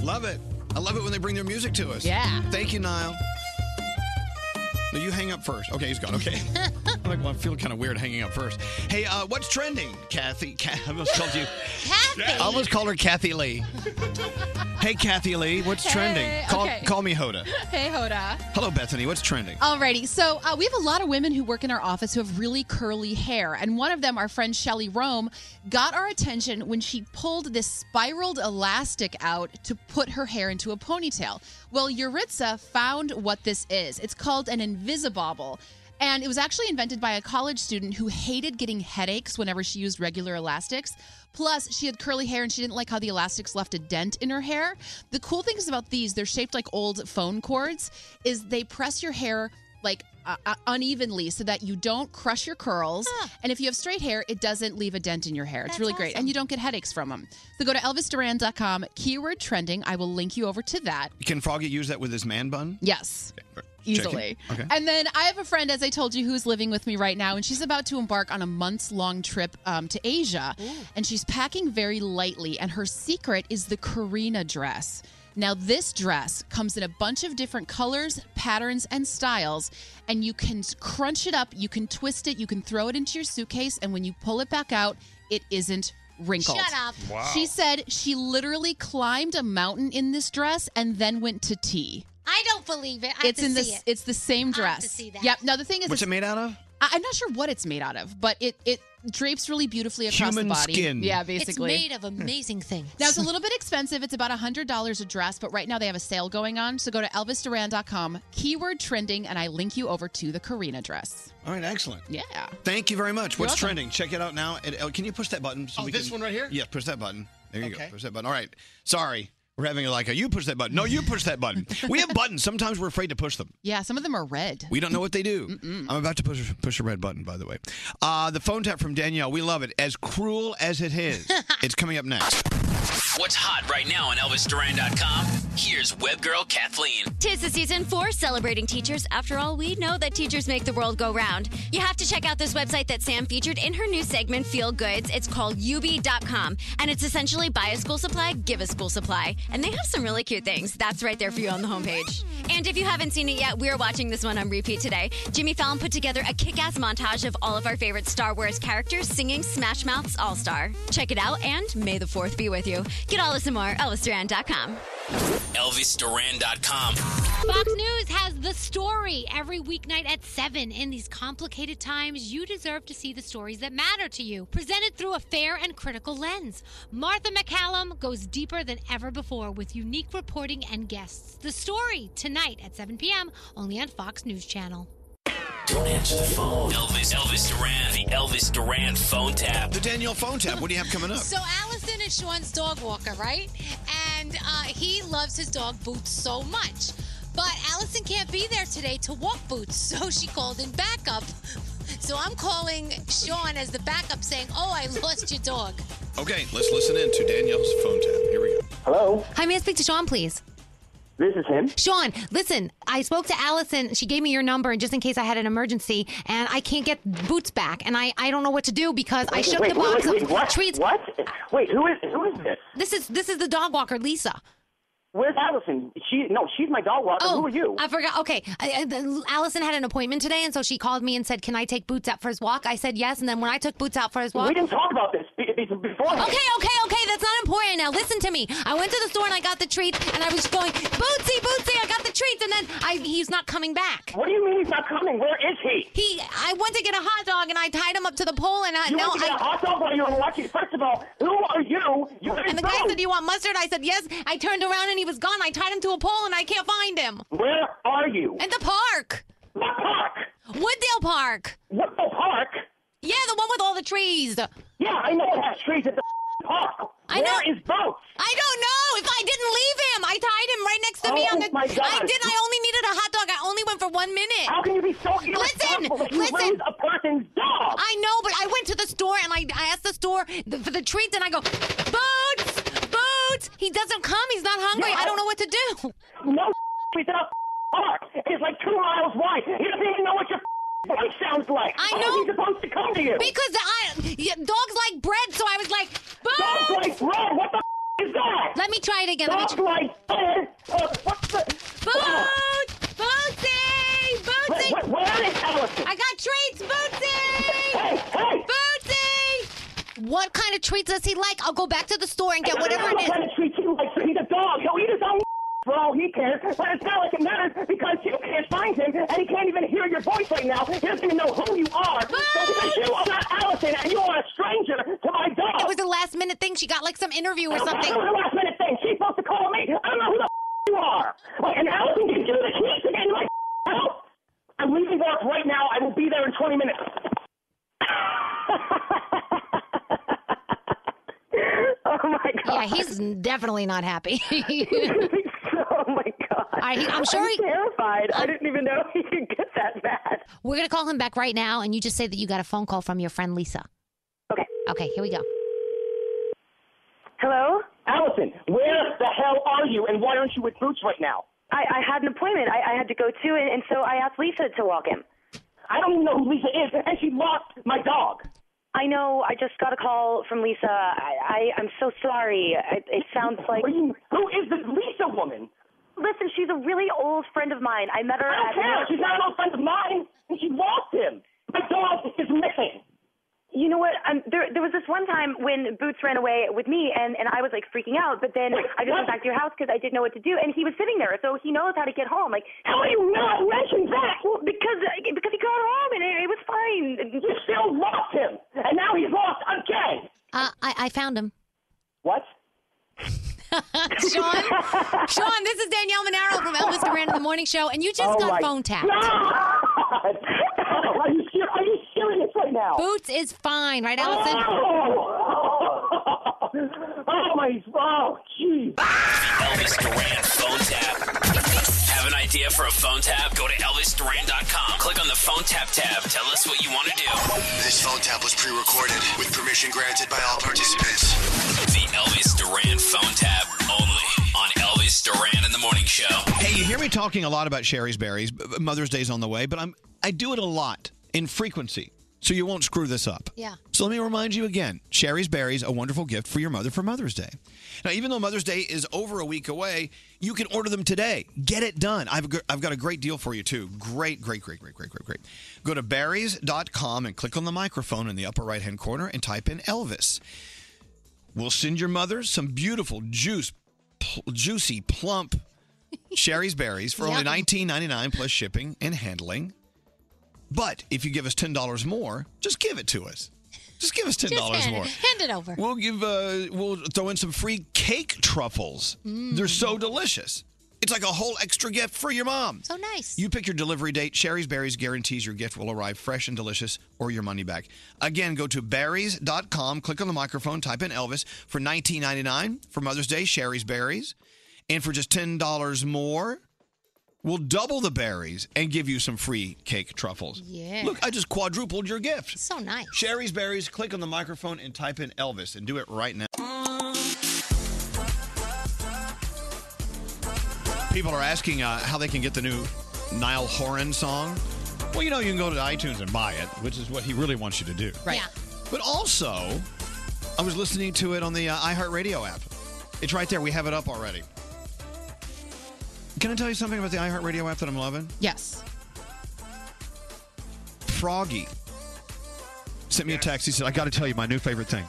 Love it. I love it when they bring their music to us.
Yeah.
Thank you, Niall. No, you hang up first. Okay, he's gone. Okay. I'm like, well, I feel kind of weird hanging up first. Hey, uh, what's trending, Kathy? Ka- I almost called you. I almost called her Kathy Lee. hey, Kathy Lee, what's
Hey,
trending? Call,
okay.
call me Hoda.
Hey, Hoda.
Hello, Bethany. What's trending?
Alrighty, so uh, we have a lot of women who work in our office who have really curly hair, and one of them, our friend Shelly Rome, got our attention when she pulled this spiraled elastic out to put her hair into a ponytail. Well, Yuritsa found what this is. It's called an invisibobble. And it was actually invented by a college student who hated getting headaches whenever she used regular elastics. Plus, she had curly hair and she didn't like how the elastics left a dent in her hair. The cool things about these, they're shaped like old phone cords, is they press your hair like uh, uh, unevenly so that you don't crush your curls. And if you have straight hair, it doesn't leave a dent in your hair. It's really great. And you don't get headaches from them. So go to elvisduran.com, keyword trending. I will link you over to that.
Can Froggy use that with his man bun?
Yes.
Checking.
Easily.
Okay.
And then I have a friend, as I told you, who's living with me right now, and she's about to embark on a months long trip um, to Asia. And she's packing very lightly, and her secret is the Karina dress. Now, this dress comes in a bunch of different colors, patterns, and styles, and you can crunch it up, you can twist it, you can throw it into your suitcase, and when you pull it back out, it isn't wrinkled.
Shut up. Wow.
She said she literally climbed a mountain in this dress and then went to tea
I don't believe it. I
it's
have
in
to
the
see it.
it's the same
I have
dress.
to see that.
Yep. Now the thing is,
What's
it's-
it made out of?
I- I'm not sure what it's made out of, but it it drapes really beautifully across
Human
the body.
skin.
Yeah,
It's
basically.
made of amazing things.
Now it's a little bit expensive. It's about hundred dollars a dress, but right now they have a sale going on. So go to elvisduran.com, keyword trending, and I link you over to the Karina dress.
All right, excellent.
Yeah.
Thank you very much.
You're
What's
welcome.
trending? Check it out now. At, oh, can you push that button? So
Oh, this one right here?
Yeah, push that button. There you
Okay.
go. Push that button. All right. Sorry. We're having like a you push that button. No, you push that button. we have buttons. Sometimes we're afraid to push them.
Yeah, some of them are red.
We don't know what they do. I'm about to push push a red button, by the way. Uh, the phone tap from Danielle. We love it. As cruel as it is. it's coming up next.
What's hot right now on ElvisDuran.com? Here's Webgirl Kathleen.
Tis the season for celebrating teachers. After all, we know that teachers make the world go round. You have to check out this website that Sam featured in her new segment, Feel Goods. It's called UB.com, and it's essentially buy a school supply, give a school supply. And they have some really cute things. That's right there for you on the homepage. And if you haven't seen it yet, we're watching this one on repeat today. Jimmy Fallon put together a kick ass montage of all of our favorite Star Wars characters singing Smash Mouth's All Star. Check it out, and may the 4th be with you. Get all this and more, ElvisDuran.com.
ElvisDuran.com.
Fox News has the story every weeknight at 7. In these complicated times, you deserve to see the stories that matter to you, presented through a fair and critical lens. Martha McCallum goes deeper than ever before with unique reporting and guests. The story tonight at 7 p.m., only on Fox News Channel.
Don't answer the phone. Elvis, Elvis Duran, the Elvis Duran phone tap.
The Danielle phone tap. What do you have coming up?
So Allison is Sean's dog walker, right? And uh, he loves his dog Boots so much. But Allison can't be there today to walk Boots, so she called in backup. So I'm calling Sean as the backup saying, Oh, I lost your dog.
Okay, let's listen in to Danielle's phone tap. Here we go.
Hello. Hi, may I speak to Sean, please?
This is him.
Sean, listen, I spoke to Allison. She gave me your number, and just in case I had an emergency, and I can't get boots back, and I, I don't know what to do because I
Wait,
shook
wait,
the
wait,
box
wait,
of
wait, what?
treats.
What? Wait, who is who is this?
This is this is the dog walker, Lisa.
Where's Allison? She no, she's my dog walker.
Oh,
who are you?
I forgot. Okay, I, I, the- Allison had an appointment today, and so she called me and said, "Can I take Boots out for his walk?" I said yes, and then when I took Boots out for his walk,
we didn't talk about this be- be- before.
Okay, okay, okay. That's not important now. Listen to me. I went to the store and I got the treats, and I was going, Bootsy, Bootsy, I got the treats, and then I, he's not coming back.
What do you mean he's not coming? Where is he?
He, I went to get a hot dog, and I tied him up to the pole,
Uh,
and I,
You
now
want to get
I.
a hot dog while you're watching? First of all, who are you? You
and the guy said, "Do you want mustard?" I said, "Yes." I turned around and he was gone. I tied him to a pole and I can't find him.
Where are you?
At the park.
What park?
Wooddale Park.
Wooddale Park?
Yeah, the one with all the trees.
Yeah, I know it has trees at the park.
I know.
Where is Boats?
I don't know. If I didn't leave him, I tied him right next to me
Oh,
on the.
my God.
I did. I only needed a hot dog. I only went for one minute.
How can you be so
Listen,
irresponsible that you
listen.
raise a person's dog?
I know, but I went to the store and I, I asked the store th- for the treats and I go, boots, boots. He doesn't come. He's not hungry. I don't know what to do.
No, it's not park. It's like two miles wide. He doesn't even know what your voice sounds like.
I
How
know.
is he supposed to come to you?
Because I yeah, dogs like bread, so I was like,
Dogs
boots.
like bread. What the is that?
Let me try it again. Let me
Dogs
try-
like bread. Uh, what the?
Boots, Bootsy, Bootsy.
Wait, wait, where is Allison?
I got treats, Bootsy. Bootsy. What kind of treats does he like? I'll go back to the store and get whatever it
I'm
is.
going to treat you like he's a dog. He'll eat his own for all he cares. But it's not like it matters because you can't find him and he can't even hear your voice right now. He doesn't even know who you are. So because you are not Allison and you are a stranger to my dog.
It was a last minute thing. She got like some interview or something.
That was the last minute thing. She's supposed to call me. I don't know who the f- you are. Like, and Allison didn't do this. She needs to get in my f- house. I'm leaving work right now. I will be there in 20 minutes. oh my god.
Yeah, he's definitely not happy.
oh my god.
I, he- I'm sure he-
terrified. I didn't even know he could get that bad.
We're gonna call him back right now, and you just say that you got a phone call from your friend Lisa.
Okay.
Okay. Here we go.
Hello? Allison, where the hell are you and why aren't you with Boots right now?
I, I had an appointment I, I had to go to, and, and so I asked Lisa to walk him.
I don't even know who Lisa is, and she lost my dog.
I know. I just got a call from Lisa. I, I I'm so sorry. I, it sounds like.
who is this Lisa woman?
Listen, she's a really old friend of mine. I met her.
I
at
don't care. She's not an old friend of mine, and she lost him. My dog is missing.
You know what? Um, there there was this one time when Boots ran away with me, and and I was like freaking out. But then I just went back to your house because I didn't know what to do, and he was sitting there, so he knows how to get home. Like
How are you not mentioning that?
Well, because uh, because he got home and it, it was fine.
You still lost him, and now he's lost again.
Uh, I, I found him.
What?
Sean, Sean, this is Danielle Monaro from Elvis Duran in the Morning Show, and you just
Oh my
got phone tapped.
God. Oh, are, you ser- are you serious right now?
Boots is fine, right, Allison?
Oh, oh my! Oh, jeez.
Elvis Duran phone tap. Have an idea for a phone tap? Go to ElvisDuran.com. Click on the phone tap tab. Tell us what you want to do.
This phone tap was pre-recorded with permission granted by all participants.
The Elvis Duran phone tap only on Elvis Duran in the Morning Show.
Hey, you hear me talking a lot about Sherry's berries. b- b- Mother's Day's on the way, but I'm I do it a lot in frequency, so you won't screw this up.
Yeah.
So let me remind you again: Sherry's berries, a wonderful gift for your mother for Mother's Day. Now, even though Mother's Day is over a week away, you can order them today. Get it done. I've got, I've got a great deal for you too. Great, great, great, great, great, great, great. Go to berries.com and click on the microphone in the upper right hand corner and type in Elvis. We'll send your mother some beautiful juice, pl- juicy, plump Sherry's berries for only nineteen ninety nine plus shipping and handling. But if you give us ten dollars more, just give it to us. Just give us ten
Just
dollars
hand,
more.
Hand it over.
We'll give uh, we'll throw in some free cake truffles.
Mm.
They're so delicious. It's like a whole extra gift for your mom.
So nice.
You pick your delivery date. Sherry's Berries guarantees your gift will arrive fresh and delicious or your money back. Again, go to berries.com, click on the microphone, type in Elvis for $19.99 for Mother's Day, Sherry's Berries. And for just $10 more, we'll double the berries and give you some free cake truffles.
Yeah.
Look, I just quadrupled your gift.
So nice.
Sherry's Berries, click on the microphone and type in Elvis and do it right now. People are asking uh, how they can get the new Niall Horan song. Well, you know, you can go to iTunes and buy it, which is what he really wants you to do.
Right.
But also, I was listening to it on the uh, iHeartRadio app. It's right there. We have it up already. Can I tell you something about the iHeartRadio app that I'm loving?
Yes.
Froggy sent me a text. He said, I got to tell you my new favorite thing.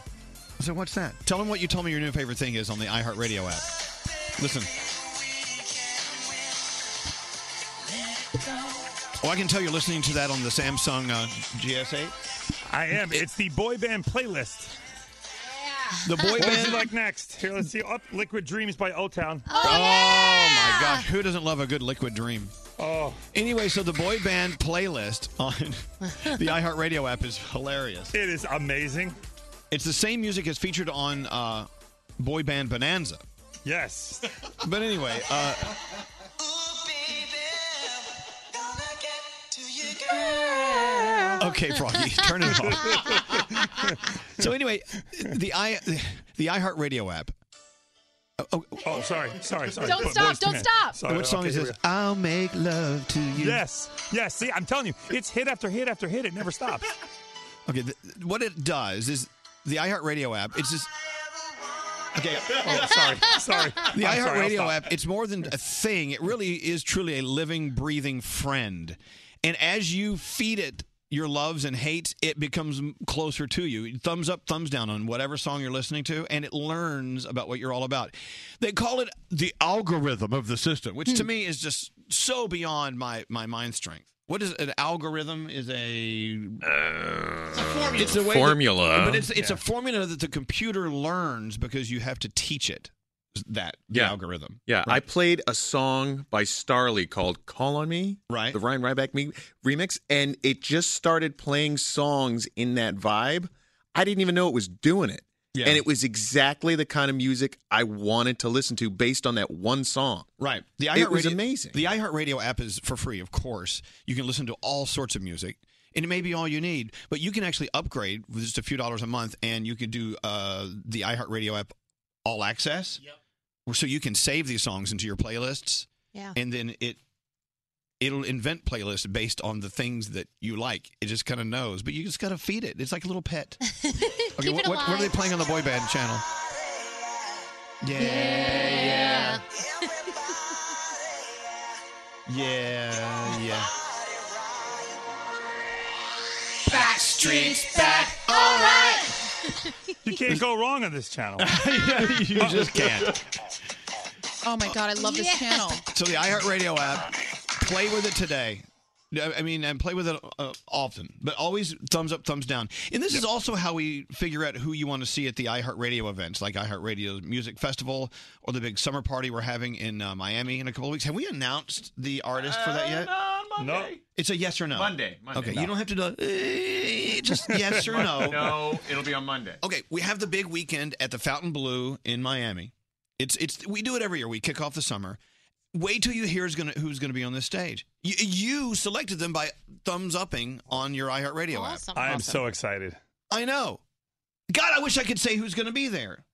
I said, What's that? Tell him what you told me your new favorite thing is on the iHeartRadio app. Listen. Oh, I can tell you're listening to that on the Samsung uh, GS8.
I am. It's the boy band playlist.
The boy
what
band.
Would you like next? Here, let's see. Up, Liquid Dreams by O Town.
Oh, my gosh, who doesn't love a good liquid dream? Oh. Anyway, so the boy band playlist on the iHeartRadio app is hilarious.
It is amazing.
It's the same music as featured on uh, Boy Band Bonanza.
Yes.
But anyway, uh, okay, Froggy, turn it off. so anyway, the i the iHeartRadio app. Oh, oh,
Oh, sorry, sorry, sorry.
Don't
Bo-
stop,
boys to
don't
men.
stop.
Sorry,
Which song
okay,
is
here we
this?
go.
I'll make love to you.
Yes, yes. See, I'm telling you, it's hit after hit after hit. It never stops.
Okay, th- what it does is the iHeartRadio app. It's just okay.
Oh, sorry, sorry.
The
I'm sorry, I'll
iHeartRadio
stop.
app. It's more than a thing. It really is truly a living, breathing friend. And as you feed it your loves and hates, it becomes m- closer to you. Thumbs up, thumbs down on whatever song you're listening to, and it learns about what you're all about. They call it the algorithm of the system, which to
Hmm.
me is just so beyond my my mind strength. What is an algorithm? Is a it's
formula.
a the way that-
Formula.
but it's it's
Yeah.
a formula that the computer learns because you have to teach it that the
Yeah.
algorithm.
Yeah, I played a song by Starly called "Call on Me," right? The Ryan Ryback me- remix, and it just started playing songs in that vibe. I didn't even know it was doing it,
Yeah.
and it was exactly the kind of music I wanted to listen to based on that one song.
Right. The
It was
iHeartRadio-
amazing.
The iHeartRadio app is for free, of course. You can listen to all sorts of music, and it may be all you need, but you can actually upgrade with just a few dollars a month, and you can do uh, the iHeartRadio app all access. Yep. So you can save these songs into your playlists.
Yeah.
And then it it'll invent playlists based on the things that you like. It just kind of knows, but you just got to feed it. It's like a little pet. Okay,
Keep
what,
it
what, what are they
alive.
playing on the boy band channel? Yeah.
Yeah.
Yeah, yeah.
Back
streets
back.
All right. You can't go wrong on this channel.
you just can't.
Oh my god, I love this channel.
So the iHeartRadio app, play with it today. I I mean, and play with it uh, often, but always thumbs up, thumbs down. And this is also how we figure out who you want to see at the iHeartRadio events, like iHeartRadio Music Festival or the big summer party we're having in uh, Miami in a couple of weeks. Have we announced the artist for
Uh,
that yet?
No.
It's a yes or no.
Monday, Monday.
Okay,
No.
you don't have to do eh, just yes or no.
no, it'll be on Monday.
Okay, we have the big weekend at the Fountain Blue in Miami. It's it's we do it every year. We kick off the summer. Wait till you hear is gonna who's gonna be on this stage. You, you selected them by thumbs upping on your iHeartRadio
Awesome.
app.
I am so excited.
I know. God, I wish I could say who's gonna be there.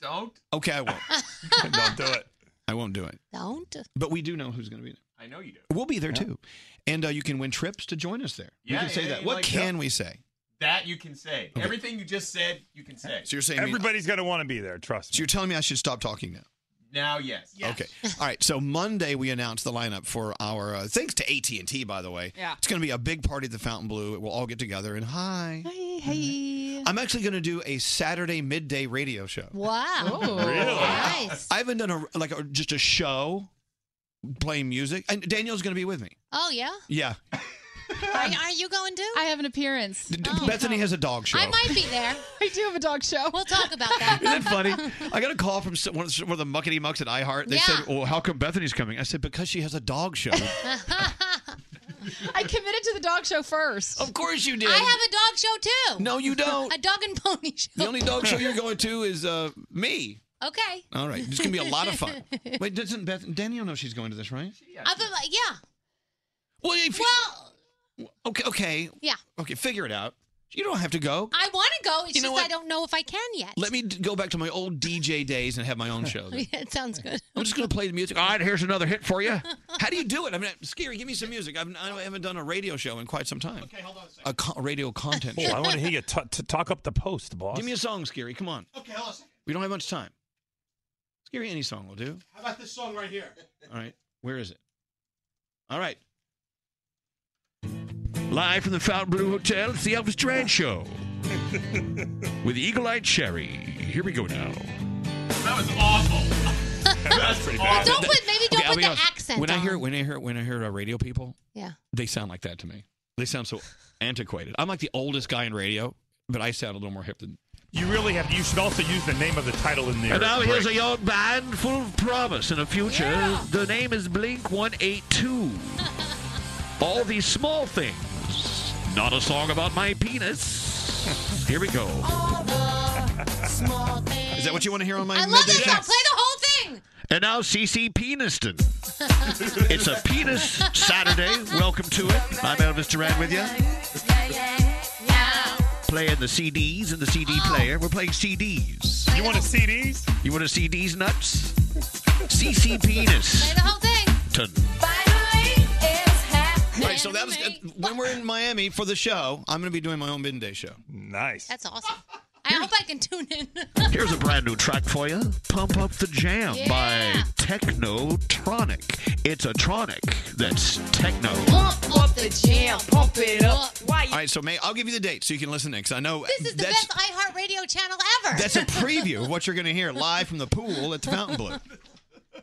Don't
Okay, I won't.
don't do it.
I won't do it.
Don't.
But we do know who's gonna be there.
I know you do.
We'll be there too, and uh, you can win trips to join us there.
Yeah,
we can say
yeah,
that.
yeah,
What
like-
can we say?
That you can say.
Okay.
Everything you just said, you can say.
So you're saying
everybody's gonna want to be there. Trust
me. So you're telling me I should stop talking now.
Now, yes.
Okay. All right. So Monday we announced the lineup for our uh, thanks to AT and T. By the way,
Yeah.
it's going to be a big party at the Fountain Blue. We'll all get together and hi.
Hey, hey.
I'm actually going to do a Saturday midday radio show.
Wow. Nice.
I haven't done a like a, just a show playing music, and Danielle's going to be with me.
Oh yeah.
Yeah.
Are, are you going to?
I have an appearance.
D- d- Bethany has a dog show.
I might be there.
I do have a dog show.
We'll talk about that.
Isn't that funny? I got a call from some- one of the one of the muckety mucks at iHeart. They said, "Well, how come Bethany's coming?" I said, "Because she has a dog show."
I committed to the dog show first.
Of course you did.
I have a dog show too.
No, you don't.
A dog and pony show.
the only dog show you're going to is uh, me.
Okay.
All right, it's gonna be a lot of fun. Wait, doesn't Beth Danielle know she's going to this, right?
I've been like, yeah.
Well, if
well,
Okay, okay,
yeah.
okay. Figure it out. You don't have to go.
I wanted go. It's
You know
just
what?
I don't know if I can yet.
Let me d- go back to my old DJ days and have my own show. then.
it sounds good.
I'm just going to play the music. All right, here's another hit for you. How do you do it? I mean, Scary, give me some music. I've, I haven't done a radio show in quite some time. Okay, hold on a second. A co- radio content
Oh,
show.
I want to hear you t- t- talk up the post, boss.
Give me a song, Scary. Come on.
Okay, hold on a second.
We don't have much time. Scary, any song will do.
How about this song right here?
All right. Where is it? All right. Live from the Fountain Blue Hotel, it's the Elvis Duran Show with Eagle Eyed Cherry. Here we go now.
That was awful. That's pretty bad.
Don't put maybe don't
Okay, I'll
put
be
the
honest.
accent
When
on.
I hear when I hear when I hear uh, radio people,
yeah.
they sound like that to me. They sound so antiquated. I'm like the oldest guy in radio, but I sound a little more hip than.
You really have. You should also use the name of the title in there.
And now here's a
young
band full of promise and a future. The name is Blink 182. All these small things. Not a song about my penis. Here we go.
Oh.
Is that what you want to hear on my
I love
midday
that
show?
song. Play the whole thing.
And now CC Peniston. it's a penis Saturday. Welcome to it. I'm Elvis Duran with you. Playing the CDs and the CD player. We're playing CDs. You want a CDs? You want a CDs nuts? CC Penis.
Play the whole thing.
All right, so that was uh, when we're in Miami for the show. I'm going to be doing my own midday show. Nice.
That's awesome. I hope I can tune in.
Here's a brand new track for you. Pump Up the Jam
Yeah.
by Technotronic. It's a tronic that's techno.
Pump up the jam. Pump it up. Why?
All right, so May, I'll give you the date so you can listen next. I know
This is the
that's
best iHeartRadio channel ever.
that's a preview of what you're going to hear live from the pool at the Fountain Blue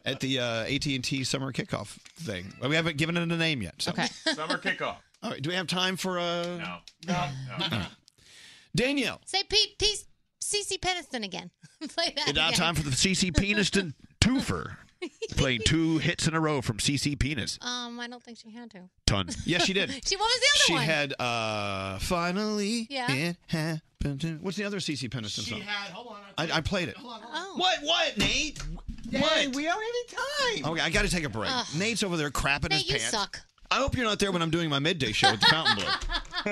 at the uh, AT&T Summer Kickoff thing. Well, We haven't given it a name yet. So. Okay.
summer kickoff.
All right. Do we have time for uh... No. No. Danielle,
Say Pete, Pete, CC Peniston again. Play that.
it's now
again.
uh, time for the CC Peniston twofer. Playing two hits in a row from CC Penis.
Um, I don't think she had to.
Ton. Yes, she did.
She what was the other
she
one?
had uh finally
Yeah.
it happened. to- What's the other CC Peniston
She
song?
had-
Hold on. I, I played it.
What?
What, Nate?
What? Oh. We don't have any time.
Okay, I got to take a break.
Ugh.
Nate's over there crapping
Nate,
his
you
pants.
suck.
I hope you're not there when I'm doing my midday show at the Fountain Blue.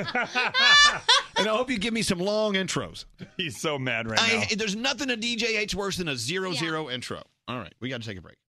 and I hope you give me some long intros.
He's so mad right
I, there's nothing a DJ hates worse than a zero zero intro. All right, we got to take a break.